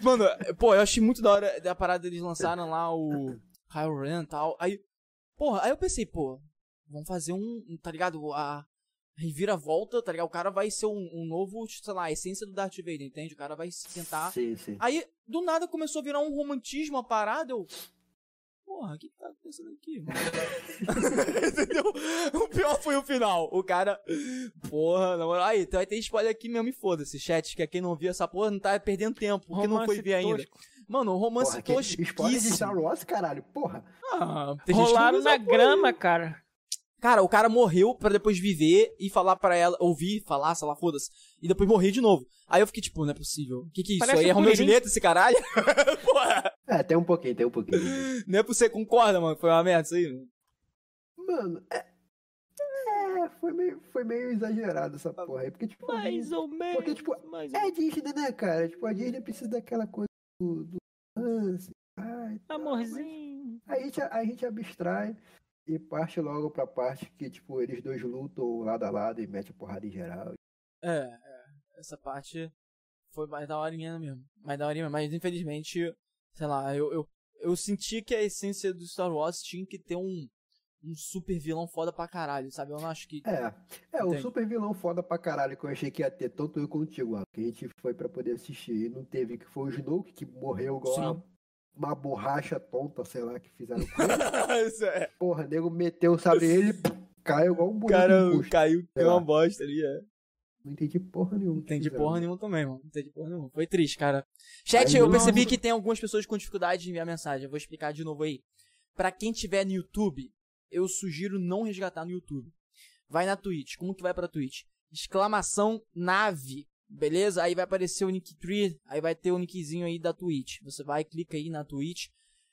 [SPEAKER 2] Mano, pô, eu achei muito da hora da parada eles lançaram lá o Kyle Ren e tal. Aí, porra, aí eu pensei, pô, vamos fazer um, um, tá ligado? A reviravolta, tá ligado? O cara vai ser um, um novo, sei lá, a essência do Darth Vader, entende? O cara vai se tentar. Ah,
[SPEAKER 1] Sim, sim.
[SPEAKER 2] Aí, do nada, começou a virar um romantismo a parada, eu... Porra, o que que tá acontecendo aqui, mano? Entendeu? O pior foi o final. O cara... Porra, na moral... Aí, vai ter spoiler aqui mesmo e foda-se, chat. Que é quem não viu essa porra não tá perdendo tempo. Porque não foi
[SPEAKER 3] Romance
[SPEAKER 2] ver ainda.
[SPEAKER 3] tosco.
[SPEAKER 2] Mano, um
[SPEAKER 1] Porra,
[SPEAKER 2] romance
[SPEAKER 1] que spoiler de Star
[SPEAKER 2] tosquíssimo.
[SPEAKER 1] Wars, caralho, porra.
[SPEAKER 2] Ah, tem gente que não
[SPEAKER 3] Rolaram
[SPEAKER 2] usa
[SPEAKER 3] na
[SPEAKER 2] porra.
[SPEAKER 3] grama, cara.
[SPEAKER 2] Cara, o cara morreu pra depois viver e falar pra ela... Ouvir, falar, sei lá, foda-se. E depois morrer de novo. Aí eu fiquei tipo, não é possível. O que que é isso
[SPEAKER 3] Parece
[SPEAKER 2] aí? É
[SPEAKER 3] um
[SPEAKER 2] Romeu e
[SPEAKER 3] Curirim.
[SPEAKER 2] Julieta esse caralho? porra...
[SPEAKER 1] É, tem um pouquinho, tem um pouquinho.
[SPEAKER 2] Não é pra você concorda, mano, que foi uma merda isso aí, mano.
[SPEAKER 1] Mano, é. É, foi meio, foi meio exagerado essa porra aí. Porque, tipo.
[SPEAKER 3] Mais ou menos.
[SPEAKER 1] Porque, tipo,
[SPEAKER 3] mais ou
[SPEAKER 1] É a Disney, né, cara? Tipo, a Disney precisa daquela coisa do, do lance. ai, tá,
[SPEAKER 3] Amorzinho.
[SPEAKER 1] mas A gente, a gente abstrai e parte logo pra parte que, tipo, eles dois lutam lado a lado e mete a porrada em geral.
[SPEAKER 2] É, é, essa parte foi mais da horinha mesmo. Mais da horinha, mas infelizmente, sei lá, eu, eu, eu senti que a essência do Star Wars tinha que ter um, um super vilão foda pra caralho, sabe? Eu não acho que.
[SPEAKER 1] É, é o
[SPEAKER 2] Entendi.
[SPEAKER 1] super vilão foda pra caralho que eu achei que ia ter, tanto eu contigo, Alan, que a gente foi pra poder assistir e não teve, que foi o Snoke que morreu igual
[SPEAKER 2] Sim.
[SPEAKER 1] uma, uma borracha tonta, sei lá, que fizeram com ele.
[SPEAKER 2] Isso é.
[SPEAKER 1] Porra, nego meteu o sabre ele caiu igual um
[SPEAKER 2] O
[SPEAKER 1] buraco
[SPEAKER 2] cara
[SPEAKER 1] de busto.
[SPEAKER 2] caiu,
[SPEAKER 1] sei
[SPEAKER 2] deu uma
[SPEAKER 1] lá.
[SPEAKER 2] bosta ali, é.
[SPEAKER 1] Não entendi porra nenhuma.
[SPEAKER 2] Não entendi
[SPEAKER 1] nenhuma.
[SPEAKER 2] porra nenhuma também, mano. Não entendi porra nenhuma. Foi triste, cara. Chat,
[SPEAKER 1] Aí
[SPEAKER 2] eu
[SPEAKER 1] não-
[SPEAKER 2] percebi que tem algumas pessoas com dificuldade de enviar mensagem. Eu vou explicar de novo aí. Pra quem tiver no YouTube, eu sugiro não resgatar no YouTube. Vai na Twitch. Como que vai pra Twitch? Exclamação nave. Beleza? Aí vai aparecer o Linktree. Aí vai ter o linkzinho aí da Twitch. Você vai, clica aí na Twitch.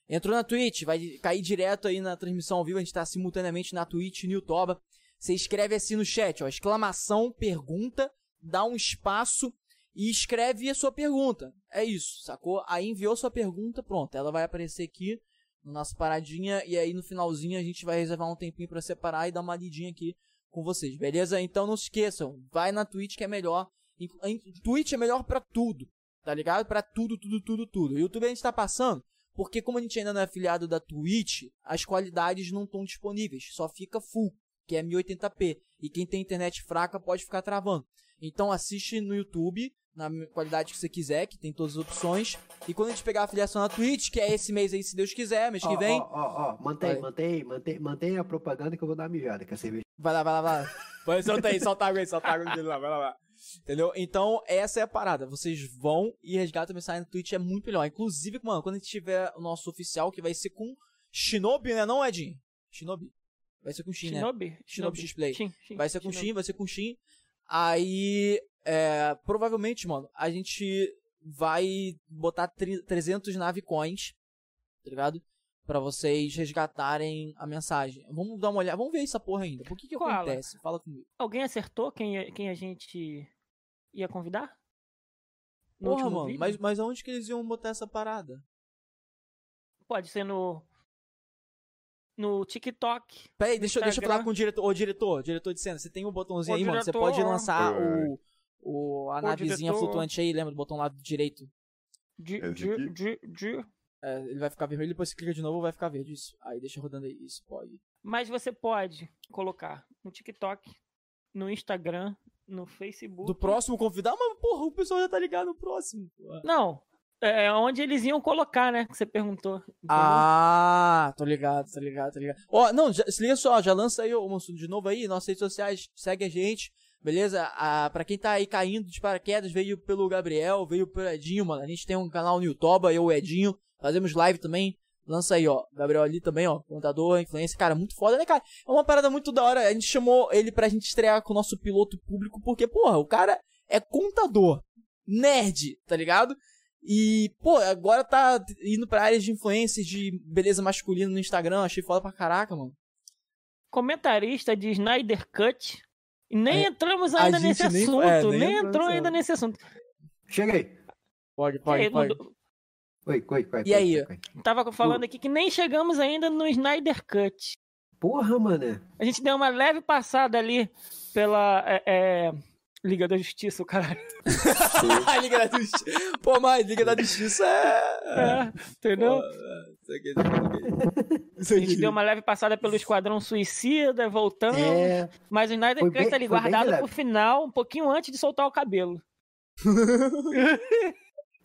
[SPEAKER 2] Entrou na Twitch, vai cair direto aí na transmissão ao vivo. A gente tá simultaneamente na Twitch e no Youtube. Você escreve assim no chat, ó. Exclamação, pergunta, dá um espaço e escreve a sua pergunta. É isso, sacou? Aí enviou sua pergunta, pronto. Ela vai aparecer aqui no nosso paradinha e aí no finalzinho a gente vai reservar um tempinho pra separar e dar uma lidinha aqui com vocês, beleza? Então não se esqueçam, vai na Twitch que é melhor. Em- em- Twitch é melhor pra tudo, tá ligado? Pra tudo, tudo, tudo, tudo. YouTube a gente tá passando porque como a gente ainda não é afiliado da Twitch, as qualidades não estão disponíveis, só fica full, que é 1080p. E quem tem internet fraca pode ficar travando. Então assiste no YouTube, na qualidade que você quiser, que tem todas as opções. E quando a gente pegar a afiliação na Twitch, que é esse mês aí, se Deus quiser, mês
[SPEAKER 1] Ó,
[SPEAKER 2] que vem,
[SPEAKER 1] Ó, ó, ó, mantém,
[SPEAKER 2] Vai.
[SPEAKER 1] mantém, mantém, mantém a propaganda que eu vou dar uma mijada, que é a cerveja.
[SPEAKER 2] Vai lá, vai lá, vai lá. Vai, solta aí, solta a água aí, solta a água dele lá, vai lá, vai lá. Entendeu? Então, essa é a parada. Vocês vão e resgatam a mensagem no Twitch, é muito melhor. Inclusive, mano, quando a gente tiver o nosso oficial, que vai ser com Shinobi, né, não, Edinho? Shinobi. Vai ser com Shin, né?
[SPEAKER 3] Shinobi.
[SPEAKER 2] Shinobi X-Play.
[SPEAKER 3] Shin, Shin,
[SPEAKER 2] Vai ser com
[SPEAKER 3] Shinobi.
[SPEAKER 2] Shin, vai ser com Shin. Aí, é, provavelmente, mano, a gente vai botar tri- 300 nave coins, tá ligado? Pra vocês resgatarem a mensagem. Vamos dar uma olhada, vamos ver essa porra ainda. Por que que
[SPEAKER 3] Koala.
[SPEAKER 2] acontece? Fala comigo.
[SPEAKER 3] Alguém acertou quem, a- quem a gente ia convidar? No
[SPEAKER 2] Porra,
[SPEAKER 3] último
[SPEAKER 2] mano,
[SPEAKER 3] vídeo?
[SPEAKER 2] mas, mas aonde que eles iam botar essa parada?
[SPEAKER 3] Pode ser no. No TikTok.
[SPEAKER 2] Pera aí, deixa, eu- deixa eu
[SPEAKER 3] Instagram.
[SPEAKER 2] falar com o diretor. Ô, diretor, diretor de cena, você tem um botãozinho
[SPEAKER 3] Ô,
[SPEAKER 2] aí, mano. Você
[SPEAKER 3] diretor.
[SPEAKER 2] pode lançar
[SPEAKER 4] Oi,
[SPEAKER 2] o, o, a
[SPEAKER 3] Ô,
[SPEAKER 2] navezinha
[SPEAKER 3] diretor.
[SPEAKER 2] flutuante aí, lembra do botão lá direito?
[SPEAKER 3] De,
[SPEAKER 4] Esse
[SPEAKER 3] de,
[SPEAKER 4] aqui?
[SPEAKER 3] de, de.
[SPEAKER 2] É, ele vai ficar vermelho, depois você clica de novo, vai ficar verde. Isso. Aí deixa rodando aí. Isso, pode.
[SPEAKER 3] Mas você pode colocar no TikTok, no Instagram, no Facebook.
[SPEAKER 2] Do próximo convidado? Mas, porra, o pessoal já tá ligado no próximo. porra.
[SPEAKER 3] Não. É onde eles iam colocar, né? Que você perguntou. entendeu?
[SPEAKER 2] Ah, tô ligado, tô ligado, tô ligado. Ó, não, já, se liga só, já lança aí, ô Monsudo, de novo aí, nossas redes sociais, segue a gente, beleza? Ah, pra quem tá aí caindo de paraquedas, veio pelo Gabriel, veio pelo Edinho, mano. A gente tem um canal no YouTube, eu, o Edinho, fazemos live também. Lança aí, ó. Gabriel ali também, ó. Contador, influência. Cara, muito foda, né, cara? É uma parada muito da hora. A gente chamou ele pra gente estrear com o nosso piloto público, porque, porra, o cara é contador. nerd, tá ligado? E, pô, agora tá indo pra áreas de influência de beleza masculina no Instagram. Achei foda pra caraca, mano.
[SPEAKER 3] Comentarista de Snyder Cut. E Nem
[SPEAKER 2] É,
[SPEAKER 3] entramos
[SPEAKER 2] a
[SPEAKER 3] ainda
[SPEAKER 2] gente
[SPEAKER 3] nesse
[SPEAKER 2] nem-
[SPEAKER 3] assunto.
[SPEAKER 2] é, nem
[SPEAKER 3] nem
[SPEAKER 2] entrou
[SPEAKER 3] entrou
[SPEAKER 2] nesse
[SPEAKER 3] ainda
[SPEAKER 2] assunto.
[SPEAKER 3] nesse assunto.
[SPEAKER 1] Chega aí.
[SPEAKER 2] Pode,
[SPEAKER 3] É,
[SPEAKER 2] pode, pode.
[SPEAKER 3] não-
[SPEAKER 1] Oi, oi, oi.
[SPEAKER 2] E aí?
[SPEAKER 3] Tava falando aqui que nem chegamos ainda no Snyder Cut.
[SPEAKER 1] Porra, mané.
[SPEAKER 3] A gente deu uma leve passada ali pela é, é, Liga da Justiça, o caralho.
[SPEAKER 2] A Liga da Justiça. Pô, mas Liga da Justiça é.
[SPEAKER 3] É, entendeu? A gente deu uma leve passada pelo Esquadrão Suicida, voltamos.
[SPEAKER 1] É.
[SPEAKER 3] Mas o Snyder
[SPEAKER 1] Foi
[SPEAKER 3] Cut
[SPEAKER 1] bem-
[SPEAKER 3] tá ali
[SPEAKER 1] foi bem
[SPEAKER 3] guardado
[SPEAKER 1] leve.
[SPEAKER 3] pro final, um pouquinho antes de soltar o cabelo.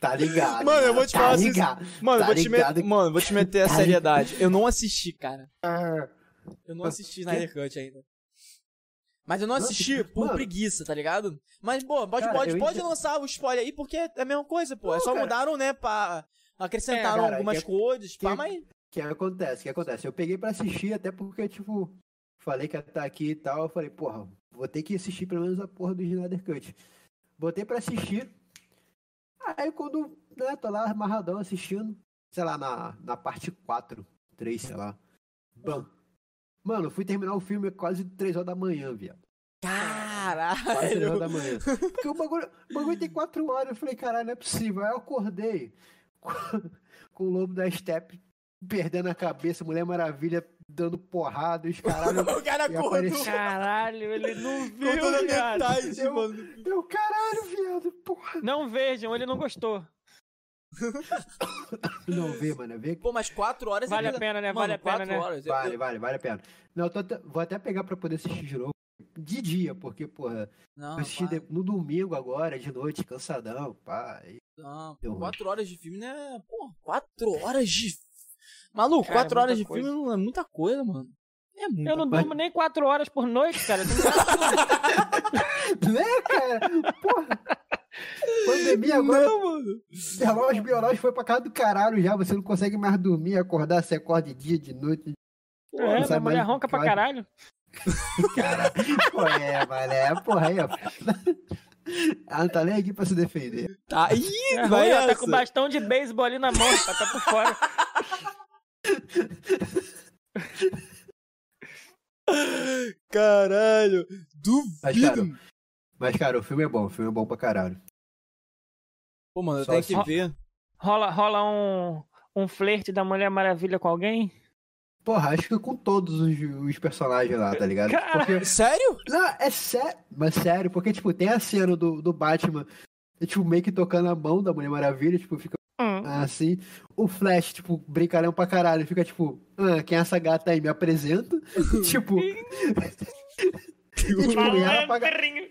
[SPEAKER 1] Tá ligado.
[SPEAKER 2] Mano, eu vou te falar
[SPEAKER 1] tá
[SPEAKER 2] assim-
[SPEAKER 1] ligado.
[SPEAKER 2] Mano,
[SPEAKER 1] Tá
[SPEAKER 2] vou te
[SPEAKER 1] ligado
[SPEAKER 2] met-
[SPEAKER 1] que-
[SPEAKER 2] Mano, vou te meter a
[SPEAKER 1] Tá
[SPEAKER 2] seriedade. Eu não assisti, cara.
[SPEAKER 1] Ah,
[SPEAKER 2] Eu não assisti Snyder Cut ainda. Mas eu não
[SPEAKER 1] Não
[SPEAKER 2] assisti
[SPEAKER 1] assistiu?
[SPEAKER 2] por
[SPEAKER 1] Mano.
[SPEAKER 2] preguiça, tá ligado? Mas, pô, pode,
[SPEAKER 1] Cara,
[SPEAKER 2] pode,
[SPEAKER 1] eu
[SPEAKER 2] pode
[SPEAKER 1] entendo.
[SPEAKER 2] lançar o spoiler aí, porque é a mesma coisa, pô.
[SPEAKER 1] Não,
[SPEAKER 2] Só
[SPEAKER 1] cara.
[SPEAKER 2] mudaram, né, pra... Acrescentaram
[SPEAKER 1] É, cara,
[SPEAKER 2] algumas
[SPEAKER 1] é que-
[SPEAKER 2] coisas, pá,
[SPEAKER 1] que-
[SPEAKER 2] mas...
[SPEAKER 1] O que acontece? O que acontece? Eu peguei pra assistir, até porque, tipo, falei que ia estar aqui e tal. Eu falei, porra, vou ter que assistir pelo menos a porra do Snyder Cut. Botei pra assistir. Aí quando, né, tô lá amarradão assistindo, sei lá, na, na parte 4, 3, sei lá. Bam. Mano, eu fui terminar o filme quase 3 horas da manhã, viado. Quase 3 horas
[SPEAKER 2] Caralho!
[SPEAKER 1] da manhã. Porque o bagulho, o bagulho tem 4 horas. Eu falei, caralho, não é possível. Aí eu acordei com- com o lobo da Steppe perdendo a cabeça, Mulher Maravilha dando porrada, os caralho.
[SPEAKER 2] O cara
[SPEAKER 1] E
[SPEAKER 2] acordou
[SPEAKER 1] apareceu-
[SPEAKER 3] Caralho, ele não
[SPEAKER 2] com
[SPEAKER 3] viu,
[SPEAKER 2] toda
[SPEAKER 3] viado.
[SPEAKER 2] metade,
[SPEAKER 1] Eu-
[SPEAKER 2] mano.
[SPEAKER 1] Eu, caralho, viado, porra.
[SPEAKER 3] Não vejam, ele não gostou.
[SPEAKER 1] Não vê, mano, vê.
[SPEAKER 2] Pô, mas quatro horas
[SPEAKER 3] Vale
[SPEAKER 2] ainda-
[SPEAKER 3] a pena, né?
[SPEAKER 2] Mano,
[SPEAKER 3] Vale a pena,
[SPEAKER 2] quatro
[SPEAKER 3] né?
[SPEAKER 2] horas. é eu-
[SPEAKER 1] Vale, vale, vale a pena. Não, eu tô até- vou até pegar pra poder assistir de novo. De dia, porque, porra,
[SPEAKER 2] Não,
[SPEAKER 1] eu assisti
[SPEAKER 2] vale,
[SPEAKER 1] de- no domingo agora, de noite, cansadão, pá. e-
[SPEAKER 2] não.
[SPEAKER 1] Eu-
[SPEAKER 2] Quatro horas de filme, né? Pô, quatro horas de. Maluco,
[SPEAKER 3] Cara, é
[SPEAKER 2] quatro horas
[SPEAKER 3] muita
[SPEAKER 2] de filme não é muita coisa, mano. É muito.
[SPEAKER 3] Eu não
[SPEAKER 1] Mas-
[SPEAKER 3] durmo nem quatro horas por noite, cara.
[SPEAKER 1] Né, cara? Porra. Pandemia agora,
[SPEAKER 2] Não, mano.
[SPEAKER 1] relógio biológico foi pra casa do caralho já. Você não consegue mais dormir, acordar, você acorda de dia, de noite.
[SPEAKER 3] É, minha
[SPEAKER 1] sai
[SPEAKER 3] mulher
[SPEAKER 1] mais
[SPEAKER 3] ronca pra
[SPEAKER 1] claro.
[SPEAKER 3] caralho.
[SPEAKER 1] Cara, pô, é, mané, porra, aí, ó. Ela não tá nem aqui pra se defender.
[SPEAKER 2] Tá. Ih,
[SPEAKER 3] É ruim,
[SPEAKER 2] vai
[SPEAKER 3] ela tá
[SPEAKER 2] essa.
[SPEAKER 3] com bastão de beisebol ali na mão, tá, tá por fora.
[SPEAKER 2] Caralho.
[SPEAKER 1] Mas, cara,
[SPEAKER 2] Duvido.
[SPEAKER 1] mas, cara, o filme é bom, o filme é bom pra caralho.
[SPEAKER 2] Pô, mano, eu
[SPEAKER 1] Só
[SPEAKER 2] tenho que
[SPEAKER 3] assim.
[SPEAKER 2] ver.
[SPEAKER 3] Rola, rola um, um flerte da Mulher Maravilha com alguém.
[SPEAKER 1] Porra, acho que com todos os, os personagens lá, tá ligado?
[SPEAKER 3] Cara.
[SPEAKER 1] Porque,
[SPEAKER 2] Sério?
[SPEAKER 1] não, é sério, mas sério, porque, tipo, tem a cena do, do Batman, tipo, meio que tocando a mão da Mulher Maravilha, tipo, fica
[SPEAKER 3] Hum.
[SPEAKER 1] Assim, o Flash, tipo, brincalhão pra caralho, fica tipo, ah, quem é essa gata aí? Me apresenta. tipo. e, tipo, e ela paga,
[SPEAKER 3] Malandrinho.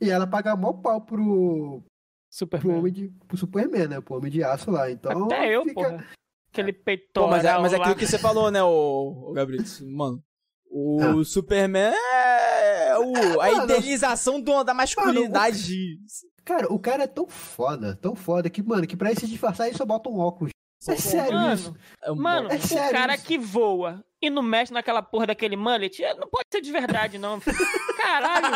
[SPEAKER 1] e ela paga mó pau pro, pro
[SPEAKER 3] Superman.
[SPEAKER 1] homem de. pro Superman, né? Pro homem de aço lá. Então.
[SPEAKER 3] Uhum. Até eu,
[SPEAKER 1] fica-
[SPEAKER 3] porra. Aquele peitoral
[SPEAKER 2] Pô, mas é, mas é
[SPEAKER 3] lá.
[SPEAKER 2] aquilo que você falou, né, o, Gabriel? Mano. O Superman é o, a
[SPEAKER 1] Ah. Mano.
[SPEAKER 2] idealização do, da masculinidade.
[SPEAKER 1] Cara, o cara é tão foda, tão foda, que, mano, que pra ele se disfarçar, ele só bota um óculos. É sério
[SPEAKER 3] Mano,
[SPEAKER 1] isso?
[SPEAKER 2] É um
[SPEAKER 3] Mano,
[SPEAKER 1] É
[SPEAKER 3] o
[SPEAKER 1] sério
[SPEAKER 3] cara
[SPEAKER 1] isso?
[SPEAKER 3] que voa e não mexe naquela porra daquele mullet, é, não pode ser de verdade, não. Caralho,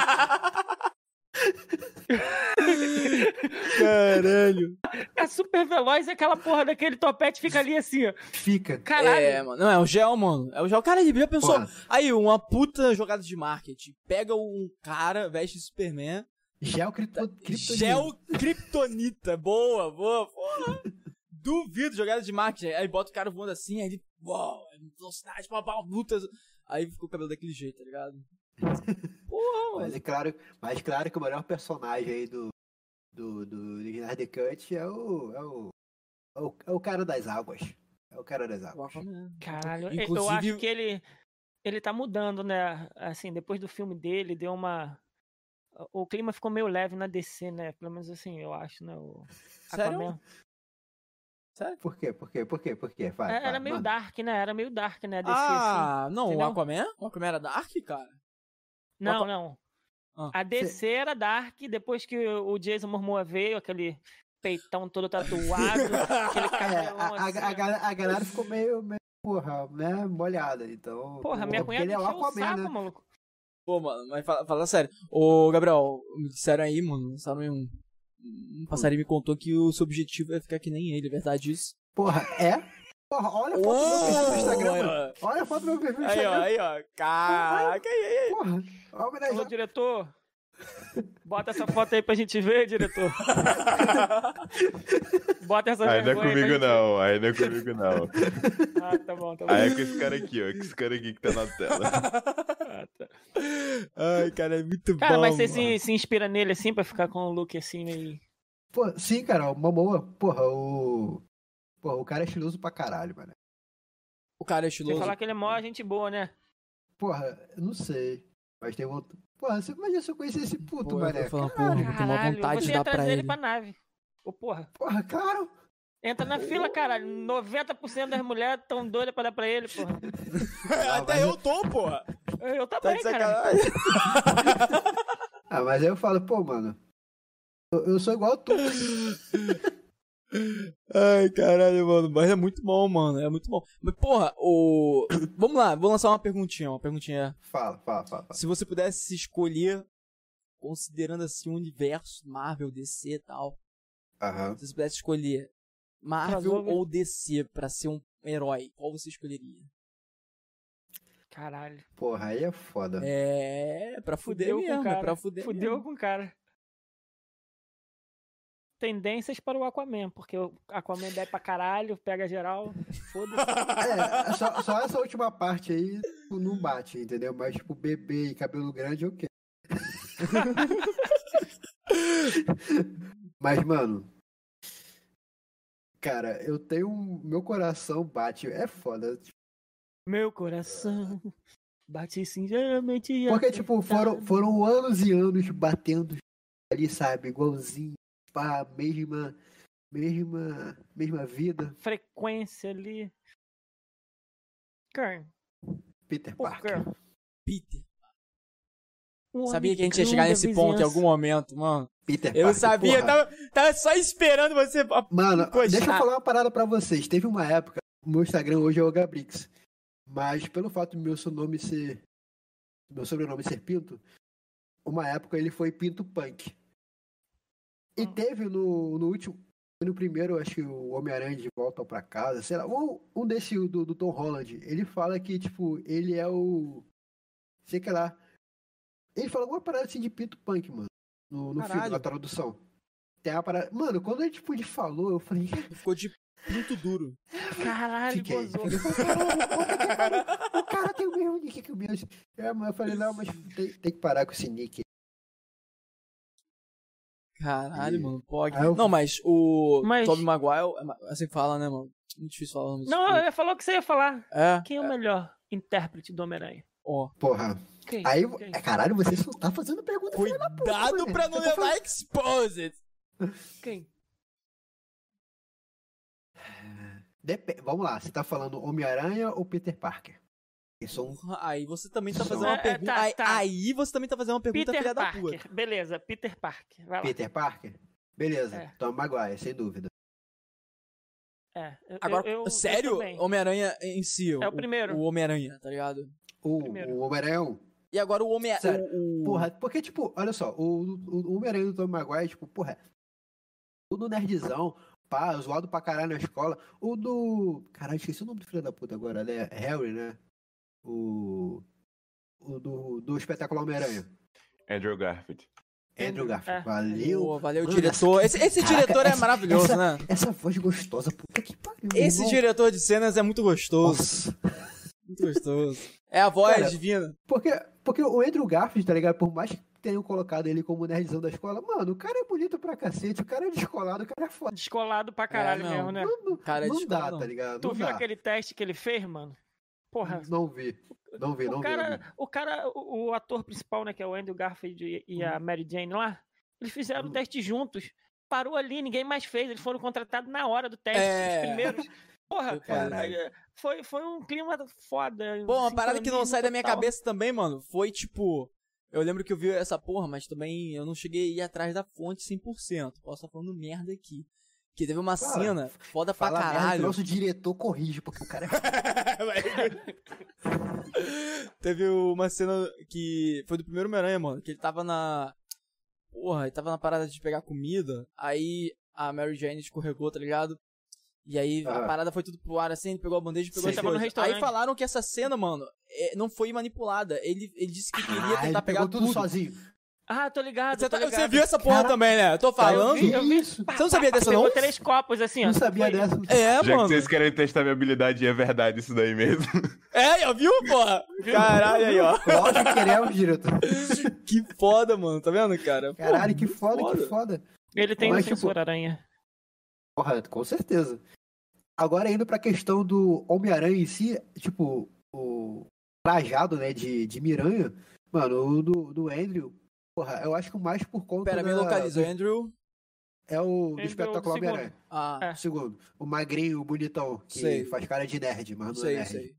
[SPEAKER 2] Caralho.
[SPEAKER 3] é super veloz e aquela porra daquele topete fica ali assim, ó.
[SPEAKER 1] Fica.
[SPEAKER 3] Caralho.
[SPEAKER 2] É, mano. Não, é o gel, mano. É o gel. Cara, ele já pensou.
[SPEAKER 1] Porra,
[SPEAKER 2] Aí, uma puta jogada de marketing. Pega um cara, veste Superman.
[SPEAKER 1] gel cripto, criptonita.
[SPEAKER 2] Gel Kryptonita. Boa, boa, porra. Duvido jogada de marketing. Aí bota o cara voando assim, aí ele. Uau, velocidade, pau, pau, lutas. Aí ficou o cabelo daquele jeito, tá ligado? Porra, mano.
[SPEAKER 1] Mas é claro, mas claro que o melhor personagem aí do. do, do Snyder Cut é o, é o. é o. é o cara das águas. É o cara das águas.
[SPEAKER 3] Uhum. Caralho, eu- eu
[SPEAKER 2] Inclusive-
[SPEAKER 3] acho que ele ele tá mudando, né? Assim, depois do filme dele, deu uma o clima ficou meio leve na DC, né? Pelo menos assim, eu acho, né? O
[SPEAKER 2] Sério?
[SPEAKER 3] Aquaman.
[SPEAKER 1] Por quê? Por quê? Por quê? Por quê? Vai,
[SPEAKER 3] É,
[SPEAKER 1] vai,
[SPEAKER 3] Era meio
[SPEAKER 1] manda.
[SPEAKER 3] dark, né? Era meio dark, né? A DC, assim.
[SPEAKER 2] Ah, não, o
[SPEAKER 3] entendeu?
[SPEAKER 2] Aquaman? O Aquaman era Dark, cara?
[SPEAKER 3] Não,
[SPEAKER 2] Aqua-
[SPEAKER 3] não.
[SPEAKER 2] Ah.
[SPEAKER 3] A DC era dark, depois que o Jason Momoa veio, aquele peitão todo tatuado, aquele
[SPEAKER 1] É,
[SPEAKER 3] cabelão
[SPEAKER 1] a, a,
[SPEAKER 3] assim.
[SPEAKER 1] a, galera- a galera ficou meio, meio, porra, né, molhada, então...
[SPEAKER 3] Porra, minha
[SPEAKER 1] porque ele
[SPEAKER 3] cunhada
[SPEAKER 1] é
[SPEAKER 3] encheu
[SPEAKER 1] o
[SPEAKER 3] o
[SPEAKER 1] Aquaman,
[SPEAKER 3] saco,
[SPEAKER 1] né?
[SPEAKER 3] maluco.
[SPEAKER 2] Pô, mano, mas fala, fala sério. Ô, Gabriel, me disseram aí, mano, lançaram aí um, Um passarinho me contou que o seu objetivo é ficar que nem ele, é verdade isso?
[SPEAKER 1] Porra, é? Porra, olha a foto do é meu perfil no Instagram,
[SPEAKER 2] Uou!
[SPEAKER 1] mano. Olha a foto do meu perfil no
[SPEAKER 2] Aí, ó,
[SPEAKER 1] Instagram.
[SPEAKER 2] aí, ó. Caraca, aí, aí.
[SPEAKER 1] Porra, olha o
[SPEAKER 3] Ô,
[SPEAKER 1] homenagem.
[SPEAKER 3] diretor, bota essa foto aí pra gente ver, diretor. Bota essa
[SPEAKER 4] Aí não
[SPEAKER 3] vergonha né? pra
[SPEAKER 4] é comigo
[SPEAKER 3] gente
[SPEAKER 4] não, aí não é comigo não.
[SPEAKER 3] ver. Ah, tá bom, tá bom.
[SPEAKER 4] Aí é com esse cara aqui, ó, com esse cara aqui que tá na tela.
[SPEAKER 3] Ah, tá.
[SPEAKER 2] Ai, cara, é muito
[SPEAKER 3] Cara,
[SPEAKER 2] bom.
[SPEAKER 3] mas você
[SPEAKER 2] mano.
[SPEAKER 3] se, se inspira nele assim pra ficar com o look assim meio.
[SPEAKER 1] Pô, sim, cara, uma boa. Porra, o. Porra, o cara é estiloso pra caralho, mano.
[SPEAKER 2] O cara é
[SPEAKER 3] Você
[SPEAKER 2] estiloso.
[SPEAKER 3] falar que ele é mó gente boa, né?
[SPEAKER 1] Porra, eu não sei. Mas tem outro. Porra, você imagina se eu conhecer esse puto,
[SPEAKER 2] Pô, eu tô
[SPEAKER 1] mané.
[SPEAKER 2] falando, porra, eu tenho uma vontade
[SPEAKER 3] você
[SPEAKER 2] de
[SPEAKER 3] ia
[SPEAKER 2] dar pra
[SPEAKER 3] trazer ele
[SPEAKER 2] ele.
[SPEAKER 3] pra nave. Ô, porra.
[SPEAKER 1] Porra, claro.
[SPEAKER 3] Entra na fila, caralho. 90% das mulheres tão doidas pra dar pra ele, porra.
[SPEAKER 1] mas-
[SPEAKER 2] eu tô, porra.
[SPEAKER 3] Eu
[SPEAKER 2] Tá
[SPEAKER 3] também,
[SPEAKER 2] de
[SPEAKER 3] cara.
[SPEAKER 2] sacanagem.
[SPEAKER 1] Ah, mas aí eu falo, pô, mano. Eu, eu sou igual tu.
[SPEAKER 2] Ai, caralho, mano. Mas é muito bom, mano. É muito bom. Mas, porra, o. Vamos lá, vou lançar uma perguntinha. Uma perguntinha
[SPEAKER 1] Fala, fala, fala. fala.
[SPEAKER 2] Se você pudesse escolher, considerando assim o universo Marvel, DC e tal,
[SPEAKER 1] Aham.
[SPEAKER 2] se você pudesse escolher Marvel
[SPEAKER 3] Crossover.
[SPEAKER 2] ou DC pra ser um herói, qual você escolheria?
[SPEAKER 3] Caralho.
[SPEAKER 1] Porra, aí é foda.
[SPEAKER 2] É, pra fuder
[SPEAKER 3] Fudeu com o
[SPEAKER 2] mesmo, é
[SPEAKER 3] cara.
[SPEAKER 2] pra fuder.
[SPEAKER 3] Fudeu
[SPEAKER 2] mesmo.
[SPEAKER 3] com o cara. Tendências para o Aquaman, porque o Aquaman dá pra caralho, pega geral, foda-se.
[SPEAKER 1] É, só, só essa última parte aí tipo, não bate, entendeu? Mas, tipo, bebê e cabelo grande, ok. Mas, mano. Cara, eu tenho. um- Meu coração bate. É foda.
[SPEAKER 3] Meu coração bate sinceramente.
[SPEAKER 1] Porque, tipo, foram, foram anos e anos batendo ali, sabe? Igualzinho. Pá, mesma. Mesma. Mesma vida.
[SPEAKER 3] Frequência ali. Kern,
[SPEAKER 1] Peter
[SPEAKER 3] por
[SPEAKER 1] Parker.
[SPEAKER 3] Kern.
[SPEAKER 2] Peter.
[SPEAKER 3] O
[SPEAKER 2] Sabia que a gente ia
[SPEAKER 3] amigão
[SPEAKER 2] chegar
[SPEAKER 3] da
[SPEAKER 2] nesse ponto em
[SPEAKER 3] vizinhança.
[SPEAKER 2] algum momento, mano.
[SPEAKER 1] Peter
[SPEAKER 2] Eu
[SPEAKER 1] Parker,
[SPEAKER 2] sabia,
[SPEAKER 1] porra.
[SPEAKER 2] tava, tava só esperando você.
[SPEAKER 1] Mano,
[SPEAKER 2] Pois
[SPEAKER 1] deixa
[SPEAKER 2] tá.
[SPEAKER 1] eu falar uma parada pra vocês. Teve uma época, o meu Instagram hoje é o Gabrix. Mas pelo fato do meu sobrenome ser. Meu sobrenome ser Pinto, uma época ele foi Pinto Punk. E
[SPEAKER 2] Uhum.
[SPEAKER 3] Hum.
[SPEAKER 1] teve no, no último. No primeiro, acho que o Homem-Aranha de volta pra casa, sei lá, um, um desse do, do Tom Holland, ele fala que, tipo, ele é o. Sei que lá. Ele fala alguma parada assim de Pinto Punk, mano. No, no filme,
[SPEAKER 2] Caralho.
[SPEAKER 1] na tradução. Tem uma parada. Mano, quando ele, tipo, ele falou, eu falei,
[SPEAKER 2] Ficou de pinto duro.
[SPEAKER 3] Caralho,
[SPEAKER 1] Fiquei.
[SPEAKER 3] gozou.
[SPEAKER 1] Fiquei, "Caralho, puta que pariu, o cara tem o mesmo nick que o meu. É, mas Eu falei, não, mas tem, tem que parar com esse nick.
[SPEAKER 2] Caralho,
[SPEAKER 1] Ih.
[SPEAKER 2] mano. Pog.
[SPEAKER 1] Ah, eu-
[SPEAKER 2] Não, mas o
[SPEAKER 3] Mas-
[SPEAKER 2] Tobey Maguire, é ma- assim que fala, né, mano? Muito difícil falar o nome desse
[SPEAKER 3] Não,
[SPEAKER 2] filme.
[SPEAKER 3] ele falou o que você ia falar.
[SPEAKER 2] É,
[SPEAKER 3] Quem é o melhor intérprete do Homem-Aranha?
[SPEAKER 2] ó.
[SPEAKER 1] Porra.
[SPEAKER 3] Quem?
[SPEAKER 1] Aí,
[SPEAKER 3] Quem?
[SPEAKER 1] é, caralho, você só tá fazendo pergunta. filha da puta,
[SPEAKER 2] Cuidado
[SPEAKER 1] né?
[SPEAKER 2] pra não
[SPEAKER 1] Eu tô falando-
[SPEAKER 2] levar exposed.
[SPEAKER 3] Quem?
[SPEAKER 1] Depe- Vamos lá, você tá falando Homem-Aranha ou Peter Parker? Eu sou um.
[SPEAKER 2] Aí você também tá
[SPEAKER 1] Não.
[SPEAKER 2] fazendo uma
[SPEAKER 3] É,
[SPEAKER 2] pergunta.
[SPEAKER 3] tá,
[SPEAKER 2] aí,
[SPEAKER 3] tá.
[SPEAKER 2] aí você também tá fazendo uma pergunta
[SPEAKER 3] Peter
[SPEAKER 2] filha da puta.
[SPEAKER 3] Parker. Beleza, Peter Parker. Vai lá.
[SPEAKER 1] Peter Parker? Beleza,
[SPEAKER 3] É.
[SPEAKER 1] Tom Maguire, sem dúvida.
[SPEAKER 3] É, eu-
[SPEAKER 2] Agora,
[SPEAKER 3] eu- eu- eu
[SPEAKER 2] sério?
[SPEAKER 3] também.
[SPEAKER 2] Homem-Aranha em si.
[SPEAKER 3] É o primeiro.
[SPEAKER 2] O Homem-Aranha, tá ligado?
[SPEAKER 1] O,
[SPEAKER 3] Primeiro.
[SPEAKER 1] o Homem-Aranha é um.
[SPEAKER 2] E agora o homem
[SPEAKER 1] Sério.
[SPEAKER 2] o- o-
[SPEAKER 1] Porra, porque, tipo, olha só, o, o, o Homem-Aranha do Tom Maguire, tipo, porra, o do nerdzão, pá, zoado pra caralho na escola. O do. Caralho, esqueci o nome do filho da puta agora, né? Harry, né? O. O do, do espetáculo Homem-Aranha.
[SPEAKER 4] Andrew Garfield.
[SPEAKER 1] Andrew Garfield.
[SPEAKER 3] É.
[SPEAKER 1] Valeu.
[SPEAKER 2] Pô, valeu,
[SPEAKER 1] Mano,
[SPEAKER 2] diretor. Esse, esse
[SPEAKER 1] Caraca,
[SPEAKER 2] diretor é
[SPEAKER 1] essa-
[SPEAKER 2] maravilhoso, né?
[SPEAKER 1] Essa voz gostosa, puta que pariu.
[SPEAKER 2] Esse
[SPEAKER 1] irmão.
[SPEAKER 2] diretor de cenas é muito gostoso.
[SPEAKER 1] Nossa.
[SPEAKER 2] Muito gostoso. É a voz
[SPEAKER 1] Cara,
[SPEAKER 2] divina.
[SPEAKER 1] Porque, porque o Andrew Garfield, tá ligado? Por mais que tenham colocado ele como nerdzão da escola, mano, o cara é bonito pra cacete, o cara é descolado, o cara é foda.
[SPEAKER 3] Descolado pra caralho
[SPEAKER 2] não.
[SPEAKER 3] mesmo, né?
[SPEAKER 1] Não, não-
[SPEAKER 2] Cara, é
[SPEAKER 1] não dá,
[SPEAKER 2] descolado, não.
[SPEAKER 1] tá ligado?
[SPEAKER 3] Tu
[SPEAKER 1] não
[SPEAKER 3] viu
[SPEAKER 1] dá.
[SPEAKER 3] aquele teste que ele fez, mano? Porra,
[SPEAKER 1] Não vi. Não vi, não
[SPEAKER 3] o
[SPEAKER 1] vi, não vi.
[SPEAKER 3] cara, o cara, o o ator principal, né, que é o Andrew Garfield e- e
[SPEAKER 2] Uhum.
[SPEAKER 3] a Mary Jane lá, eles fizeram
[SPEAKER 1] Hum.
[SPEAKER 3] o teste juntos. Parou ali, ninguém mais fez, eles foram contratados na hora do teste,
[SPEAKER 2] É.
[SPEAKER 3] os primeiros. Porra,
[SPEAKER 1] Caralho.
[SPEAKER 3] é, foi, foi um clima foda.
[SPEAKER 2] Bom, uma parada que não
[SPEAKER 3] sincronismo
[SPEAKER 2] sai
[SPEAKER 1] é
[SPEAKER 2] da minha
[SPEAKER 3] total.
[SPEAKER 2] cabeça também, mano, foi tipo. Eu lembro que eu vi essa porra, mas também eu não cheguei a ir atrás da fonte 100%. Posso estar falando merda aqui. Que teve uma
[SPEAKER 1] Fala.
[SPEAKER 2] cena foda pra
[SPEAKER 1] Fala merda, o
[SPEAKER 2] caralho.
[SPEAKER 1] nosso diretor corrige, porque o cara é
[SPEAKER 2] teve uma cena que foi do primeiro Homem-Aranha, mano, que ele tava na. porra, ele tava na parada de pegar comida, aí a Mary Jane escorregou, tá ligado? E aí a
[SPEAKER 1] Ah.
[SPEAKER 2] parada foi tudo pro ar assim, ele pegou a bandeja e pegou
[SPEAKER 1] Sim.
[SPEAKER 2] as
[SPEAKER 1] Tava no
[SPEAKER 2] coisas.
[SPEAKER 3] restaurante.
[SPEAKER 2] Aí falaram que essa cena, mano, é, não foi manipulada. Ele, ele disse que queria
[SPEAKER 1] Ah,
[SPEAKER 2] tentar
[SPEAKER 1] ele
[SPEAKER 2] pegar
[SPEAKER 1] pegou tudo sozinho.
[SPEAKER 3] Ah, tô ligado,
[SPEAKER 2] Você,
[SPEAKER 3] tô
[SPEAKER 2] tá-
[SPEAKER 3] ligado.
[SPEAKER 2] você viu essa porra
[SPEAKER 1] Cara,
[SPEAKER 2] também, né? Eu tô falando.
[SPEAKER 1] Que
[SPEAKER 3] eu vi-
[SPEAKER 1] isso?
[SPEAKER 2] Você não sabia dessa,
[SPEAKER 3] Pegou
[SPEAKER 2] não?
[SPEAKER 3] três copos assim, ó.
[SPEAKER 1] Não sabia
[SPEAKER 3] Foi-
[SPEAKER 1] dessa.
[SPEAKER 2] É,
[SPEAKER 4] Já que
[SPEAKER 2] mano.
[SPEAKER 4] vocês querem testar minha habilidade, e é verdade isso daí mesmo.
[SPEAKER 2] É, ó, viu, porra? Caralho aí, ó.
[SPEAKER 1] Lógico que ele é o diretor.
[SPEAKER 2] Que foda, mano. Tá vendo, cara? Porra,
[SPEAKER 1] Caralho, que foda, que foda.
[SPEAKER 3] Ele tem
[SPEAKER 1] Mas, tipo,
[SPEAKER 3] censura, aranha.
[SPEAKER 1] Porra, com certeza. Agora indo pra questão do Homem-Aranha em si, tipo, o trajado, né, de, de Miranha, mano, o do, do Andrew, porra, eu acho que o mais por conta
[SPEAKER 2] Pera,
[SPEAKER 1] da,
[SPEAKER 2] me localiza. Andrew.
[SPEAKER 1] é o do
[SPEAKER 3] Andrew,
[SPEAKER 1] espetáculo
[SPEAKER 3] segundo.
[SPEAKER 1] Homem-Aranha.
[SPEAKER 2] Ah,
[SPEAKER 3] É.
[SPEAKER 1] Segundo, o magrinho, o bonitão, que
[SPEAKER 2] Sei.
[SPEAKER 1] faz cara de nerd, mas não
[SPEAKER 2] sei,
[SPEAKER 1] é nerd.
[SPEAKER 2] sei.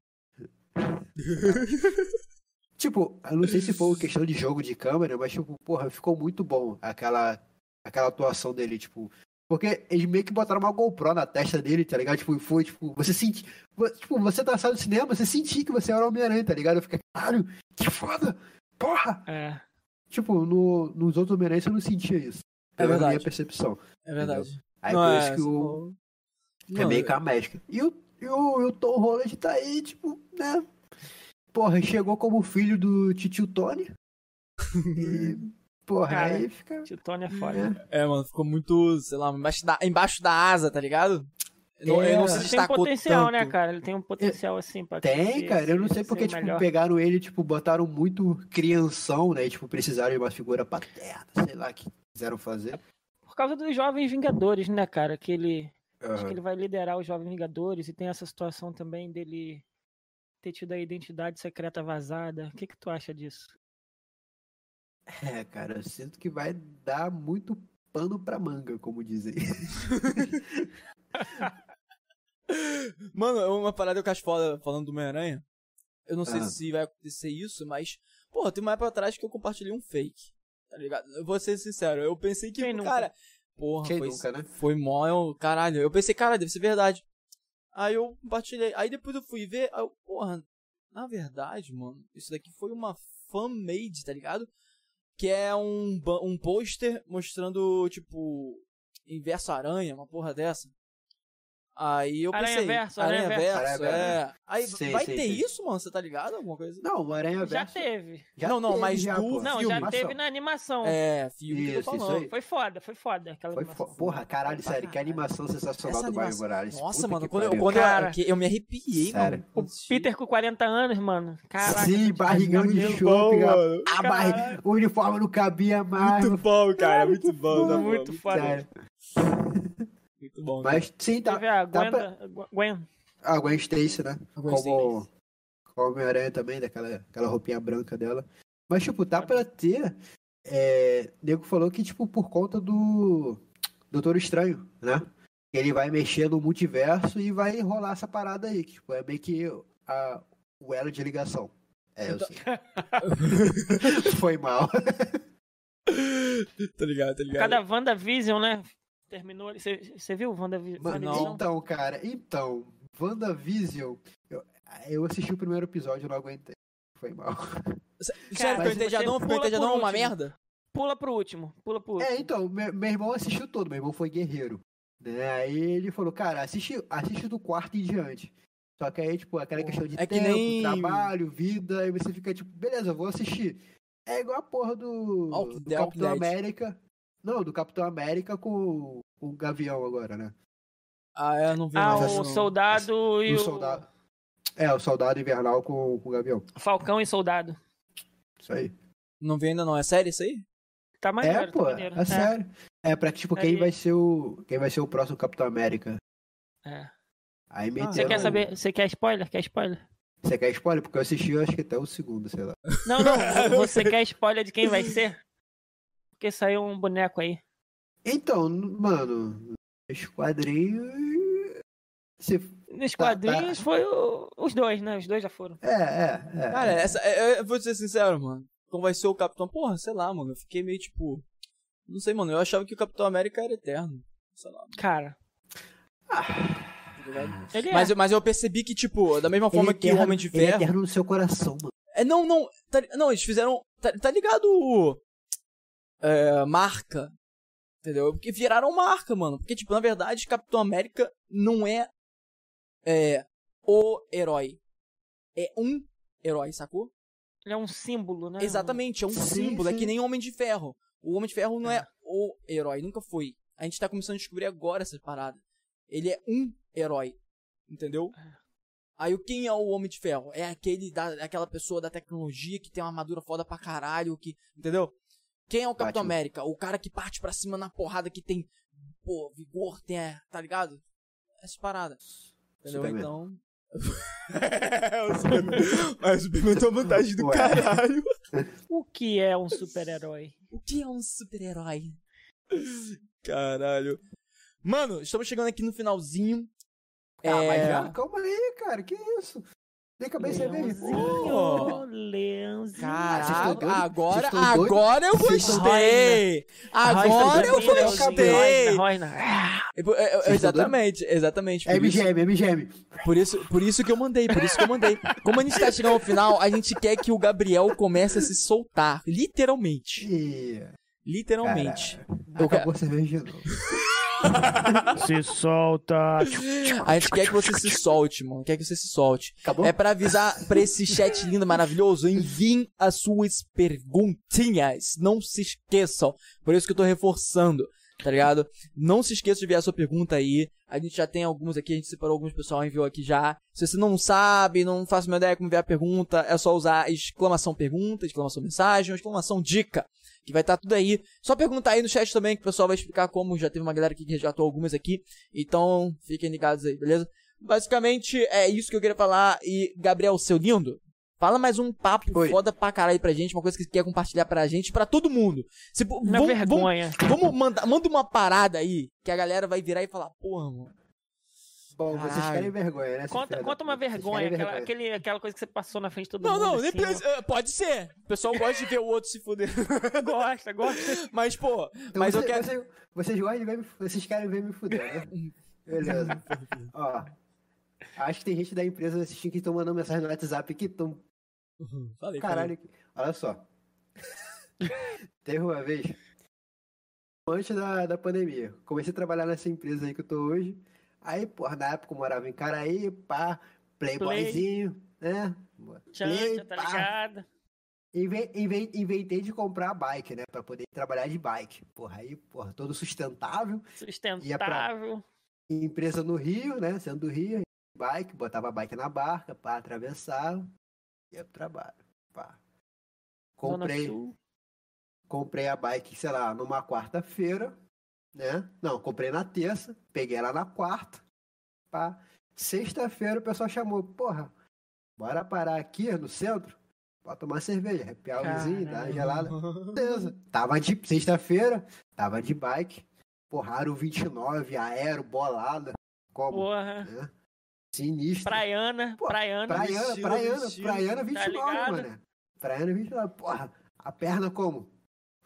[SPEAKER 1] Tipo, eu não sei se foi questão de jogo de câmera, mas, tipo, porra, ficou muito bom aquela, aquela atuação dele, tipo. Porque eles meio que botaram uma GoPro na testa dele, tá ligado? Tipo, e foi, tipo, você sente. vo- Tipo, você tá saindo do cinema, você sentia que você era o Homem-Aranha, tá ligado? Eu fiquei, caralho, que foda! Porra!
[SPEAKER 3] É.
[SPEAKER 1] Tipo, no, nos outros Homem-Aranhas eu não sentia isso.
[SPEAKER 2] É
[SPEAKER 1] Pela
[SPEAKER 2] verdade.
[SPEAKER 1] minha percepção.
[SPEAKER 2] É verdade.
[SPEAKER 1] Aí
[SPEAKER 2] Não,
[SPEAKER 1] por
[SPEAKER 2] é,
[SPEAKER 1] isso que
[SPEAKER 2] você
[SPEAKER 1] o.
[SPEAKER 2] falou.
[SPEAKER 1] é
[SPEAKER 2] Mano,
[SPEAKER 1] meio que a mescla. E o, e o, e o Tom Holland tá aí, tipo, né? Porra, chegou como filho do Titio Tony. E, porra,
[SPEAKER 3] Cara.
[SPEAKER 1] aí fica.
[SPEAKER 3] Titone é foda.
[SPEAKER 2] É, mano, ficou muito, sei lá, embaixo da, embaixo da asa, tá ligado? Ele não-
[SPEAKER 1] É.
[SPEAKER 2] ele não se
[SPEAKER 1] Ele
[SPEAKER 3] Ele tem um
[SPEAKER 2] destacou
[SPEAKER 3] potencial,
[SPEAKER 2] tanto.
[SPEAKER 3] né, cara? Ele tem um potencial assim pra
[SPEAKER 1] Tem,
[SPEAKER 3] crescer,
[SPEAKER 1] cara. Eu não
[SPEAKER 3] ser-
[SPEAKER 1] sei porque,
[SPEAKER 3] ser
[SPEAKER 1] tipo,
[SPEAKER 3] melhor.
[SPEAKER 1] pegaram ele, tipo, botaram muito crianção, né? E, tipo, precisaram de uma figura paterna, sei lá, que quiseram fazer.
[SPEAKER 3] Por causa dos Jovens Vingadores, né, cara? Que ele. Acho que
[SPEAKER 1] Aham.
[SPEAKER 3] ele vai liderar os Jovens Vingadores e tem essa situação também dele ter tido a identidade secreta vazada. O que, que tu acha disso?
[SPEAKER 1] É, cara, eu sinto que vai dar muito pano pra manga, como dizem.
[SPEAKER 2] Mano, é uma parada que eu acho foda falando do Homem-Aranha. Eu não sei
[SPEAKER 1] Ah.
[SPEAKER 2] se vai acontecer isso, mas, porra, tem uma época atrás que eu compartilhei um fake. Tá ligado? Eu vou ser sincero, eu pensei que,
[SPEAKER 3] Quem nunca?
[SPEAKER 2] cara, porra,
[SPEAKER 1] Quem
[SPEAKER 2] foi,
[SPEAKER 1] nunca, né?
[SPEAKER 2] foi mó, eu, caralho. Eu pensei, cara, deve ser verdade. Aí eu compartilhei. Aí depois eu fui ver, aí eu, porra, na verdade, mano, isso daqui foi uma fan-made, tá ligado? Que é um, ba- um pôster mostrando, tipo, inverso aranha, uma porra dessa. Aí eu
[SPEAKER 3] Aranha
[SPEAKER 2] pensei,
[SPEAKER 3] verso,
[SPEAKER 2] aranha,
[SPEAKER 3] aranha
[SPEAKER 2] verso,
[SPEAKER 1] verso.
[SPEAKER 2] é. Aí
[SPEAKER 1] Sei,
[SPEAKER 2] vai
[SPEAKER 1] sei,
[SPEAKER 2] ter
[SPEAKER 1] sei.
[SPEAKER 2] isso, mano? Você tá ligado? Alguma coisa?
[SPEAKER 1] Não, o Aranha
[SPEAKER 3] Já
[SPEAKER 1] Verso.
[SPEAKER 3] teve.
[SPEAKER 1] já
[SPEAKER 2] Não, não,
[SPEAKER 1] teve
[SPEAKER 2] mas do
[SPEAKER 1] pô.
[SPEAKER 3] Não, já
[SPEAKER 2] Filme.
[SPEAKER 3] teve na animação.
[SPEAKER 2] É, filme que eu tô
[SPEAKER 1] Isso, isso
[SPEAKER 2] falando.
[SPEAKER 1] aí.
[SPEAKER 3] Foi foda, foi foda aquela
[SPEAKER 1] Foi
[SPEAKER 3] animação.
[SPEAKER 1] fo- Porra, caralho,
[SPEAKER 3] Foi
[SPEAKER 1] sério, que
[SPEAKER 3] pra caralho.
[SPEAKER 1] animação sensacional
[SPEAKER 2] Essa
[SPEAKER 1] do Mario
[SPEAKER 2] animação-
[SPEAKER 1] Morales.
[SPEAKER 2] Nossa,
[SPEAKER 1] Puta
[SPEAKER 2] mano,
[SPEAKER 1] que
[SPEAKER 2] quando, eu,
[SPEAKER 1] pariu.
[SPEAKER 2] quando eu-
[SPEAKER 3] Cara.
[SPEAKER 2] que eu me arrepiei,
[SPEAKER 1] Sério.
[SPEAKER 2] mano.
[SPEAKER 3] O Peter com 40 anos, mano. Caraca. tá
[SPEAKER 1] Sim, barrigão de chope, a, a barriga, o uniforme não cabia mais.
[SPEAKER 2] Muito bom, cara, muito bom. tá bom,
[SPEAKER 3] Muito foda.
[SPEAKER 1] sério.
[SPEAKER 2] Muito bom.
[SPEAKER 1] Mas sim, tá.
[SPEAKER 3] Teve a
[SPEAKER 1] tá
[SPEAKER 3] Gwenda, Gwen- Gwen.
[SPEAKER 1] A Gwen Stacy, né?
[SPEAKER 2] Eu gostei.
[SPEAKER 1] Como como Homem-Aranha também, daquela aquela roupinha branca dela. Mas, tipo, tá pra ter. É, Nego falou que, tipo, por conta do Doutor Estranho, né? Ele vai mexer no multiverso e vai rolar essa parada aí. Que, tipo, é meio que a, o elo de ligação. É, eu sei. Foi mal.
[SPEAKER 2] tá ligado, tá ligado.
[SPEAKER 3] Cada WandaVision, né? Terminou ali. Você viu o WandaVision?
[SPEAKER 1] Mano,
[SPEAKER 2] Não.
[SPEAKER 1] então, cara, então, WandaVision, eu, eu assisti o primeiro episódio e não aguentei. Foi mal.
[SPEAKER 2] Sério, que
[SPEAKER 1] Mas
[SPEAKER 2] eu entediadão, ficou
[SPEAKER 3] um. você pula por
[SPEAKER 2] entediadão uma
[SPEAKER 3] último.
[SPEAKER 2] merda?
[SPEAKER 3] Pula pro último. Pula pro último.
[SPEAKER 1] É, então, meu, meu irmão assistiu todo, meu irmão foi guerreiro. Né? Aí ele falou, cara, assiste, assiste do quarto em diante. Só que aí, tipo, aquela questão de
[SPEAKER 2] É que
[SPEAKER 1] tempo,
[SPEAKER 2] nem-
[SPEAKER 1] trabalho, vida, aí você fica tipo, beleza, eu vou assistir. É igual a porra do,
[SPEAKER 2] Walking
[SPEAKER 1] do
[SPEAKER 2] Dead,
[SPEAKER 1] Capitão
[SPEAKER 2] Walking Dead.
[SPEAKER 1] América. Não, do Capitão América com, com o Gavião agora, né?
[SPEAKER 2] Ah, é,
[SPEAKER 1] então,
[SPEAKER 2] não vi
[SPEAKER 3] Ah,
[SPEAKER 2] mais essa,
[SPEAKER 3] o
[SPEAKER 2] não.
[SPEAKER 3] soldado e
[SPEAKER 1] o
[SPEAKER 3] o
[SPEAKER 1] soldado. É, o soldado invernal com, com o Gavião.
[SPEAKER 3] Falcão e soldado.
[SPEAKER 1] Isso aí.
[SPEAKER 2] Não vi ainda não, é sério isso aí?
[SPEAKER 3] Tá maneiro,
[SPEAKER 1] É, pô,
[SPEAKER 3] tá
[SPEAKER 1] é,
[SPEAKER 3] maneiro.
[SPEAKER 1] sério. É pra tipo quem
[SPEAKER 3] Aí-
[SPEAKER 1] vai ser o quem vai ser o próximo Capitão América.
[SPEAKER 3] É.
[SPEAKER 1] Aí me
[SPEAKER 3] Você
[SPEAKER 1] deu-
[SPEAKER 3] quer saber? Você quer spoiler? Quer spoiler?
[SPEAKER 1] Você quer spoiler porque eu assisti eu acho que até o segundo, sei lá.
[SPEAKER 3] Não, não. Você quer spoiler de quem vai ser? Porque saiu um boneco aí.
[SPEAKER 1] Então, n- mano, os quadrinhos se
[SPEAKER 3] Nos
[SPEAKER 1] Tá,
[SPEAKER 3] quadrinhos foi o- os dois, né? Os dois já foram.
[SPEAKER 1] é, é, é.
[SPEAKER 2] Cara, essa, é, é, eu vou ser sincero, mano. Como vai ser o Capitão? Porra, sei lá, mano. Eu fiquei meio tipo. Não sei, mano. Eu achava que o Capitão América era eterno. Sei lá,
[SPEAKER 3] Cara,
[SPEAKER 2] tá ligado?
[SPEAKER 3] ele
[SPEAKER 2] Mas,
[SPEAKER 3] é.
[SPEAKER 2] eu- mas eu percebi que, tipo, da mesma forma
[SPEAKER 1] Ele é
[SPEAKER 2] que o
[SPEAKER 1] eterno-
[SPEAKER 2] Homem de
[SPEAKER 1] ele é
[SPEAKER 2] Ferro.
[SPEAKER 1] eterno no seu coração, mano.
[SPEAKER 2] É, não, não. tá- não, eles fizeram. Tá, tá ligado o. é, marca. Entendeu? Porque viraram marca, mano. Porque, tipo, na verdade, Capitão América não é, é o herói. É um herói, sacou?
[SPEAKER 3] Ele é um símbolo, né?
[SPEAKER 2] Exatamente, é um
[SPEAKER 1] Sim,
[SPEAKER 2] símbolo. É
[SPEAKER 1] sim.
[SPEAKER 2] que nem Homem de Ferro. O Homem de Ferro não é, o herói, nunca foi. A gente tá começando a descobrir agora essa parada. Ele é um herói. Entendeu? Aí o quem é o Homem de Ferro? É aquele da, aquela pessoa da tecnologia que tem uma armadura foda pra caralho, que. Entendeu? Quem é o Capitão
[SPEAKER 1] Batman.
[SPEAKER 2] América? O cara que parte pra cima na porrada, que tem. Pô, vigor, tem. é, Tá ligado? Essa parada. Entendeu?
[SPEAKER 1] Superman.
[SPEAKER 2] Então. é, o Superman. Mas o Superman tem uma vantagem do
[SPEAKER 1] Ué.
[SPEAKER 2] caralho.
[SPEAKER 3] O que é um super-herói?
[SPEAKER 2] O que é um super-herói? Caralho. Mano, estamos chegando aqui no finalzinho.
[SPEAKER 1] Ah,
[SPEAKER 2] É,
[SPEAKER 1] mas já, calma aí, cara. Que isso? Dei cabeça é mesmo.
[SPEAKER 2] Oh.
[SPEAKER 3] Leãozinho, leãozinho.
[SPEAKER 1] Vocês estão
[SPEAKER 2] Caralho,
[SPEAKER 1] doidos? Vocês
[SPEAKER 2] agora,
[SPEAKER 1] estão doidos?
[SPEAKER 2] agora eu
[SPEAKER 1] Vocês estão né?
[SPEAKER 2] gostei.
[SPEAKER 3] é
[SPEAKER 2] Agora eu
[SPEAKER 1] tá doido, É meu
[SPEAKER 2] gostei.
[SPEAKER 3] Roina,
[SPEAKER 2] Eu- eu- eu-
[SPEAKER 1] né? Vocês estão
[SPEAKER 2] é, Exatamente, exatamente.
[SPEAKER 1] É
[SPEAKER 2] Por isso,
[SPEAKER 1] MGM, MGM.
[SPEAKER 2] por, isso, por isso que eu mandei, por isso que eu mandei. Como a gente tá chegando ao final, a gente quer que o Gabriel comece a se soltar. Literalmente.
[SPEAKER 1] E...
[SPEAKER 2] Literalmente. Eu
[SPEAKER 1] Acabou a cerveja de novo.
[SPEAKER 3] Se solta.
[SPEAKER 2] A gente quer que você se solte, mano. Quer que você se solte.
[SPEAKER 1] Acabou?
[SPEAKER 2] É pra avisar pra esse chat lindo, maravilhoso, enviem as suas perguntinhas. Não se esqueçam. Por isso que eu tô reforçando, tá ligado? Não se esqueça de enviar sua pergunta aí. A gente já tem alguns aqui, a gente separou alguns pessoal, enviou aqui já. Se você não sabe, não faz a minha ideia como enviar a pergunta, é só usar exclamação pergunta, exclamação mensagem, ou exclamação dica. Que vai estar tudo aí. Só perguntar aí no chat também que o pessoal vai explicar como. Já teve uma galera aqui que resgatou algumas aqui. Então, fiquem ligados aí, beleza? Basicamente, é isso que eu queria falar. E, Gabriel, seu lindo, fala mais um papo
[SPEAKER 1] Oi.
[SPEAKER 2] foda pra caralho pra gente, uma coisa que você quer compartilhar pra gente, pra todo mundo. Se, po-
[SPEAKER 3] Na
[SPEAKER 2] vamos- vamos-
[SPEAKER 3] vergonha.
[SPEAKER 2] Vamos mandar, manda uma parada aí que a galera vai virar e falar, porra, mano.
[SPEAKER 1] Bom, vocês
[SPEAKER 2] Caralho.
[SPEAKER 1] querem vergonha, né? seus filha
[SPEAKER 3] Conta,
[SPEAKER 1] da
[SPEAKER 3] conta uma
[SPEAKER 1] puta? Vocês querem
[SPEAKER 3] vergonha, aquela, aquele- aquela coisa que você passou na frente de todo
[SPEAKER 2] Não,
[SPEAKER 3] mundo.
[SPEAKER 2] não, nem
[SPEAKER 3] assim, ó.
[SPEAKER 2] precisa- eh, pode ser. O pessoal gosta de ver o outro se fuder.
[SPEAKER 3] Gosta, gosta.
[SPEAKER 2] Mas, pô,
[SPEAKER 1] Então,
[SPEAKER 2] mas eu
[SPEAKER 1] você-
[SPEAKER 2] quero.
[SPEAKER 1] você- vocês gostam de ver me, Vocês querem ver me fuder, né? Beleza. Ó. Acho que tem gente da empresa assistindo que estão mandando mensagem no WhatsApp que estão.
[SPEAKER 2] Uhum, Falei, falei.
[SPEAKER 1] Caralho. Olha só. Teve uma vez. Antes da, da pandemia. Comecei a trabalhar nessa empresa aí que eu tô hoje. Aí, porra, na época eu morava em Caraí, pá, playboyzinho, né?
[SPEAKER 3] Tchan, tá
[SPEAKER 1] pá.
[SPEAKER 3] ligado?
[SPEAKER 1] Inve- inve- Inventei de comprar a bike, né? Pra poder trabalhar de bike. Porra, aí, porra, todo sustentável. é
[SPEAKER 3] Sustentável.
[SPEAKER 1] Empresa no Rio, né? Sendo do Rio, bike, botava a bike na barca, pá, atravessava. Ia pro trabalho, pá.
[SPEAKER 3] Zona
[SPEAKER 1] Comprei,
[SPEAKER 3] Sul.
[SPEAKER 1] comprei a bike, sei lá, numa quarta-feira, né? Não, comprei na terça, peguei ela na quarta, pá. Sexta-feira o pessoal chamou, porra, bora parar aqui no centro, bora tomar cerveja, happy hourzinho, dar uma
[SPEAKER 3] Caralho.
[SPEAKER 1] gelada. Beleza. Tava de sexta-feira, tava de bike. Porra, o 29, aero, bolada. Como?
[SPEAKER 3] Porra.
[SPEAKER 1] Né? Sinistro.
[SPEAKER 3] Praiana,
[SPEAKER 1] Pô,
[SPEAKER 3] praiana. um,
[SPEAKER 1] Praiana,
[SPEAKER 2] Vestido,
[SPEAKER 1] Praiana,
[SPEAKER 2] vestido.
[SPEAKER 1] Praiana 29,
[SPEAKER 3] tá ligado?
[SPEAKER 1] mano. Praiana 29. Porra, a perna como?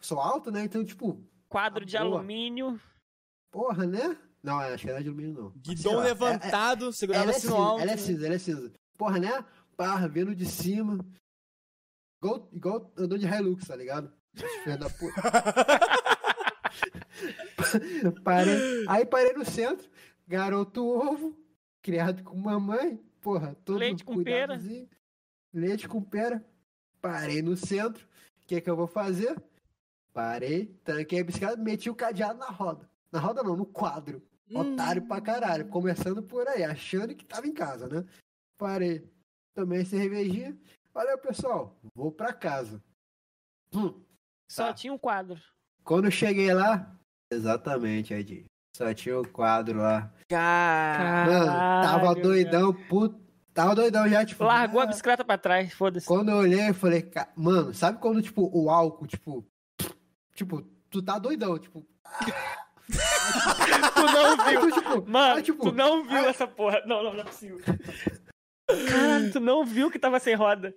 [SPEAKER 1] Sou alto, né? Então, tipo,
[SPEAKER 3] Quadro de
[SPEAKER 1] Boa.
[SPEAKER 3] alumínio.
[SPEAKER 1] porra, né? Não, acho que não é de alumínio, não. Sei
[SPEAKER 2] Guidão
[SPEAKER 1] lá.
[SPEAKER 2] levantado,
[SPEAKER 1] É, é,
[SPEAKER 2] segurava
[SPEAKER 1] ela é
[SPEAKER 2] assim
[SPEAKER 1] cinza,
[SPEAKER 2] no alto.
[SPEAKER 1] ela é cinza, ela é cinza. Porra, né? Parra, vendo de cima. Igual, igual andou de Hilux, tá ligado? Filha da puta. parei, aí parei no centro, garoto ovo, criado com mamãe, porra, todo
[SPEAKER 3] Leite com pera.
[SPEAKER 1] cuidadozinho. Leite com pera. Parei no centro. O que que eu vou fazer? Parei, tranquei a bicicleta, meti o cadeado na roda. Na roda não, no quadro.
[SPEAKER 2] Hum.
[SPEAKER 1] Otário pra caralho, começando por aí, achando que tava em casa, né? Parei, tomei cervejinha. Valeu, pessoal, vou pra casa. Hum,
[SPEAKER 3] Só
[SPEAKER 1] Tá.
[SPEAKER 3] tinha um quadro.
[SPEAKER 1] quando eu cheguei lá, exatamente, Edinho. Só tinha o quadro lá.
[SPEAKER 2] Hum, Cara.
[SPEAKER 1] Ah, Mano, tava
[SPEAKER 3] Caralho,
[SPEAKER 1] doidão, puto. Tava doidão já, tipo.
[SPEAKER 3] Largou a
[SPEAKER 1] ah,
[SPEAKER 3] bicicleta pra trás, foda-se.
[SPEAKER 1] Quando eu olhei, eu falei, "Ca- mano, sabe quando, tipo, o álcool, tipo. Tipo, tu tá doidão, tipo.
[SPEAKER 3] Tu não
[SPEAKER 1] Aí
[SPEAKER 3] viu.
[SPEAKER 1] tu, tipo,
[SPEAKER 3] Mano,
[SPEAKER 1] aí, tipo,
[SPEAKER 3] tu não viu
[SPEAKER 1] ah.
[SPEAKER 3] essa porra. Não, não, não é possível. Caralho, tu não viu que tava sem roda.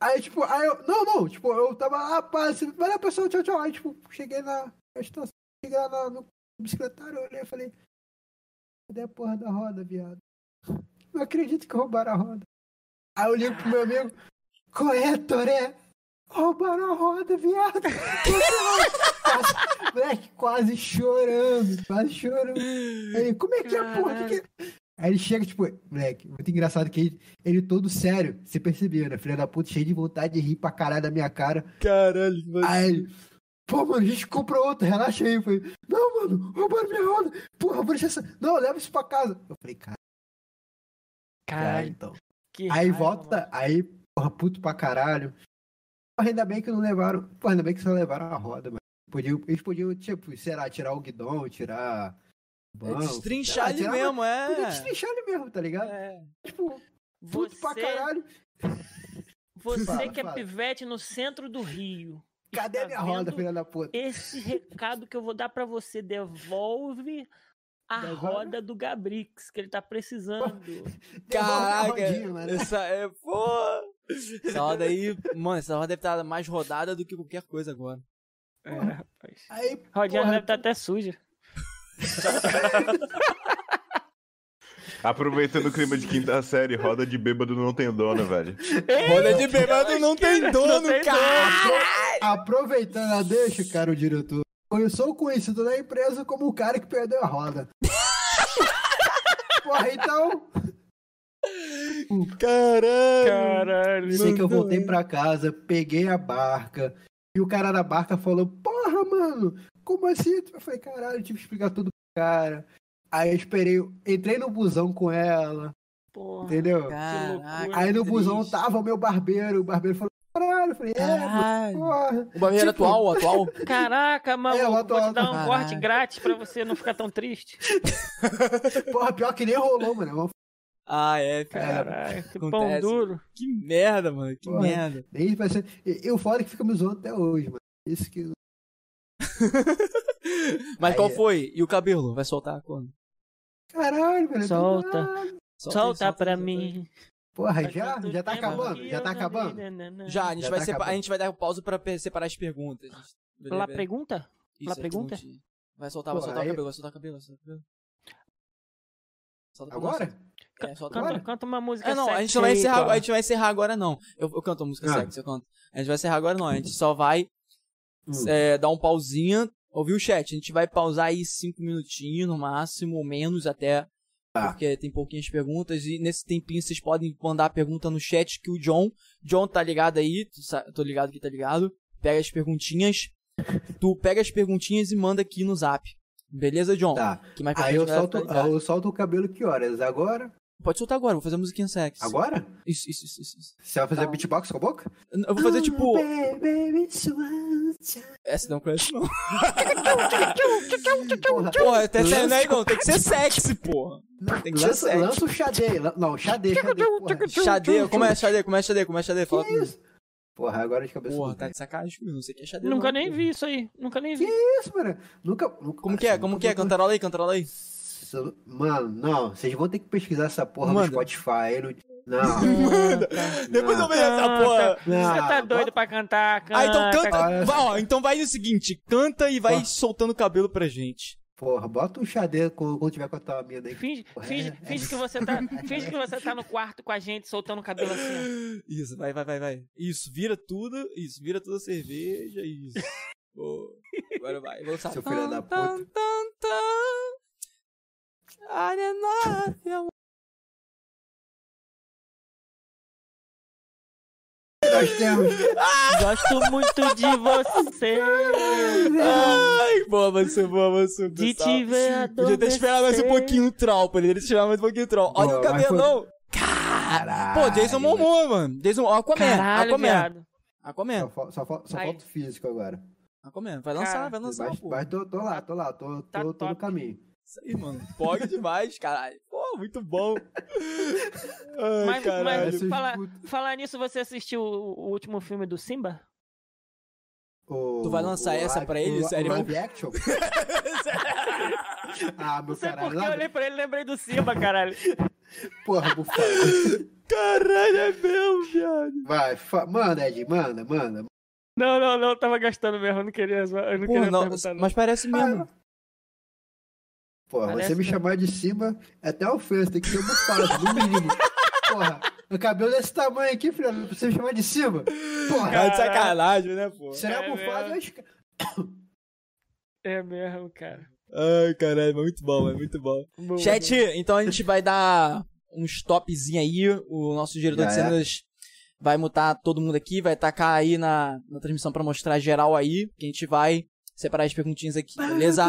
[SPEAKER 1] Aí, tipo, aí eu. Não, não, tipo, eu tava lá, pá, assim, valeu, pessoal, tchau, tchau. Aí, tipo, cheguei na. na estação, Cheguei lá na- no bicicletário, eu olhei e falei. Cadê a porra da roda, viado? Não acredito que roubaram a roda. Aí eu ligo pro meu amigo, corretor, é? Roubaram a roda, viado! Quase- Moleque quase chorando, quase chorando. Aí, como é que é, porra? Que que é? Aí ele chega, tipo, moleque, muito engraçado que ele, ele todo sério, você percebeu, né? Filha da puta, cheio de vontade de rir pra caralho da minha cara.
[SPEAKER 2] Caralho,
[SPEAKER 1] Aí ele, pô, mano, a gente compra outro, relaxa aí. Eu falei, não, mano, roubaram minha roda. Porra, vou deixar essa. Não, leva isso pra casa. Eu falei, cara,
[SPEAKER 3] Caralho,
[SPEAKER 1] então.
[SPEAKER 3] que
[SPEAKER 1] Aí
[SPEAKER 3] raiva,
[SPEAKER 1] volta,
[SPEAKER 3] mano.
[SPEAKER 1] aí, porra, puto pra caralho. Porra, ainda bem que não levaram. Porra, ainda bem que só levaram a roda, mano. Podiam, eles podiam, tipo, sei lá, tirar o guidão, tirar. o
[SPEAKER 2] É
[SPEAKER 1] banco,
[SPEAKER 2] destrinchar
[SPEAKER 1] sei
[SPEAKER 2] ele
[SPEAKER 1] lá, tirar-
[SPEAKER 2] mesmo,
[SPEAKER 1] Podia
[SPEAKER 2] é.
[SPEAKER 1] destrinchar ele mesmo, tá ligado?
[SPEAKER 3] né? É.
[SPEAKER 1] Tipo, puto pra
[SPEAKER 3] Você,
[SPEAKER 1] caralho.
[SPEAKER 3] você
[SPEAKER 1] Fala,
[SPEAKER 3] que é
[SPEAKER 1] fala.
[SPEAKER 3] pivete no centro do Rio.
[SPEAKER 1] Cadê
[SPEAKER 3] está
[SPEAKER 1] minha roda,
[SPEAKER 3] vendo
[SPEAKER 1] filha da puta?
[SPEAKER 3] Esse recado que eu vou dar pra você, devolve a
[SPEAKER 1] Devolve?
[SPEAKER 3] roda do Gabrix, que ele tá precisando.
[SPEAKER 1] Devolve minha
[SPEAKER 2] Caraca.
[SPEAKER 1] rodinha, mano.
[SPEAKER 2] Essa é, pô. Essa roda aí, mano, essa roda deve estar mais rodada do que qualquer coisa agora.
[SPEAKER 3] É, rapaz.
[SPEAKER 1] Aí,
[SPEAKER 3] A Rodinha
[SPEAKER 1] Porra.
[SPEAKER 3] deve estar até suja.
[SPEAKER 4] Aproveitando o clima de quinta série, roda de bêbado não tem dono, velho.
[SPEAKER 2] Roda de bêbado não tem dono,
[SPEAKER 3] tem
[SPEAKER 2] cara.
[SPEAKER 1] Aproveitando a deixa, cara, o diretor. Eu sou conhecido da empresa como o cara que perdeu a roda. Porra, então.
[SPEAKER 2] Caralho.
[SPEAKER 3] Caralho.
[SPEAKER 1] Sei que eu
[SPEAKER 2] Mandou,
[SPEAKER 1] voltei
[SPEAKER 2] hein?
[SPEAKER 1] pra casa, peguei a barca. E o cara da barca falou: Porra, mano, como assim? Eu falei: Caralho, eu tive que explicar tudo pro cara. Aí eu esperei, entrei no busão com ela,
[SPEAKER 3] Porra.
[SPEAKER 1] entendeu?
[SPEAKER 2] Caraca,
[SPEAKER 1] Aí no
[SPEAKER 2] que
[SPEAKER 1] busão tá-
[SPEAKER 2] triste.
[SPEAKER 1] tava o meu barbeiro. O barbeiro falou: Caralho, eu falei: É,
[SPEAKER 2] Caralho.
[SPEAKER 1] porra.
[SPEAKER 2] O barbeiro
[SPEAKER 1] Tipo-
[SPEAKER 2] atual, atual.
[SPEAKER 3] Caraca, maluco,
[SPEAKER 1] É, eu
[SPEAKER 3] vou
[SPEAKER 1] adoro.
[SPEAKER 3] te dar um
[SPEAKER 2] Caraca.
[SPEAKER 3] corte grátis pra você não ficar tão triste.
[SPEAKER 1] Porra, pior que nem rolou, mano. é Eu
[SPEAKER 2] Ah, é, cara.
[SPEAKER 3] Caralho, que pão
[SPEAKER 2] acontece.
[SPEAKER 3] duro.
[SPEAKER 2] Que merda, mano. Que
[SPEAKER 1] Porra.
[SPEAKER 2] merda.
[SPEAKER 1] Nem vai ser- E o foda é que fica me zoando até hoje, mano. Isso que.
[SPEAKER 2] Mas
[SPEAKER 1] Aí
[SPEAKER 2] qual
[SPEAKER 1] é.
[SPEAKER 2] foi? E o cabelo? Vai soltar quando?
[SPEAKER 1] Caralho, velho. é
[SPEAKER 3] Solta.
[SPEAKER 1] Caralho.
[SPEAKER 2] Solta, aí,
[SPEAKER 3] Solta
[SPEAKER 2] solta,
[SPEAKER 3] tá pra
[SPEAKER 2] solta aí.
[SPEAKER 1] né?
[SPEAKER 3] mim.
[SPEAKER 1] Porra, já? Já tá
[SPEAKER 3] Faz quanto
[SPEAKER 1] acabando?
[SPEAKER 3] tempo
[SPEAKER 1] Já tá
[SPEAKER 3] que eu
[SPEAKER 1] acabando?
[SPEAKER 3] não-
[SPEAKER 2] Já, a gente,
[SPEAKER 1] Já
[SPEAKER 2] vai
[SPEAKER 1] tá
[SPEAKER 2] sepa- a
[SPEAKER 1] acabando.
[SPEAKER 2] gente vai dar pausa pra pe- separar as perguntas.
[SPEAKER 3] Lá pergunta? lá
[SPEAKER 2] aqui não
[SPEAKER 3] pergunta?
[SPEAKER 2] tinha. é Vai soltar, vai
[SPEAKER 1] Pô,
[SPEAKER 2] soltar
[SPEAKER 1] aí-
[SPEAKER 2] o cabelo, vai soltar o cabelo, vai soltar o cabelo. Solta o cabelo,
[SPEAKER 1] Agora?
[SPEAKER 2] solta- É, solta o
[SPEAKER 3] Canta,
[SPEAKER 2] cabelo.
[SPEAKER 3] canta uma música
[SPEAKER 2] Ah, não, a gente
[SPEAKER 3] sexy
[SPEAKER 2] não vai
[SPEAKER 3] aí,
[SPEAKER 2] encerrar,
[SPEAKER 3] cara.
[SPEAKER 2] a gente vai encerrar agora não. Eu, eu canto a música
[SPEAKER 1] Ah.
[SPEAKER 2] sexy, eu canto. A gente vai encerrar agora não, a gente só vai
[SPEAKER 1] Hum.
[SPEAKER 2] é, dar um pausinho, ouvir o chat. A gente vai pausar aí cinco minutinhos no máximo, ou menos até,
[SPEAKER 1] Tá.
[SPEAKER 2] porque tem pouquinhas perguntas. E nesse tempinho vocês podem mandar a pergunta no chat que o John, John tá ligado aí, tu sa- tô ligado que tá ligado. Pega as perguntinhas, tu pega as perguntinhas e manda aqui no zap. Beleza, John?
[SPEAKER 1] Tá.
[SPEAKER 2] Que mais pra
[SPEAKER 1] Aí
[SPEAKER 2] frente
[SPEAKER 1] eu
[SPEAKER 2] vai
[SPEAKER 1] solto,
[SPEAKER 2] ficar ligado.
[SPEAKER 1] eu solto o cabelo que horas? Agora?
[SPEAKER 2] Pode soltar agora, vou fazer a musiquinha sexy.
[SPEAKER 1] Agora?
[SPEAKER 2] Isso, isso, isso, isso, isso.
[SPEAKER 1] Você vai fazer
[SPEAKER 2] Tá.
[SPEAKER 1] beatbox com a boca?
[SPEAKER 2] Eu vou
[SPEAKER 1] Ah,
[SPEAKER 2] fazer tipo.
[SPEAKER 1] Baby, it's once-
[SPEAKER 2] Essa não conheço, não.
[SPEAKER 1] Porra, né,
[SPEAKER 2] Porra, até
[SPEAKER 1] Lança-
[SPEAKER 2] não, é, não, tem que ser sexy, porra. Tem que ser
[SPEAKER 1] lança,
[SPEAKER 2] sexy.
[SPEAKER 1] lança o xadê. lan- Não, xadê, xadê. Porra,
[SPEAKER 2] Xadê, como é xadê, como é xadê, como é xadê? Fala
[SPEAKER 1] que
[SPEAKER 2] comigo.
[SPEAKER 1] isso? Porra, agora de cabeça.
[SPEAKER 2] Porra,
[SPEAKER 1] não
[SPEAKER 2] tá
[SPEAKER 1] tem.
[SPEAKER 2] de sacanagem comigo, não sei o que é xadê.
[SPEAKER 3] Nunca
[SPEAKER 2] não,
[SPEAKER 3] nem
[SPEAKER 2] porra.
[SPEAKER 3] vi isso aí. Nunca nem vi.
[SPEAKER 1] isso, mano? Nunca, nunca-
[SPEAKER 2] Como que é, como que é?
[SPEAKER 1] nunca-
[SPEAKER 2] Cantarola aí, cantarola aí.
[SPEAKER 1] Mano, não, vocês vão ter que pesquisar essa porra
[SPEAKER 2] Manda.
[SPEAKER 1] no Spotify. no- Não,
[SPEAKER 2] Depois eu vejo essa
[SPEAKER 3] Canta.
[SPEAKER 2] porra.
[SPEAKER 1] não.
[SPEAKER 3] Você tá doido pra cantar, canta.
[SPEAKER 2] Ah, então canta.
[SPEAKER 1] cara.
[SPEAKER 2] Vai, ó, então vai no seguinte, canta e vai
[SPEAKER 1] Porra.
[SPEAKER 2] soltando o cabelo pra gente.
[SPEAKER 1] Porra, bota um xadê quando quando tiver com a tua mina aí.
[SPEAKER 3] Finge,
[SPEAKER 1] Porra,
[SPEAKER 3] finge,
[SPEAKER 1] é-
[SPEAKER 3] finge, que você tá, finge que você tá no quarto com a gente, soltando o cabelo assim.
[SPEAKER 2] Isso, vai, vai, vai, vai. Isso, vira tudo, isso, vira toda a cerveja, isso. Pô, agora vai, vou
[SPEAKER 1] Seu filho da puta.
[SPEAKER 2] Arena,
[SPEAKER 1] Nós temos.
[SPEAKER 3] Gosto muito de você.
[SPEAKER 1] Ah,
[SPEAKER 2] Ai, boa, avançou, boa, avançou.
[SPEAKER 3] De
[SPEAKER 2] pessoal.
[SPEAKER 3] te ver
[SPEAKER 2] Podia ter esperado mais um
[SPEAKER 3] adormecer.
[SPEAKER 2] pouquinho o troll, poderia ter esperado mais um pouquinho o troll. Olha
[SPEAKER 1] Boa,
[SPEAKER 2] o
[SPEAKER 1] mas foi-
[SPEAKER 2] cabelão! Cara! Pô, Jason Momoa, mano. Jason, Aquaman,
[SPEAKER 3] Caralho,
[SPEAKER 2] Aquaman.
[SPEAKER 3] viado.
[SPEAKER 1] Só,
[SPEAKER 2] Aquaman,
[SPEAKER 1] fal- só fal- só
[SPEAKER 3] Aí.
[SPEAKER 1] falta o físico agora.
[SPEAKER 2] Aquaman. Vai lançar,
[SPEAKER 3] Cara,
[SPEAKER 2] vai lançar,
[SPEAKER 1] Mas,
[SPEAKER 2] pô.
[SPEAKER 1] mas tô, tô lá, tô lá, tô,
[SPEAKER 3] Tá
[SPEAKER 1] tô, tô no
[SPEAKER 3] top.
[SPEAKER 1] caminho.
[SPEAKER 2] Isso aí, mano. Pode demais, caralho. Pô, muito bom. Ai,
[SPEAKER 3] Mas- mas-
[SPEAKER 2] caralho.
[SPEAKER 1] Esses
[SPEAKER 3] fala-
[SPEAKER 1] putos-
[SPEAKER 3] Falar nisso, você assistiu o o último filme do Simba?
[SPEAKER 1] o-
[SPEAKER 2] Tu vai lançar
[SPEAKER 1] o
[SPEAKER 2] essa
[SPEAKER 1] live-
[SPEAKER 2] pra ele,
[SPEAKER 1] o-
[SPEAKER 2] sério?
[SPEAKER 1] o live action? Ah, meu
[SPEAKER 3] Não sei
[SPEAKER 1] caralho.
[SPEAKER 3] porque eu
[SPEAKER 1] lá-
[SPEAKER 3] olhei pra ele e lembrei do Simba, caralho.
[SPEAKER 1] Porra, bufado.
[SPEAKER 2] Caralho, é meu, viado.
[SPEAKER 1] Vai, fa- manda, Ed, manda, manda.
[SPEAKER 3] Não, não, não, eu tava gastando mesmo, eu não queria, eu não
[SPEAKER 2] Pô,
[SPEAKER 3] queria
[SPEAKER 2] não,
[SPEAKER 3] perguntar. Não.
[SPEAKER 2] mas parece mesmo.
[SPEAKER 1] Porra,
[SPEAKER 3] Parece
[SPEAKER 1] você me
[SPEAKER 3] que-
[SPEAKER 1] chamar de cima é até ofensa, tem que ser bufado, no mínimo. Porra, Meu cabelo é desse tamanho aqui, filho. Não precisa chamar de cima. Porra,
[SPEAKER 2] Cara, Tá. de sacanagem, né, pô?
[SPEAKER 1] será
[SPEAKER 3] é
[SPEAKER 1] bufado?
[SPEAKER 3] mesmo.
[SPEAKER 1] Acho que...
[SPEAKER 3] É mesmo, cara.
[SPEAKER 2] Ai, caralho, mas muito bom, é muito bom.
[SPEAKER 3] Boa,
[SPEAKER 2] Chat, então a gente vai dar um stopzinho aí. O nosso diretor
[SPEAKER 1] Já
[SPEAKER 2] de
[SPEAKER 1] é.
[SPEAKER 2] cenas vai mutar todo mundo aqui, vai tacar aí na, na transmissão pra mostrar geral aí. Que a gente vai separar as perguntinhas aqui,
[SPEAKER 1] Tá.
[SPEAKER 2] beleza?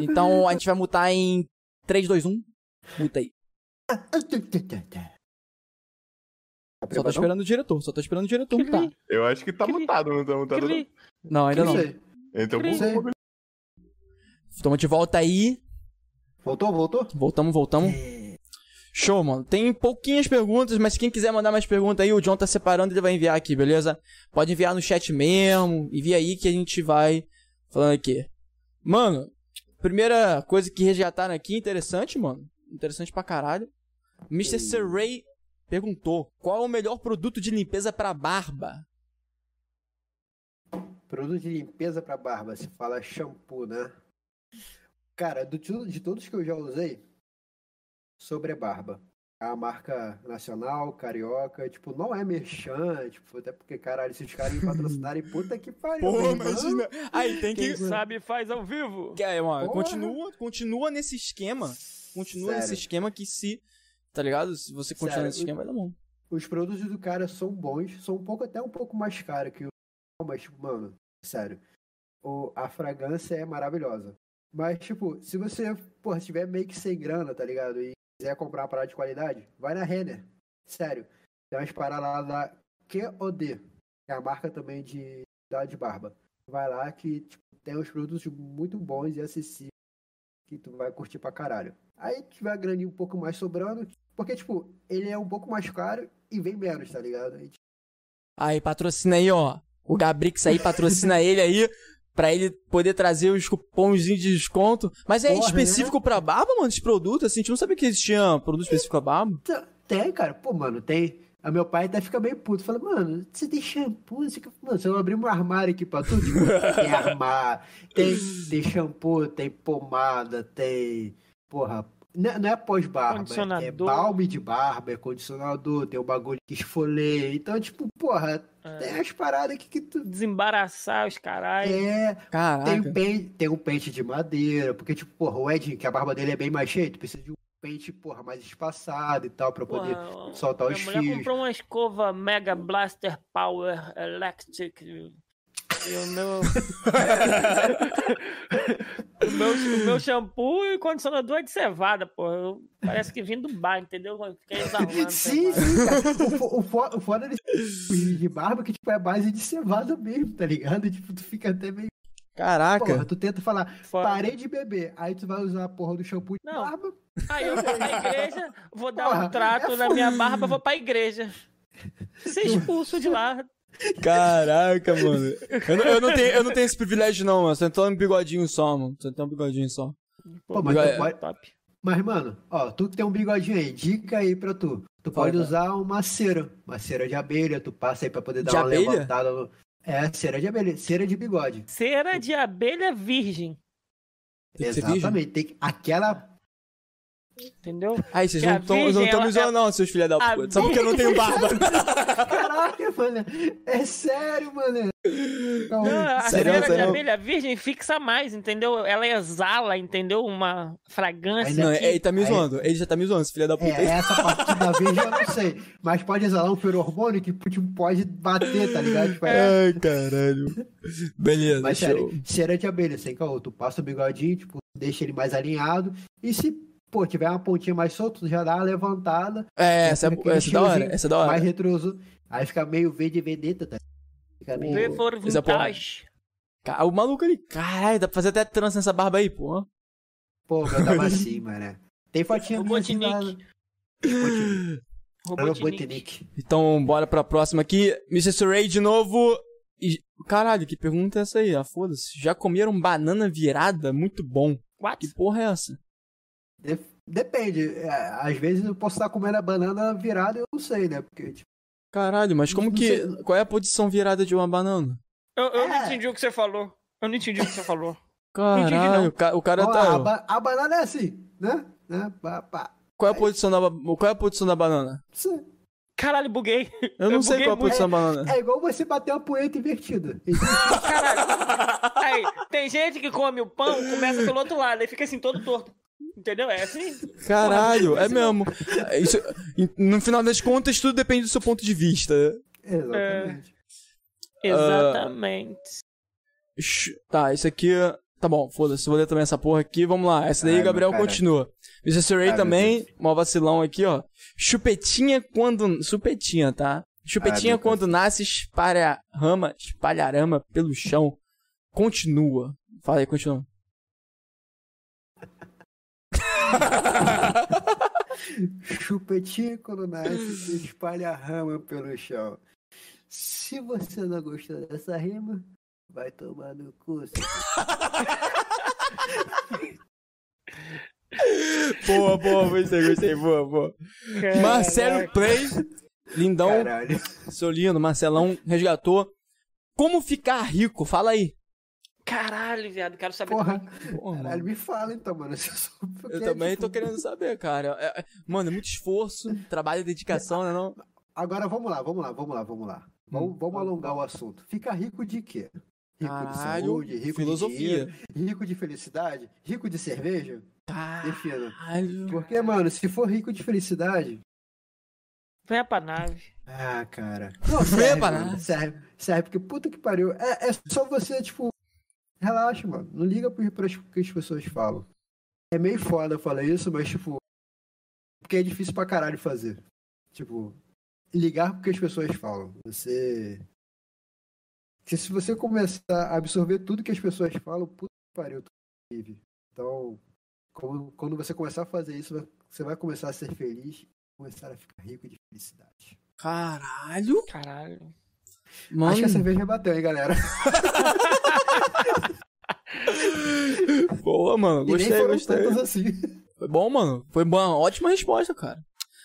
[SPEAKER 2] Então a gente vai mutar em 3, 2, 1. Muta aí.
[SPEAKER 1] Tá
[SPEAKER 2] Só tô
[SPEAKER 1] preparado?
[SPEAKER 2] esperando o diretor, só tô esperando o diretor
[SPEAKER 3] boa.
[SPEAKER 2] mutar.
[SPEAKER 4] Eu acho que tá
[SPEAKER 3] Cri-
[SPEAKER 4] mutado, não tá mutado. não.
[SPEAKER 3] Cri-
[SPEAKER 2] Não, ainda
[SPEAKER 1] Não
[SPEAKER 2] não.
[SPEAKER 1] sei.
[SPEAKER 4] Então,
[SPEAKER 3] Cri-
[SPEAKER 4] vamos- vamos-
[SPEAKER 2] Tamo de volta aí.
[SPEAKER 1] Voltou, voltou?
[SPEAKER 2] Voltamos, voltamos. Show, mano. Tem pouquinhas perguntas, mas quem quiser mandar mais perguntas aí, o John tá separando e ele vai enviar aqui, beleza? Pode enviar no chat mesmo. Envia aí que a gente vai falando aqui. Mano, primeira coisa que resgataram aqui, interessante, mano. Interessante pra caralho. Mr. Serray perguntou: qual é o melhor produto de limpeza pra barba?
[SPEAKER 1] Produto de limpeza pra barba, se fala shampoo, né? Cara, do, tu- de todos que eu já usei, sobre barba. É a marca nacional, carioca, tipo, não é merchan, tipo, até porque, caralho, se os caras me patrocinarem, puta que pariu. meu irmão.
[SPEAKER 2] Aí tem
[SPEAKER 3] Quem
[SPEAKER 2] que.
[SPEAKER 3] sabe faz ao vivo.
[SPEAKER 2] Que é, mano,
[SPEAKER 1] Porra.
[SPEAKER 2] continua, continua nesse esquema. Continua nesse
[SPEAKER 1] Sério,
[SPEAKER 2] esquema que se. Tá ligado? Se você continuar
[SPEAKER 1] Sério,
[SPEAKER 2] nesse
[SPEAKER 1] o-
[SPEAKER 2] esquema, vai dar bom.
[SPEAKER 1] Os produtos do cara são bons, são um pouco, até um pouco mais caros que o. Mas, tipo, mano, sério. O, a fragrância é maravilhosa. Mas, tipo, se você, porra, tiver meio que sem grana, tá ligado? E quiser comprar uma parada de qualidade, vai na Renner. Sério. Tem umas paradas lá da QOD, que é a marca também de da de barba. Vai lá que tipo, tem uns produtos muito bons e acessíveis que tu vai curtir pra caralho. Aí tiver a graninha um pouco mais sobrando, porque, tipo, ele é um pouco mais caro e vem menos, tá ligado? E, tipo,
[SPEAKER 2] Aí, patrocina aí, ó. O Gabrix aí patrocina ele aí. Pra ele poder trazer os cupomzinhos de desconto. Mas é
[SPEAKER 1] Porra,
[SPEAKER 2] específico pra barba, mano, esse produto? Assim, a gente não sabia que existia produto específico pra barba.
[SPEAKER 1] tá- tem, cara. Pô, mano, tem. Aí meu pai até fica meio puto. Fala, mano, você tem shampoo? Você... que- Mano, se eu abrir um armário aqui pra tudo, tipo, tem armário, tem, tem shampoo, tem pomada, tem. Porra. Não é- não é pós-barba, é- é
[SPEAKER 3] Condicionador.
[SPEAKER 1] balme de barba, é condicionador, tem o bagulho que esfoleia. Então, tipo, porra, tem
[SPEAKER 3] É.
[SPEAKER 1] as paradas aqui que tu.
[SPEAKER 3] Desembaraçar os caras.
[SPEAKER 1] É, Tem um,
[SPEAKER 2] Caraca.
[SPEAKER 1] pente, tem um pente de madeira, porque, tipo, porra, o Edinho, que a barba dele é bem mais cheia, tu precisa de um pente, porra, mais espaçado e tal, pra poder soltar
[SPEAKER 3] minha
[SPEAKER 1] os
[SPEAKER 3] mulher
[SPEAKER 1] fios.
[SPEAKER 3] comprou uma escova Mega Blaster Power Electric. E o meu. o, meu o meu shampoo e condicionador é de cevada, pô. Eu- parece que vim do bar, entendeu? Eu Fiquei exalando.
[SPEAKER 1] Sim, sim, cara. O, fo- o, fo- o foda desse filho de barba é que, tipo, é base de cevada mesmo, tá ligado? Tipo, tu fica até meio. Porra,
[SPEAKER 2] Caraca.
[SPEAKER 1] tu tenta falar, parei de beber, aí tu vai usar a porra do shampoo de
[SPEAKER 3] Não.
[SPEAKER 1] barba.
[SPEAKER 3] Aí eu vou pra igreja, vou dar
[SPEAKER 1] Porra,
[SPEAKER 3] um trato
[SPEAKER 1] é
[SPEAKER 3] na minha barba, vou pra igreja. Ser expulso de lá.
[SPEAKER 2] Caraca, mano. Eu não, eu não tenho, eu não tenho esse privilégio, não, mano. Tô entrando um bigodinho só, mano. Tô entrando um bigodinho só.
[SPEAKER 1] Pô, mas,
[SPEAKER 2] é-
[SPEAKER 1] tu pode...
[SPEAKER 3] Top.
[SPEAKER 1] mas, mano, ó, tu que tem um bigodinho aí, dica aí pra tu. Tu
[SPEAKER 2] Fala,
[SPEAKER 1] pode
[SPEAKER 2] cara.
[SPEAKER 1] usar uma cera, uma cera de abelha, tu passa aí pra poder dar
[SPEAKER 2] De
[SPEAKER 1] uma
[SPEAKER 2] abelha?
[SPEAKER 1] levantada no. É, cera de abelha, cera de bigode.
[SPEAKER 3] Cera de abelha virgem,
[SPEAKER 2] Tem que ser virgem?
[SPEAKER 1] Exatamente. Tem que- aquela.
[SPEAKER 3] entendeu?
[SPEAKER 2] Aí, vocês
[SPEAKER 3] Que a
[SPEAKER 2] não tão- vocês não
[SPEAKER 3] virgem,
[SPEAKER 2] estão
[SPEAKER 3] ela- é
[SPEAKER 2] me zoando, não, seus filha da
[SPEAKER 3] a
[SPEAKER 2] puta. Só porque eu não tenho barba.
[SPEAKER 1] Caraca, mano. É sério, mano. Então, Calma aí.
[SPEAKER 3] Não, a
[SPEAKER 2] Sério,
[SPEAKER 3] cera de
[SPEAKER 2] sério.
[SPEAKER 3] abelha virgem fixa mais, entendeu? Ela exala, entendeu? Uma fragrância.
[SPEAKER 2] Não,
[SPEAKER 1] aqui-
[SPEAKER 2] ele tá me
[SPEAKER 1] aí-
[SPEAKER 2] zoando. Ele já tá me zoando, esse filho da puta.
[SPEAKER 1] É, essa parte da vez eu não sei. Mas pode exalar um feromônio que tipo, pode bater, tá ligado? Tipo, é-
[SPEAKER 2] Ai, caralho. Beleza,
[SPEAKER 1] Mas
[SPEAKER 2] show.
[SPEAKER 1] sério, cera de abelha, sem caô. Tu passa o bigodinho, tipo, deixa ele mais alinhado. E se, pô, tiver uma pontinha mais solta, tu já dá uma levantada,
[SPEAKER 2] É, essa, é,
[SPEAKER 1] Aquele
[SPEAKER 2] essa é da hora,
[SPEAKER 1] estiozinho
[SPEAKER 2] essa é da hora.
[SPEAKER 1] mais retroso. Aí fica meio V de vedeta, tá? Fica meio.
[SPEAKER 3] Vê for
[SPEAKER 2] Isso é bom.
[SPEAKER 3] vintage.
[SPEAKER 2] Ca- O maluco ali, caralho, dá pra fazer até trança nessa barba aí, pô.
[SPEAKER 1] Pô, eu tava assim, mano. Tem fotinha minha assim lá-
[SPEAKER 3] Robotnik. Robotnik.
[SPEAKER 1] Robotnik.
[SPEAKER 2] Então, bora pra próxima aqui. Mr. Surrey de novo. E- Caralho, que pergunta é essa aí? Ah, foda-se. Já comeram banana virada? Muito bom.
[SPEAKER 3] What?
[SPEAKER 2] Que porra é essa?
[SPEAKER 1] Depende. é, Às vezes eu posso estar comendo a banana virada, eu não sei, né? Porque, tipo,
[SPEAKER 2] Caralho, mas como
[SPEAKER 1] Não
[SPEAKER 2] que.
[SPEAKER 1] sei.
[SPEAKER 2] Qual é a posição virada de uma banana?
[SPEAKER 3] Eu, eu não
[SPEAKER 1] É.
[SPEAKER 3] entendi o que você falou. Eu não entendi o que você falou. entendi,
[SPEAKER 2] Caralho,
[SPEAKER 3] não.
[SPEAKER 2] o ca- o cara
[SPEAKER 1] ó,
[SPEAKER 2] tá.
[SPEAKER 1] a, ba- a banana é assim, né? né? Pá, pá.
[SPEAKER 2] Qual é a posição da, ba- qual é a posição da banana?
[SPEAKER 1] Isso.
[SPEAKER 3] Caralho, buguei.
[SPEAKER 2] Eu não
[SPEAKER 3] Eu
[SPEAKER 2] sei
[SPEAKER 3] buguei
[SPEAKER 2] qual é a
[SPEAKER 3] muito.
[SPEAKER 2] posição da banana.
[SPEAKER 1] É igual você bater uma poeta invertida.
[SPEAKER 3] Caralho. Aí, tem gente que come o pão, começa pelo outro lado, aí fica assim, todo torto. Entendeu? É assim.
[SPEAKER 2] Caralho, é mesmo. Isso- no final das contas, tudo depende do seu ponto de vista.
[SPEAKER 1] Exatamente.
[SPEAKER 3] Exatamente.
[SPEAKER 2] Sh- Tá, isso aqui. Tá bom, foda-se, vou ler também essa porra aqui. Vamos lá, essa daí
[SPEAKER 1] Ai,
[SPEAKER 2] o Gabriel
[SPEAKER 1] meu cara.
[SPEAKER 2] continua. Mr. Seray
[SPEAKER 1] Ai, meu
[SPEAKER 2] também, mó vacilão aqui, ó. Chupetinha quando. Chupetinha, tá? Chupetinha
[SPEAKER 1] Ai, meu
[SPEAKER 2] quando nasce, espalha rama, espalharama pelo chão. Continua. Fala aí, continua.
[SPEAKER 1] Chupetinha quando nasce, espalha a rama pelo chão. Se você não gostou dessa rima, vai tomar no cu.
[SPEAKER 2] Boa, boa, gostei, gostei, boa, boa. É, Marcelo Play, lindão,
[SPEAKER 1] Caralho.
[SPEAKER 2] seu lindo, Marcelão, resgatou. Como ficar rico? Fala aí.
[SPEAKER 3] Caralho, viado, quero saber. é
[SPEAKER 1] Porra,
[SPEAKER 2] Porra, mano.
[SPEAKER 1] caralho, me fala então, mano. se eu sou- porque,
[SPEAKER 2] Eu também
[SPEAKER 1] tipo,
[SPEAKER 2] tô querendo saber, cara. É- é- mano, é muito esforço, trabalho e dedicação, né não?
[SPEAKER 1] Agora vamos lá, vamos lá, vamos lá, vamos lá.
[SPEAKER 2] Hum,
[SPEAKER 1] Vamos, vamos alongar o assunto. Fica rico de quê? Rico de
[SPEAKER 2] Caralho,
[SPEAKER 1] saúde, rico de
[SPEAKER 2] filosofia.
[SPEAKER 1] dinheiro, rico de felicidade, rico de cerveja? Defina.
[SPEAKER 2] Caralho.
[SPEAKER 1] Porque, mano, se for rico de felicidade.
[SPEAKER 3] Vem pra nave.
[SPEAKER 1] Ah, cara. Não, serve,
[SPEAKER 2] pra nada.
[SPEAKER 1] mano, serve, serve, porque puta que pariu. É, é só você, tipo, relaxa, mano. Não liga pro- pras que as pessoas falam. É meio foda falar isso, mas, tipo. Porque é difícil pra caralho fazer. Tipo, ligar pro que as pessoas falam. Você. Porque se você começar a absorver tudo que as pessoas falam, puta que pariu, tu vive. Então, como- quando você começar a fazer isso, vai- você vai começar a ser feliz começar a ficar rico de felicidade.
[SPEAKER 2] Caralho.
[SPEAKER 3] Caralho.
[SPEAKER 2] Mano.
[SPEAKER 1] Acho que a cerveja bateu, hein, galera?
[SPEAKER 2] Boa, mano.
[SPEAKER 1] e nem
[SPEAKER 2] Gostei,
[SPEAKER 1] foram
[SPEAKER 2] gostei.
[SPEAKER 1] tantas assim.
[SPEAKER 2] Foi bom, mano. Foi bom. Ótima resposta, cara.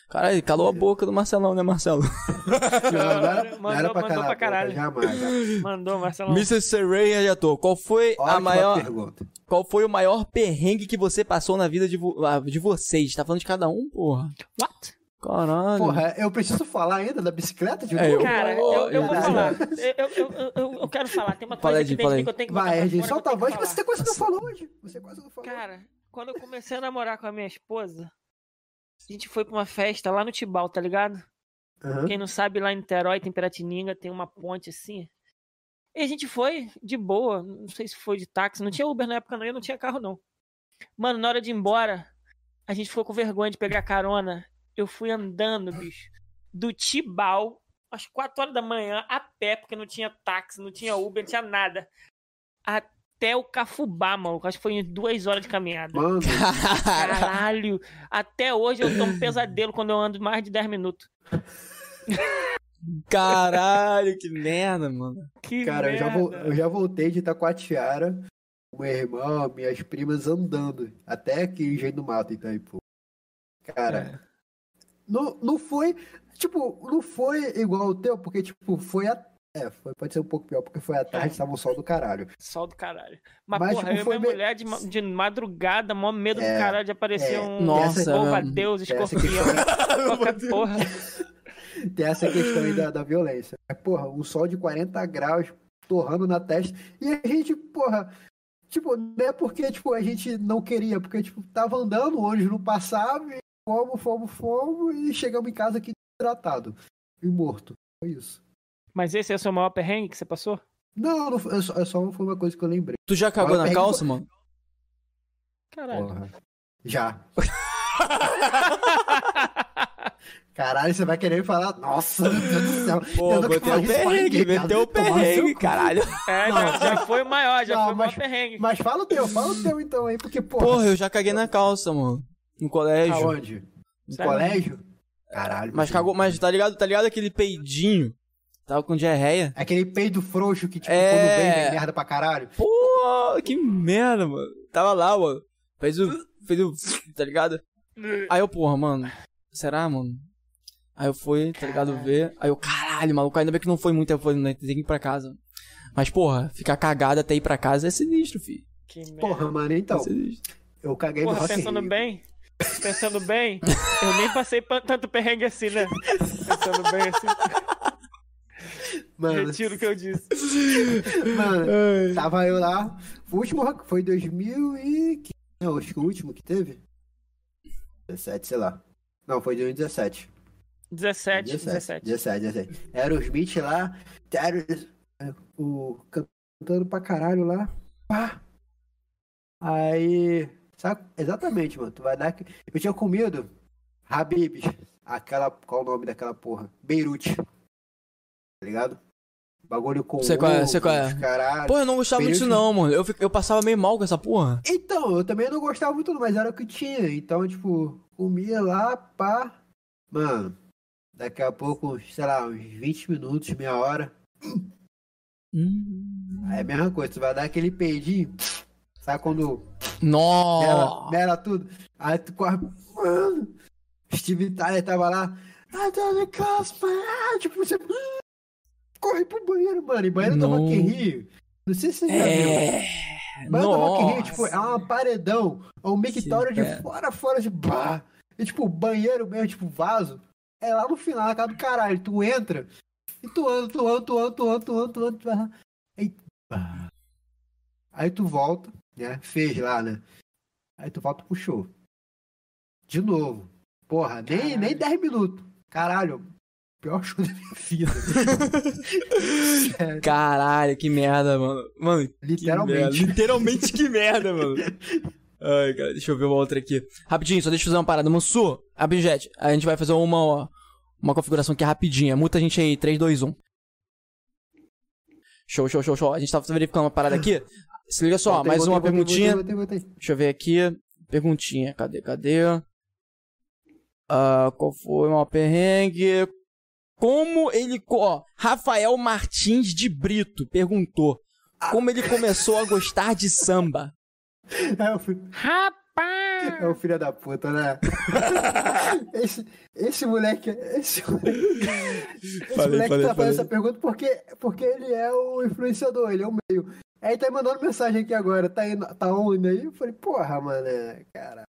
[SPEAKER 2] Caralho, calou a boca do Marcelão, né, Marcelo?
[SPEAKER 1] Não, não era,
[SPEAKER 3] Mandou-
[SPEAKER 1] não era pra
[SPEAKER 3] mandou
[SPEAKER 1] calar a
[SPEAKER 3] pra caralho.
[SPEAKER 1] boca, Jamais. jamais.
[SPEAKER 3] Mandou, Marcelo.
[SPEAKER 2] Mr. Serray resgatou. Qual foi a
[SPEAKER 1] Ótima
[SPEAKER 2] maior.
[SPEAKER 1] pergunta.
[SPEAKER 2] Qual foi o maior perrengue que você passou na vida de, vo- ah, de vocês? Tá falando de cada um, porra?
[SPEAKER 3] What?
[SPEAKER 2] Caralho.
[SPEAKER 1] Porra, eu preciso falar ainda da bicicleta de
[SPEAKER 2] É,
[SPEAKER 1] novo?
[SPEAKER 2] eu-
[SPEAKER 3] Cara, eu, eu, vou
[SPEAKER 1] Caralho.
[SPEAKER 3] falar. Eu, eu, eu, eu- eu quero falar. Tem uma
[SPEAKER 2] Fala
[SPEAKER 3] coisa
[SPEAKER 2] aí,
[SPEAKER 3] aqui
[SPEAKER 2] Jim,
[SPEAKER 3] dentro
[SPEAKER 2] fala
[SPEAKER 3] de
[SPEAKER 2] aí.
[SPEAKER 3] mim que eu tenho que botar
[SPEAKER 1] Vai,
[SPEAKER 3] pra
[SPEAKER 1] Ergin,
[SPEAKER 3] fora, eu
[SPEAKER 1] solta a
[SPEAKER 3] tenho
[SPEAKER 1] voz
[SPEAKER 3] que
[SPEAKER 1] que você tá- quase não falou hoje. Você quase não falou.
[SPEAKER 3] Cara, quando eu comecei a namorar com a minha esposa, a gente foi pra uma festa lá no Tibau, tá ligado?
[SPEAKER 1] Aham.
[SPEAKER 3] Quem não sabe, lá em Niterói, tem Piratininga, tem uma ponte assim. E a gente foi de boa, não sei se foi de táxi, não tinha Uber na época não, eu não tinha carro não. Mano, na hora de ir embora, a gente ficou com vergonha de pegar carona. Eu fui andando, bicho, do Tibau, às 4 horas da manhã, a pé, porque não tinha táxi, não tinha Uber, não tinha nada. Até o Cafubá, maluco, acho que foi em duas horas de caminhada.
[SPEAKER 1] Mano,
[SPEAKER 3] Caralho! Até hoje eu tomo pesadelo quando eu ando mais de 10 minutos.
[SPEAKER 2] Caralho, que merda, mano.
[SPEAKER 3] Que
[SPEAKER 1] cara, eu já,
[SPEAKER 3] merda.
[SPEAKER 1] vol- eu já voltei de Itacoatiara, meu irmão, minhas primas andando. Até aqui em Jeito do Mato, então, pô.
[SPEAKER 3] É.
[SPEAKER 1] Cara, não, não foi. Tipo, não foi igual o teu, porque, tipo, foi a. É, foi- pode ser um pouco pior, porque foi à tarde,
[SPEAKER 3] É.
[SPEAKER 1] estava um sol do caralho.
[SPEAKER 3] Sol do caralho. Mas,
[SPEAKER 1] Mas,
[SPEAKER 3] porra,
[SPEAKER 1] tipo,
[SPEAKER 3] eu e
[SPEAKER 1] foi
[SPEAKER 3] minha
[SPEAKER 1] meio-
[SPEAKER 3] mulher de, ma- de madrugada, mó medo do
[SPEAKER 1] É,
[SPEAKER 3] caralho de aparecer
[SPEAKER 1] é.
[SPEAKER 3] um
[SPEAKER 2] Nossa,
[SPEAKER 3] louva
[SPEAKER 2] velho.
[SPEAKER 3] Deus,
[SPEAKER 1] Essa é que
[SPEAKER 3] escorpião,
[SPEAKER 1] foi-
[SPEAKER 3] qualquer porra.
[SPEAKER 1] Tem essa questão aí da, da violência. É, porra, um sol de 40 graus torrando na testa. E a gente, porra, tipo, não é porque tipo, a gente não queria, porque tipo, tava andando, o ônibus não passava, e fomos, fomos, fomos, e chegamos em casa aqui tratado e morto. Foi isso.
[SPEAKER 3] Mas esse é o seu maior perrengue que você passou?
[SPEAKER 1] Não, não foi- é, só, é só foi uma coisa que eu lembrei.
[SPEAKER 2] Tu já cagou
[SPEAKER 1] Olha,
[SPEAKER 2] na
[SPEAKER 1] pergunta-
[SPEAKER 2] calça, mano? É.
[SPEAKER 3] Caralho.
[SPEAKER 1] Porra. Já. Caralho, você vai querer falar, nossa, meu Deus do céu.
[SPEAKER 2] Pô,
[SPEAKER 1] eu nunca
[SPEAKER 2] meteu o
[SPEAKER 1] falei isso pra
[SPEAKER 2] perrengue,
[SPEAKER 1] ninguém, cara.
[SPEAKER 2] meteu o
[SPEAKER 1] Tomar no seu
[SPEAKER 2] perrengue,
[SPEAKER 1] cu.
[SPEAKER 2] caralho.
[SPEAKER 3] É,
[SPEAKER 1] Não.
[SPEAKER 3] já, já foi o maior, já
[SPEAKER 1] Não,
[SPEAKER 3] foi o maior
[SPEAKER 1] mas-
[SPEAKER 3] perrengue.
[SPEAKER 1] Mas fala o teu, fala o teu então aí, porque, porra.
[SPEAKER 2] Porra, eu já caguei na calça, mano. No colégio.
[SPEAKER 1] Aonde? No
[SPEAKER 3] Sério?
[SPEAKER 1] colégio? Caralho.
[SPEAKER 2] mas
[SPEAKER 1] você-
[SPEAKER 2] cagou, mas tá ligado? Tá ligado aquele peidinho? Tava com diarreia.
[SPEAKER 1] É Aquele peido frouxo que, tipo,
[SPEAKER 2] É.
[SPEAKER 1] quando vem, vem merda pra caralho.
[SPEAKER 2] Pô, que merda, mano. Tava lá, mano. Fez o. Fez o. Tá ligado? Aí eu, porra, mano. Será, mano? Aí eu fui, tá ligado? Ver. Aí eu, caralho, maluco. Ainda bem que não foi muito. Eu falei, né? Tem que ir pra casa. Mas, porra, ficar cagado até ir pra casa é sinistro, filho.
[SPEAKER 3] Que merda.
[SPEAKER 1] Porra, mano, então,
[SPEAKER 2] É sinistro.
[SPEAKER 1] eu caguei
[SPEAKER 3] Porra,
[SPEAKER 1] no Rock in
[SPEAKER 3] pensando
[SPEAKER 1] Rio.
[SPEAKER 3] bem, Pensando bem, eu nem passei pa- tanto perrengue assim, né? Pensando bem assim,
[SPEAKER 1] Mano,
[SPEAKER 3] retiro o que eu disse.
[SPEAKER 1] mano, tava eu lá. O último rock foi em 2015. Não, acho que o último que teve. 17, sei lá. Não, foi em 2017.
[SPEAKER 3] 17, 17.
[SPEAKER 1] 17, 17. Era o Smith lá, era o cantando pra caralho lá. Pá. Aí. Sabe? Exatamente, mano. Tu vai dar. que- Eu tinha comido Habibs. Aquela. Qual o nome daquela porra? Beirute. Tá ligado? Bagulho com.
[SPEAKER 2] Sei qual é, sei qual é.
[SPEAKER 1] ovos, Caralho.
[SPEAKER 2] Porra, eu não gostava muito disso não, mano. Eu, fic- eu passava meio mal com essa porra.
[SPEAKER 1] Então, eu também não gostava muito, não, mas era o que tinha. Então, tipo, comia lá, pá. Mano, daqui a pouco, sei lá, uns 20 minutos, meia hora. Aí é a mesma coisa, tu vai dar aquele peidinho. Sabe quando mela,
[SPEAKER 2] Nossa.
[SPEAKER 1] mela tudo? Aí tu corre. Mano, Steve Tyler tava lá. Ah, Dani Caspa! Ah, tipo, você. Corre pro banheiro, mano. E banheiro do
[SPEAKER 2] Não.
[SPEAKER 1] Rock in Rio. Não sei se você já viu.
[SPEAKER 2] É.
[SPEAKER 1] Banda Rock in Rio,
[SPEAKER 2] Nossa.
[SPEAKER 1] tipo, é uma paredão, é um mictório de
[SPEAKER 2] merda.
[SPEAKER 1] fora, fora de bar. E, tipo, o banheiro mesmo, tipo, vaso, é lá no final, na casa do caralho. Tu entra, e tu anda, tu anda, tu anda, tu anda, tu anda, tu anda, tu anda. Aí, pá. Aí tu volta, né? Fez lá, né? Aí tu volta pro show. De novo. Porra, nem,
[SPEAKER 3] Caralho.
[SPEAKER 1] nem 10 minutos. Caralho, pior show da minha vida. Sério,
[SPEAKER 2] Caralho, que merda, mano. Mano, que merda.
[SPEAKER 1] literalmente.
[SPEAKER 2] Literalmente que merda, mano. Ai, cara, deixa eu ver uma outra aqui. Rapidinho, só deixa eu fazer uma parada. Mansur, Abinjet, a gente vai fazer uma, ó, uma configuração aqui rapidinha. Muta a gente aí, 3, 2, 1. Show, show, show, show. A gente tá verificando uma parada aqui. Se liga só,
[SPEAKER 1] Voltei,
[SPEAKER 2] mais
[SPEAKER 1] voltei,
[SPEAKER 2] uma
[SPEAKER 1] voltei,
[SPEAKER 2] perguntinha.
[SPEAKER 1] voltei, voltei, voltei.
[SPEAKER 2] Deixa eu ver aqui. Perguntinha, cadê, cadê? Ah, qual foi uma perrengue? Como ele. co- Ó, Rafael Martins de Brito perguntou. Como ele começou a gostar de samba?
[SPEAKER 1] É, eu fui-
[SPEAKER 3] Rapaz!
[SPEAKER 1] É o filho da puta, né? esse, esse moleque. Esse, esse
[SPEAKER 2] Falei,
[SPEAKER 1] moleque tá
[SPEAKER 2] falei,
[SPEAKER 1] fazendo
[SPEAKER 2] falei.
[SPEAKER 1] essa pergunta porque, porque ele é o influenciador, ele é o meio. Aí tá me mandando mensagem aqui agora, tá, indo, tá on aí? Eu falei, porra, mano, é, cara.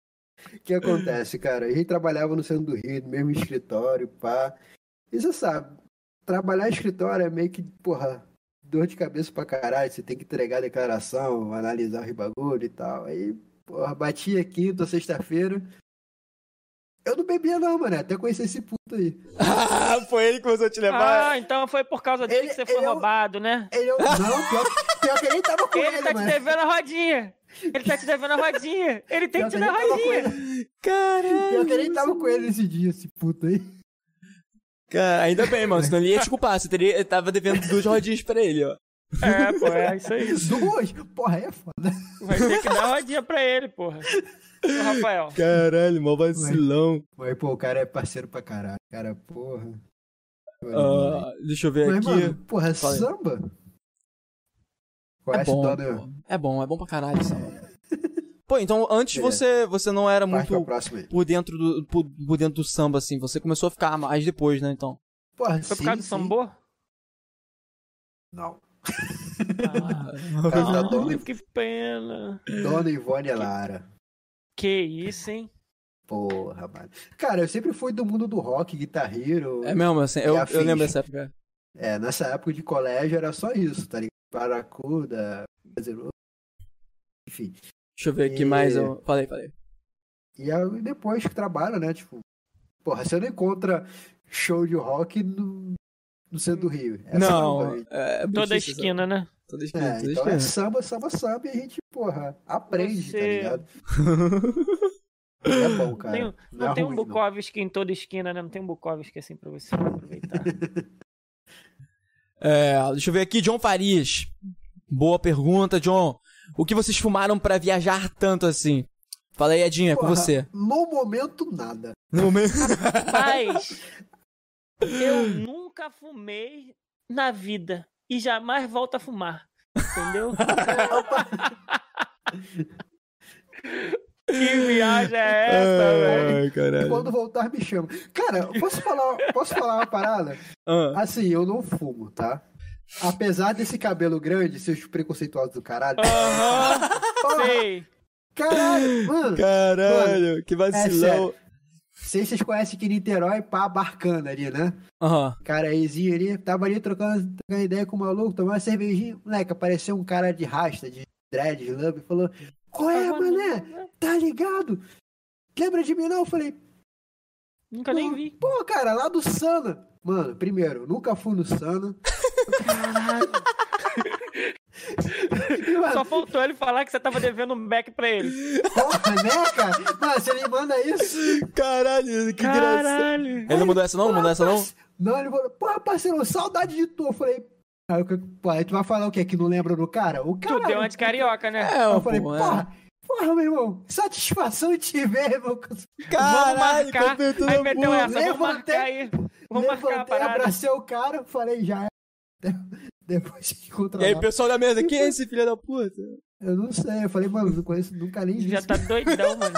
[SPEAKER 1] O que acontece, cara? A gente trabalhava no centro do Rio, no mesmo escritório, pá. E você sabe, trabalhar em escritório é meio que, porra, dor de cabeça pra caralho. Você tem que entregar a declaração, analisar os bagulho e tal. Aí, Porra, bati aqui, tô sexta-feira. Eu não bebia não, mano. Até conheci esse puto aí.
[SPEAKER 2] Ah, foi ele que começou a te
[SPEAKER 3] Ah, então foi por causa dele
[SPEAKER 1] É, Ele-
[SPEAKER 3] que você foi
[SPEAKER 1] ele é o-
[SPEAKER 3] roubado, né?
[SPEAKER 1] Ele eu... Não, pior, pior que ele tava com ele,
[SPEAKER 3] Ele tá te
[SPEAKER 1] mano.
[SPEAKER 3] devendo a rodinha! Ele tá te devendo a rodinha! Ele tem
[SPEAKER 1] Pior
[SPEAKER 3] que te
[SPEAKER 1] que
[SPEAKER 3] dar a
[SPEAKER 1] ele tava com
[SPEAKER 3] rodinha!
[SPEAKER 1] ele.
[SPEAKER 2] Caralho.
[SPEAKER 1] Pior que ele tava com ele esse dia, esse puto aí.
[SPEAKER 2] Cara, ainda bem, mano. Senão ele ia te culpar. Você teria, tava devendo duas rodinhas pra ele, ó.
[SPEAKER 3] É, pô, é isso aí.
[SPEAKER 1] Duas? Porra, aí é foda.
[SPEAKER 3] Vai ter que dar rodinha pra ele, porra. Ô, Rafael.
[SPEAKER 2] Caralho, mó
[SPEAKER 1] vacilão. Mas, pô, o cara é parceiro pra caralho. Cara, porra.
[SPEAKER 2] deixa eu ver
[SPEAKER 1] Mas,
[SPEAKER 2] Ah, aqui.
[SPEAKER 1] mano, porra,
[SPEAKER 2] Fala aí.
[SPEAKER 1] samba?
[SPEAKER 2] É
[SPEAKER 1] Conhece
[SPEAKER 2] bom,
[SPEAKER 1] Dona...
[SPEAKER 2] pô. é bom, é bom pra caralho samba. Pô, então antes
[SPEAKER 1] Beleza.
[SPEAKER 2] você, você não era
[SPEAKER 1] É. Parte pra
[SPEAKER 2] muito
[SPEAKER 1] próxima aí.
[SPEAKER 2] por dentro, do, por, por dentro do samba, assim. Você começou a ficar mais depois, né, então?
[SPEAKER 1] Porra,
[SPEAKER 3] Foi por
[SPEAKER 1] sim,
[SPEAKER 3] causa do
[SPEAKER 1] sim.
[SPEAKER 3] sambô?
[SPEAKER 1] Não.
[SPEAKER 3] Ah,
[SPEAKER 1] da dona-
[SPEAKER 3] que pena.
[SPEAKER 1] Dona Ivone Lara.
[SPEAKER 3] Que isso, hein?
[SPEAKER 1] Porra, mano. Cara, eu sempre fui do mundo do rock, guitarreiro.
[SPEAKER 2] É mesmo, assim. Eu,
[SPEAKER 1] E
[SPEAKER 2] eu
[SPEAKER 1] afins.
[SPEAKER 2] lembro dessa época.
[SPEAKER 1] É, nessa época de colégio era só isso, tá ligado? Paracuda, Brasileiro. Enfim.
[SPEAKER 2] Deixa eu ver aqui
[SPEAKER 1] E-
[SPEAKER 2] mais. Eu... Falei, falei.
[SPEAKER 1] E aí, depois que trabalha, né? Tipo, porra, você não encontra show de rock no, no centro do Rio. É
[SPEAKER 2] não, né?
[SPEAKER 1] samba.
[SPEAKER 2] é, é muito
[SPEAKER 3] Toda
[SPEAKER 2] difícil,
[SPEAKER 3] esquina, né?
[SPEAKER 2] sabe? Toda esquina,
[SPEAKER 1] É,
[SPEAKER 2] toda
[SPEAKER 1] então é
[SPEAKER 2] esquina.
[SPEAKER 1] samba, samba, samba, e a gente, porra, aprende, tá
[SPEAKER 3] Você-
[SPEAKER 1] ligado? É bom, cara.
[SPEAKER 3] Tem-
[SPEAKER 1] é
[SPEAKER 3] Não tem um
[SPEAKER 1] ruim, não.
[SPEAKER 3] Bukowski em toda esquina, né? Não tem um Bukowski assim pra você aproveitar.
[SPEAKER 2] É, deixa eu ver aqui, John Farias. Boa pergunta, John. O que vocês fumaram pra viajar tanto assim? Fala aí, Edinha, é com
[SPEAKER 1] Porra,
[SPEAKER 2] você.
[SPEAKER 1] No momento, nada.
[SPEAKER 2] No momento.
[SPEAKER 3] Mas eu nunca fumei na vida e jamais volto a fumar. Entendeu? que viagem é essa, velho?
[SPEAKER 1] E
[SPEAKER 2] caralho.
[SPEAKER 1] quando voltar, me chama. Cara, posso falar, posso falar uma parada?
[SPEAKER 2] Ah,
[SPEAKER 1] Assim, eu não fumo, tá? Apesar desse cabelo grande, seus preconceituosos do caralho.
[SPEAKER 3] Aham,
[SPEAKER 1] Porra,
[SPEAKER 3] sei.
[SPEAKER 1] "Ah, Caralho, mano.
[SPEAKER 2] Caralho, que
[SPEAKER 1] é
[SPEAKER 2] vacilão.
[SPEAKER 1] Sei vocês conhecem que Niterói, pá, barcando ali, né?
[SPEAKER 2] Aham.
[SPEAKER 1] Caraizinho ali, tava ali trocando, trocando ideia com o maluco, tomando uma cervejinha. Moleque, apareceu um cara de rasta, de dread, de lub, e falou: Qual é, mané? Tá ligado? Lembra de mim não? Eu falei:
[SPEAKER 3] Nunca nem vi.
[SPEAKER 1] Pô, cara, lá do Sana. Mano, primeiro, nunca fui no Sana.
[SPEAKER 3] Caralho.
[SPEAKER 1] E, mano,
[SPEAKER 3] Só faltou ele falar que você tava devendo um Mac pra ele.
[SPEAKER 1] porra, né, cara? Mano, você me manda isso?
[SPEAKER 2] Caralho, que graça.
[SPEAKER 3] Caralho.
[SPEAKER 2] Ele não mandou essa não? Mandou essa não?
[SPEAKER 1] Não, ele falou, porra, parceiro, saudade de tu. Eu falei, aí, eu- pô, aí tu vai falar o quê? Que não lembra do cara? O cara.
[SPEAKER 3] Tu deu uma de carioca, né?
[SPEAKER 2] É,
[SPEAKER 1] Eu falei,
[SPEAKER 2] pô, é.
[SPEAKER 1] porra, porra, meu irmão, satisfação te ver, irmão.
[SPEAKER 3] Vamos
[SPEAKER 2] Caralho,
[SPEAKER 3] marcar.
[SPEAKER 2] conteúdo
[SPEAKER 3] Aí
[SPEAKER 2] da
[SPEAKER 3] meteu
[SPEAKER 2] porra.
[SPEAKER 3] essa, vamos
[SPEAKER 1] Levantei-
[SPEAKER 3] marcar aí. Vamos marcar a
[SPEAKER 1] Levantei,
[SPEAKER 3] parada.
[SPEAKER 1] abracei o cara, falei, já é. Depois que encontrar
[SPEAKER 2] E aí,
[SPEAKER 1] lá.
[SPEAKER 2] pessoal da mesa, quem é esse filho da puta?
[SPEAKER 1] Eu não sei, eu falei, mano, não conheço, nunca nem vi
[SPEAKER 3] Já
[SPEAKER 1] se
[SPEAKER 3] tá doidão, mano.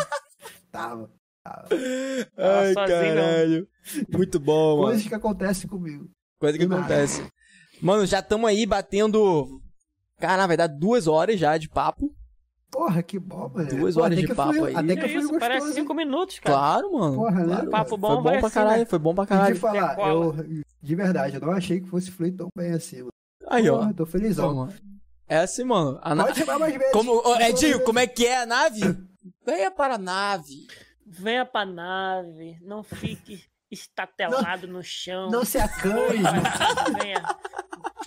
[SPEAKER 1] tava. tava.
[SPEAKER 2] Ai,
[SPEAKER 3] Ah, sozinho, não.
[SPEAKER 2] caralho. Muito bom, mano.
[SPEAKER 1] Coisas que acontecem comigo.
[SPEAKER 2] Coisa que
[SPEAKER 1] do nada.
[SPEAKER 2] acontece. Mano, já estamos aí batendo. Cara, vai dar duas horas já de papo.
[SPEAKER 1] Porra, que bom, mano.
[SPEAKER 2] Duas
[SPEAKER 1] Pô,
[SPEAKER 2] horas
[SPEAKER 1] até
[SPEAKER 2] de
[SPEAKER 1] que
[SPEAKER 2] papo
[SPEAKER 1] fluiu-
[SPEAKER 2] aí.
[SPEAKER 1] Até
[SPEAKER 3] Que
[SPEAKER 1] É que foi
[SPEAKER 3] É isso,
[SPEAKER 1] gostoso.
[SPEAKER 3] parece
[SPEAKER 1] hein?
[SPEAKER 3] cinco minutos, cara.
[SPEAKER 2] Claro, mano.
[SPEAKER 1] Porra, né?
[SPEAKER 2] Claro.
[SPEAKER 3] Papo bom
[SPEAKER 2] foi bom
[SPEAKER 3] vai
[SPEAKER 2] pra
[SPEAKER 3] assim,
[SPEAKER 2] caralho,
[SPEAKER 3] né?
[SPEAKER 2] foi bom pra
[SPEAKER 1] E de
[SPEAKER 2] caralho.
[SPEAKER 1] falar,
[SPEAKER 3] Decola.
[SPEAKER 1] eu, de verdade, eu não achei que fosse fluir tão bem assim. Mano.
[SPEAKER 2] Aí, ó.
[SPEAKER 3] né?
[SPEAKER 1] Porra, tô felizão.
[SPEAKER 2] Toma. É assim, mano. A na...
[SPEAKER 1] Pode chamar mais vezes.
[SPEAKER 2] Como... Ô, Edinho,
[SPEAKER 1] Pode-
[SPEAKER 2] como é que é a nave? Venha para a nave.
[SPEAKER 3] Venha pra nave, não fique estatelado no chão.
[SPEAKER 1] Não se acanhe.
[SPEAKER 2] Tá
[SPEAKER 3] Venha.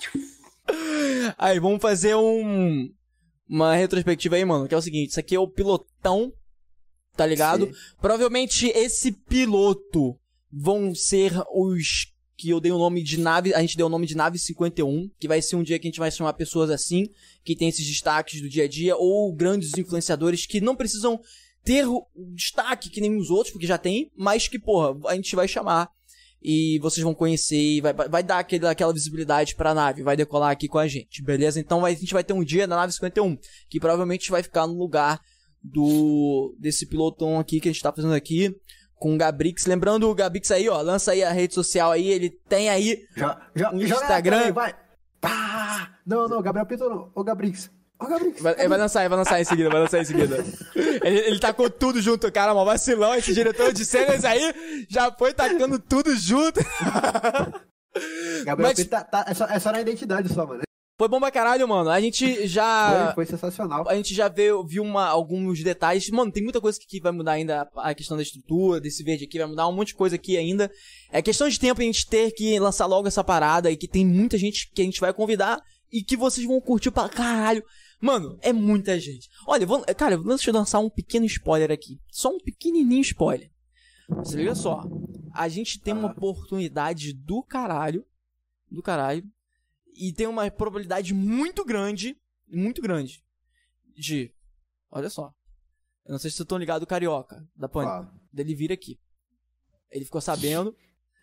[SPEAKER 2] Aí, vamos fazer um. Uma retrospectiva aí, mano. Que é o seguinte: isso aqui é o pilotão. Tá ligado?
[SPEAKER 1] Sim.
[SPEAKER 2] Provavelmente esse piloto vão ser os que eu dei o nome de nave, a gente deu o nome de nave 51, que vai ser um dia que a gente vai chamar pessoas assim, que tem esses destaques do dia a dia ou grandes influenciadores que não precisam ter o o destaque que nem os outros, porque já tem, mas que, porra, a gente vai chamar e vocês vão conhecer e vai, vai dar aquele, aquela visibilidade pra nave, vai decolar aqui com a gente, beleza? Então vai- a gente vai ter um dia na nave 51, que provavelmente vai ficar no lugar do desse pilotão aqui que a gente tá fazendo aqui com o Gabrix. Lembrando o Gabrix aí, ó, lança aí a rede social aí, ele tem aí
[SPEAKER 1] Já, já,
[SPEAKER 2] Um
[SPEAKER 1] joga na
[SPEAKER 2] Instagram.
[SPEAKER 1] tela aí, vai. Pá! Não, não, Gabriel Pinto não. Ô, Gabrix. Ô, Gabrix.
[SPEAKER 2] Vai, ele vai lançar, ele vai lançar em seguida, vai lançar em seguida. Ele, ele tacou tudo junto, cara, mó vacilão. Esse diretor de cenas aí já foi tacando tudo junto.
[SPEAKER 1] Gabriel
[SPEAKER 2] mas-
[SPEAKER 1] Pinto tá, tá- é, só, é só na identidade só, mano.
[SPEAKER 2] Foi bom pra caralho, mano. A gente já.
[SPEAKER 1] Foi, foi sensacional.
[SPEAKER 2] A gente já viu, viu uma, alguns detalhes. Mano, tem muita coisa que vai mudar ainda. A questão da estrutura, desse verde aqui, vai mudar um monte de coisa aqui ainda. É questão de tempo a gente ter que lançar logo essa parada e que tem muita gente que a gente vai convidar e que vocês vão curtir pra caralho. Mano, é muita gente. Olha, vou, cara, deixa eu lançar um pequeno spoiler aqui. Só um pequenininho spoiler. Se liga só. A gente tem uma
[SPEAKER 1] Ah.
[SPEAKER 2] oportunidade do caralho. Do caralho. E tem uma probabilidade muito grande. Muito grande. De. Olha só. Eu não sei se vocês estão ligados o carioca da Pânico.
[SPEAKER 1] Ó.
[SPEAKER 2] Dele vir aqui. Ele ficou sabendo,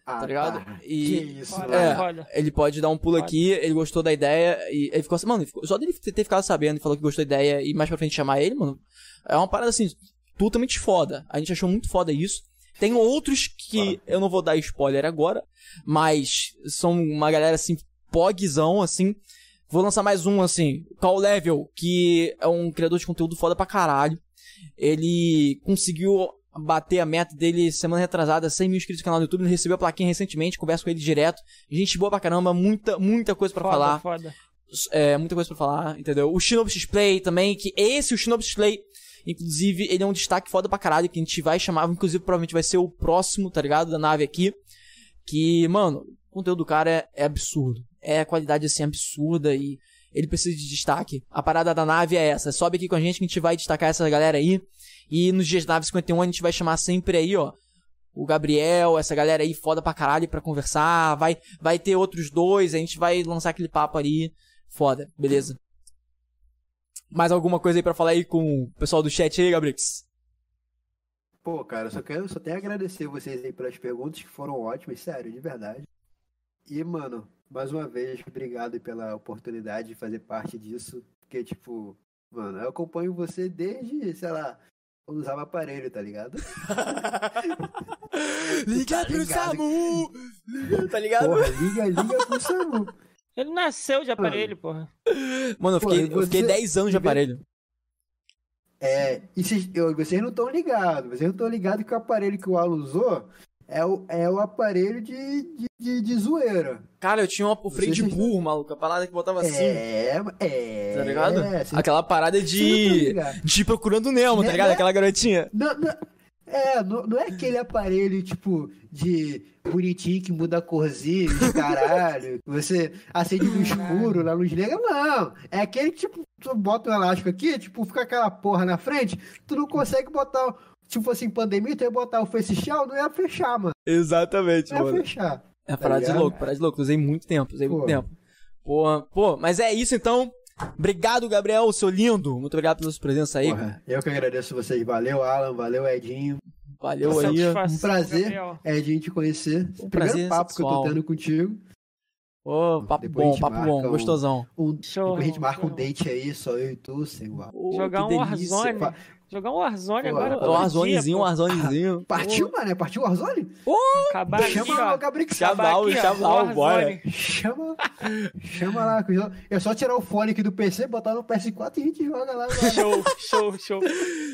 [SPEAKER 1] Ah,
[SPEAKER 2] tá ligado?
[SPEAKER 1] tá.
[SPEAKER 2] E.
[SPEAKER 1] Que isso,
[SPEAKER 3] Olha,
[SPEAKER 2] É.
[SPEAKER 1] mano.
[SPEAKER 3] olha.
[SPEAKER 2] Ele pode dar um pulo
[SPEAKER 3] Pode.
[SPEAKER 2] aqui, ele gostou da ideia e ele ficou assim, mano, ele ficou- só dele ter ter ficado sabendo e falou que gostou da ideia e mais pra frente chamar ele, mano, é uma parada assim, totalmente foda. A gente achou muito foda isso. Tem outros que eu não vou dar spoiler agora, mas são uma galera assim, pogzão, assim. Vou lançar mais um, assim, Call Level, que é um criador de conteúdo foda pra caralho. Ele conseguiu bater a meta dele semana retrasada, 100 mil inscritos no canal do YouTube. Ele recebeu a plaquinha recentemente, converso com ele direto. Gente boa pra caramba, muita, muita coisa pra
[SPEAKER 3] foda,
[SPEAKER 2] falar.
[SPEAKER 3] Foda.
[SPEAKER 2] É, muita coisa pra falar, entendeu? O Shinobi Display também, que esse, o Shinobi Display, inclusive, ele é um destaque foda pra caralho, que a gente vai chamar, inclusive, provavelmente vai ser o próximo, tá ligado? Da nave aqui. Que, mano, o conteúdo do cara é, é absurdo. É qualidade, assim, absurda e ele precisa de destaque. A parada da nave é essa. Sobe aqui com a gente que a gente vai destacar essa galera aí. E nos dias da nave 51 a gente vai chamar sempre aí, ó. O Gabriel, essa galera aí foda pra caralho pra conversar. Vai, vai ter outros dois, a gente vai lançar aquele papo ali. Foda, beleza. Mais alguma coisa aí pra falar aí com o pessoal do chat aí, Gabrix?
[SPEAKER 1] Pô, cara, eu só quero, só tenho a agradecer vocês aí pelas perguntas que foram ótimas, sério, de verdade. E, mano, mais uma vez, obrigado pela oportunidade de fazer parte disso, porque, tipo, mano, eu acompanho você desde, sei lá, quando usava aparelho, tá ligado?
[SPEAKER 2] Liga pro
[SPEAKER 1] ligado.
[SPEAKER 2] Samu! Tá ligado?
[SPEAKER 1] Porra, liga, liga pro Samu.
[SPEAKER 3] Ele nasceu de aparelho, porra.
[SPEAKER 2] Mano, eu
[SPEAKER 1] Pô,
[SPEAKER 2] fiquei,
[SPEAKER 1] e
[SPEAKER 2] eu fiquei
[SPEAKER 1] você-
[SPEAKER 2] 10 anos de
[SPEAKER 1] e vê-
[SPEAKER 2] aparelho.
[SPEAKER 1] É, e vocês, eu- vocês não estão ligados, vocês não estão ligados que o aparelho que o Alu usou é o, é o aparelho de, de, de, de zoeira.
[SPEAKER 2] Cara, eu tinha uma, o freio de
[SPEAKER 1] Vocês-
[SPEAKER 2] burro, maluco. A parada que botava assim.
[SPEAKER 1] É, é.
[SPEAKER 2] Tá ligado?
[SPEAKER 1] É, vocês-
[SPEAKER 2] Aquela parada
[SPEAKER 1] vocês não tão
[SPEAKER 2] de.
[SPEAKER 1] ligados.
[SPEAKER 2] De procurando o Nemo, tá
[SPEAKER 1] Né,
[SPEAKER 2] ligado?
[SPEAKER 1] né?
[SPEAKER 2] Aquela garotinha.
[SPEAKER 1] Não, não- é, não, não é aquele aparelho, tipo, de bonitinho que muda a corzinha, de caralho. que Você acende no escuro, na luz negra. Não, é aquele tipo, tu bota um elástico aqui, tipo, fica aquela porra na frente, tu não consegue botar, tipo assim, pandemia, tu ia botar o face shield, não ia fechar, mano.
[SPEAKER 2] Exatamente,
[SPEAKER 1] Não ia
[SPEAKER 2] mano.
[SPEAKER 1] fechar.
[SPEAKER 2] É uma parada de
[SPEAKER 1] Tá ligado?
[SPEAKER 2] louco, parada de louco. Usei muito tempo, usei muito
[SPEAKER 1] Pô.
[SPEAKER 2] tempo. Pô, pô, mas é isso então. Obrigado, Gabriel, seu lindo. Muito obrigado pela sua presença aí.
[SPEAKER 1] Porra, eu que agradeço vocês. Valeu, Alan, valeu, Edinho.
[SPEAKER 2] Valeu
[SPEAKER 3] Que
[SPEAKER 1] Tá
[SPEAKER 2] aí.
[SPEAKER 3] satisfação,
[SPEAKER 1] prazer.
[SPEAKER 3] Gabriel.
[SPEAKER 1] Edinho te conhecer. Primeiro
[SPEAKER 2] Um prazer
[SPEAKER 1] papo que eu tô
[SPEAKER 2] sexual.
[SPEAKER 1] tendo contigo.
[SPEAKER 2] Ô, papo
[SPEAKER 1] Depois a
[SPEAKER 2] bom,
[SPEAKER 1] gente
[SPEAKER 2] papo
[SPEAKER 1] marca
[SPEAKER 2] bom,
[SPEAKER 1] um-
[SPEAKER 2] gostosão.
[SPEAKER 1] Um,
[SPEAKER 3] Show.
[SPEAKER 1] depois a gente marca um
[SPEAKER 3] show.
[SPEAKER 1] date aí, só eu e tu, sem o Alan.
[SPEAKER 2] Ô,
[SPEAKER 3] Jogar
[SPEAKER 2] que
[SPEAKER 3] um
[SPEAKER 2] delícia.
[SPEAKER 3] Warzone.
[SPEAKER 1] Fa-
[SPEAKER 3] Jogar um Warzone
[SPEAKER 1] Pô,
[SPEAKER 3] agora.
[SPEAKER 2] Ô, Um arzonezinho, um
[SPEAKER 3] Ah,
[SPEAKER 2] arzonezinho.
[SPEAKER 1] Partiu, mano? Partiu o Warzone?
[SPEAKER 3] Acabar aqui,
[SPEAKER 1] Chama o
[SPEAKER 3] ó.
[SPEAKER 1] Gabriel que sabe.
[SPEAKER 2] Acabar
[SPEAKER 3] aqui, ó,
[SPEAKER 2] chama lá,
[SPEAKER 3] Warzone.
[SPEAKER 2] bora.
[SPEAKER 1] Chama, chama lá. que eu já- É só tirar o fone aqui do PC, botar no PS4 e a gente joga lá. mano.
[SPEAKER 3] Show, show, show.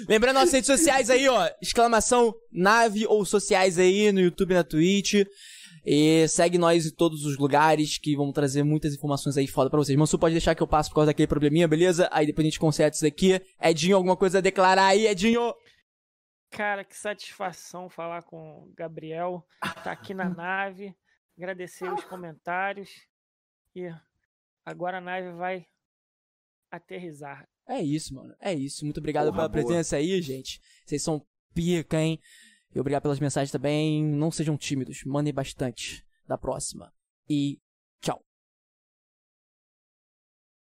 [SPEAKER 2] Lembrando nossas redes sociais aí, ó. Exclamação nave ou sociais aí no YouTube e na Twitch. E segue nós em todos os lugares que vamos trazer muitas informações aí foda pra vocês. Mansu, pode deixar que eu passo por causa daquele probleminha, beleza? Aí depois a gente conserta isso daqui. Edinho, alguma coisa a declarar aí, Edinho?
[SPEAKER 3] Cara, que satisfação falar com o Gabriel. Tá aqui na nave. Agradecer os comentários. E agora a nave vai aterrizar.
[SPEAKER 2] É isso, mano. É isso. Muito obrigado
[SPEAKER 1] Porra,
[SPEAKER 2] pela
[SPEAKER 1] boa.
[SPEAKER 2] presença aí, gente. Vocês são pica, hein? E obrigado pelas mensagens também. Não sejam tímidos. Mandem bastante. Da próxima. E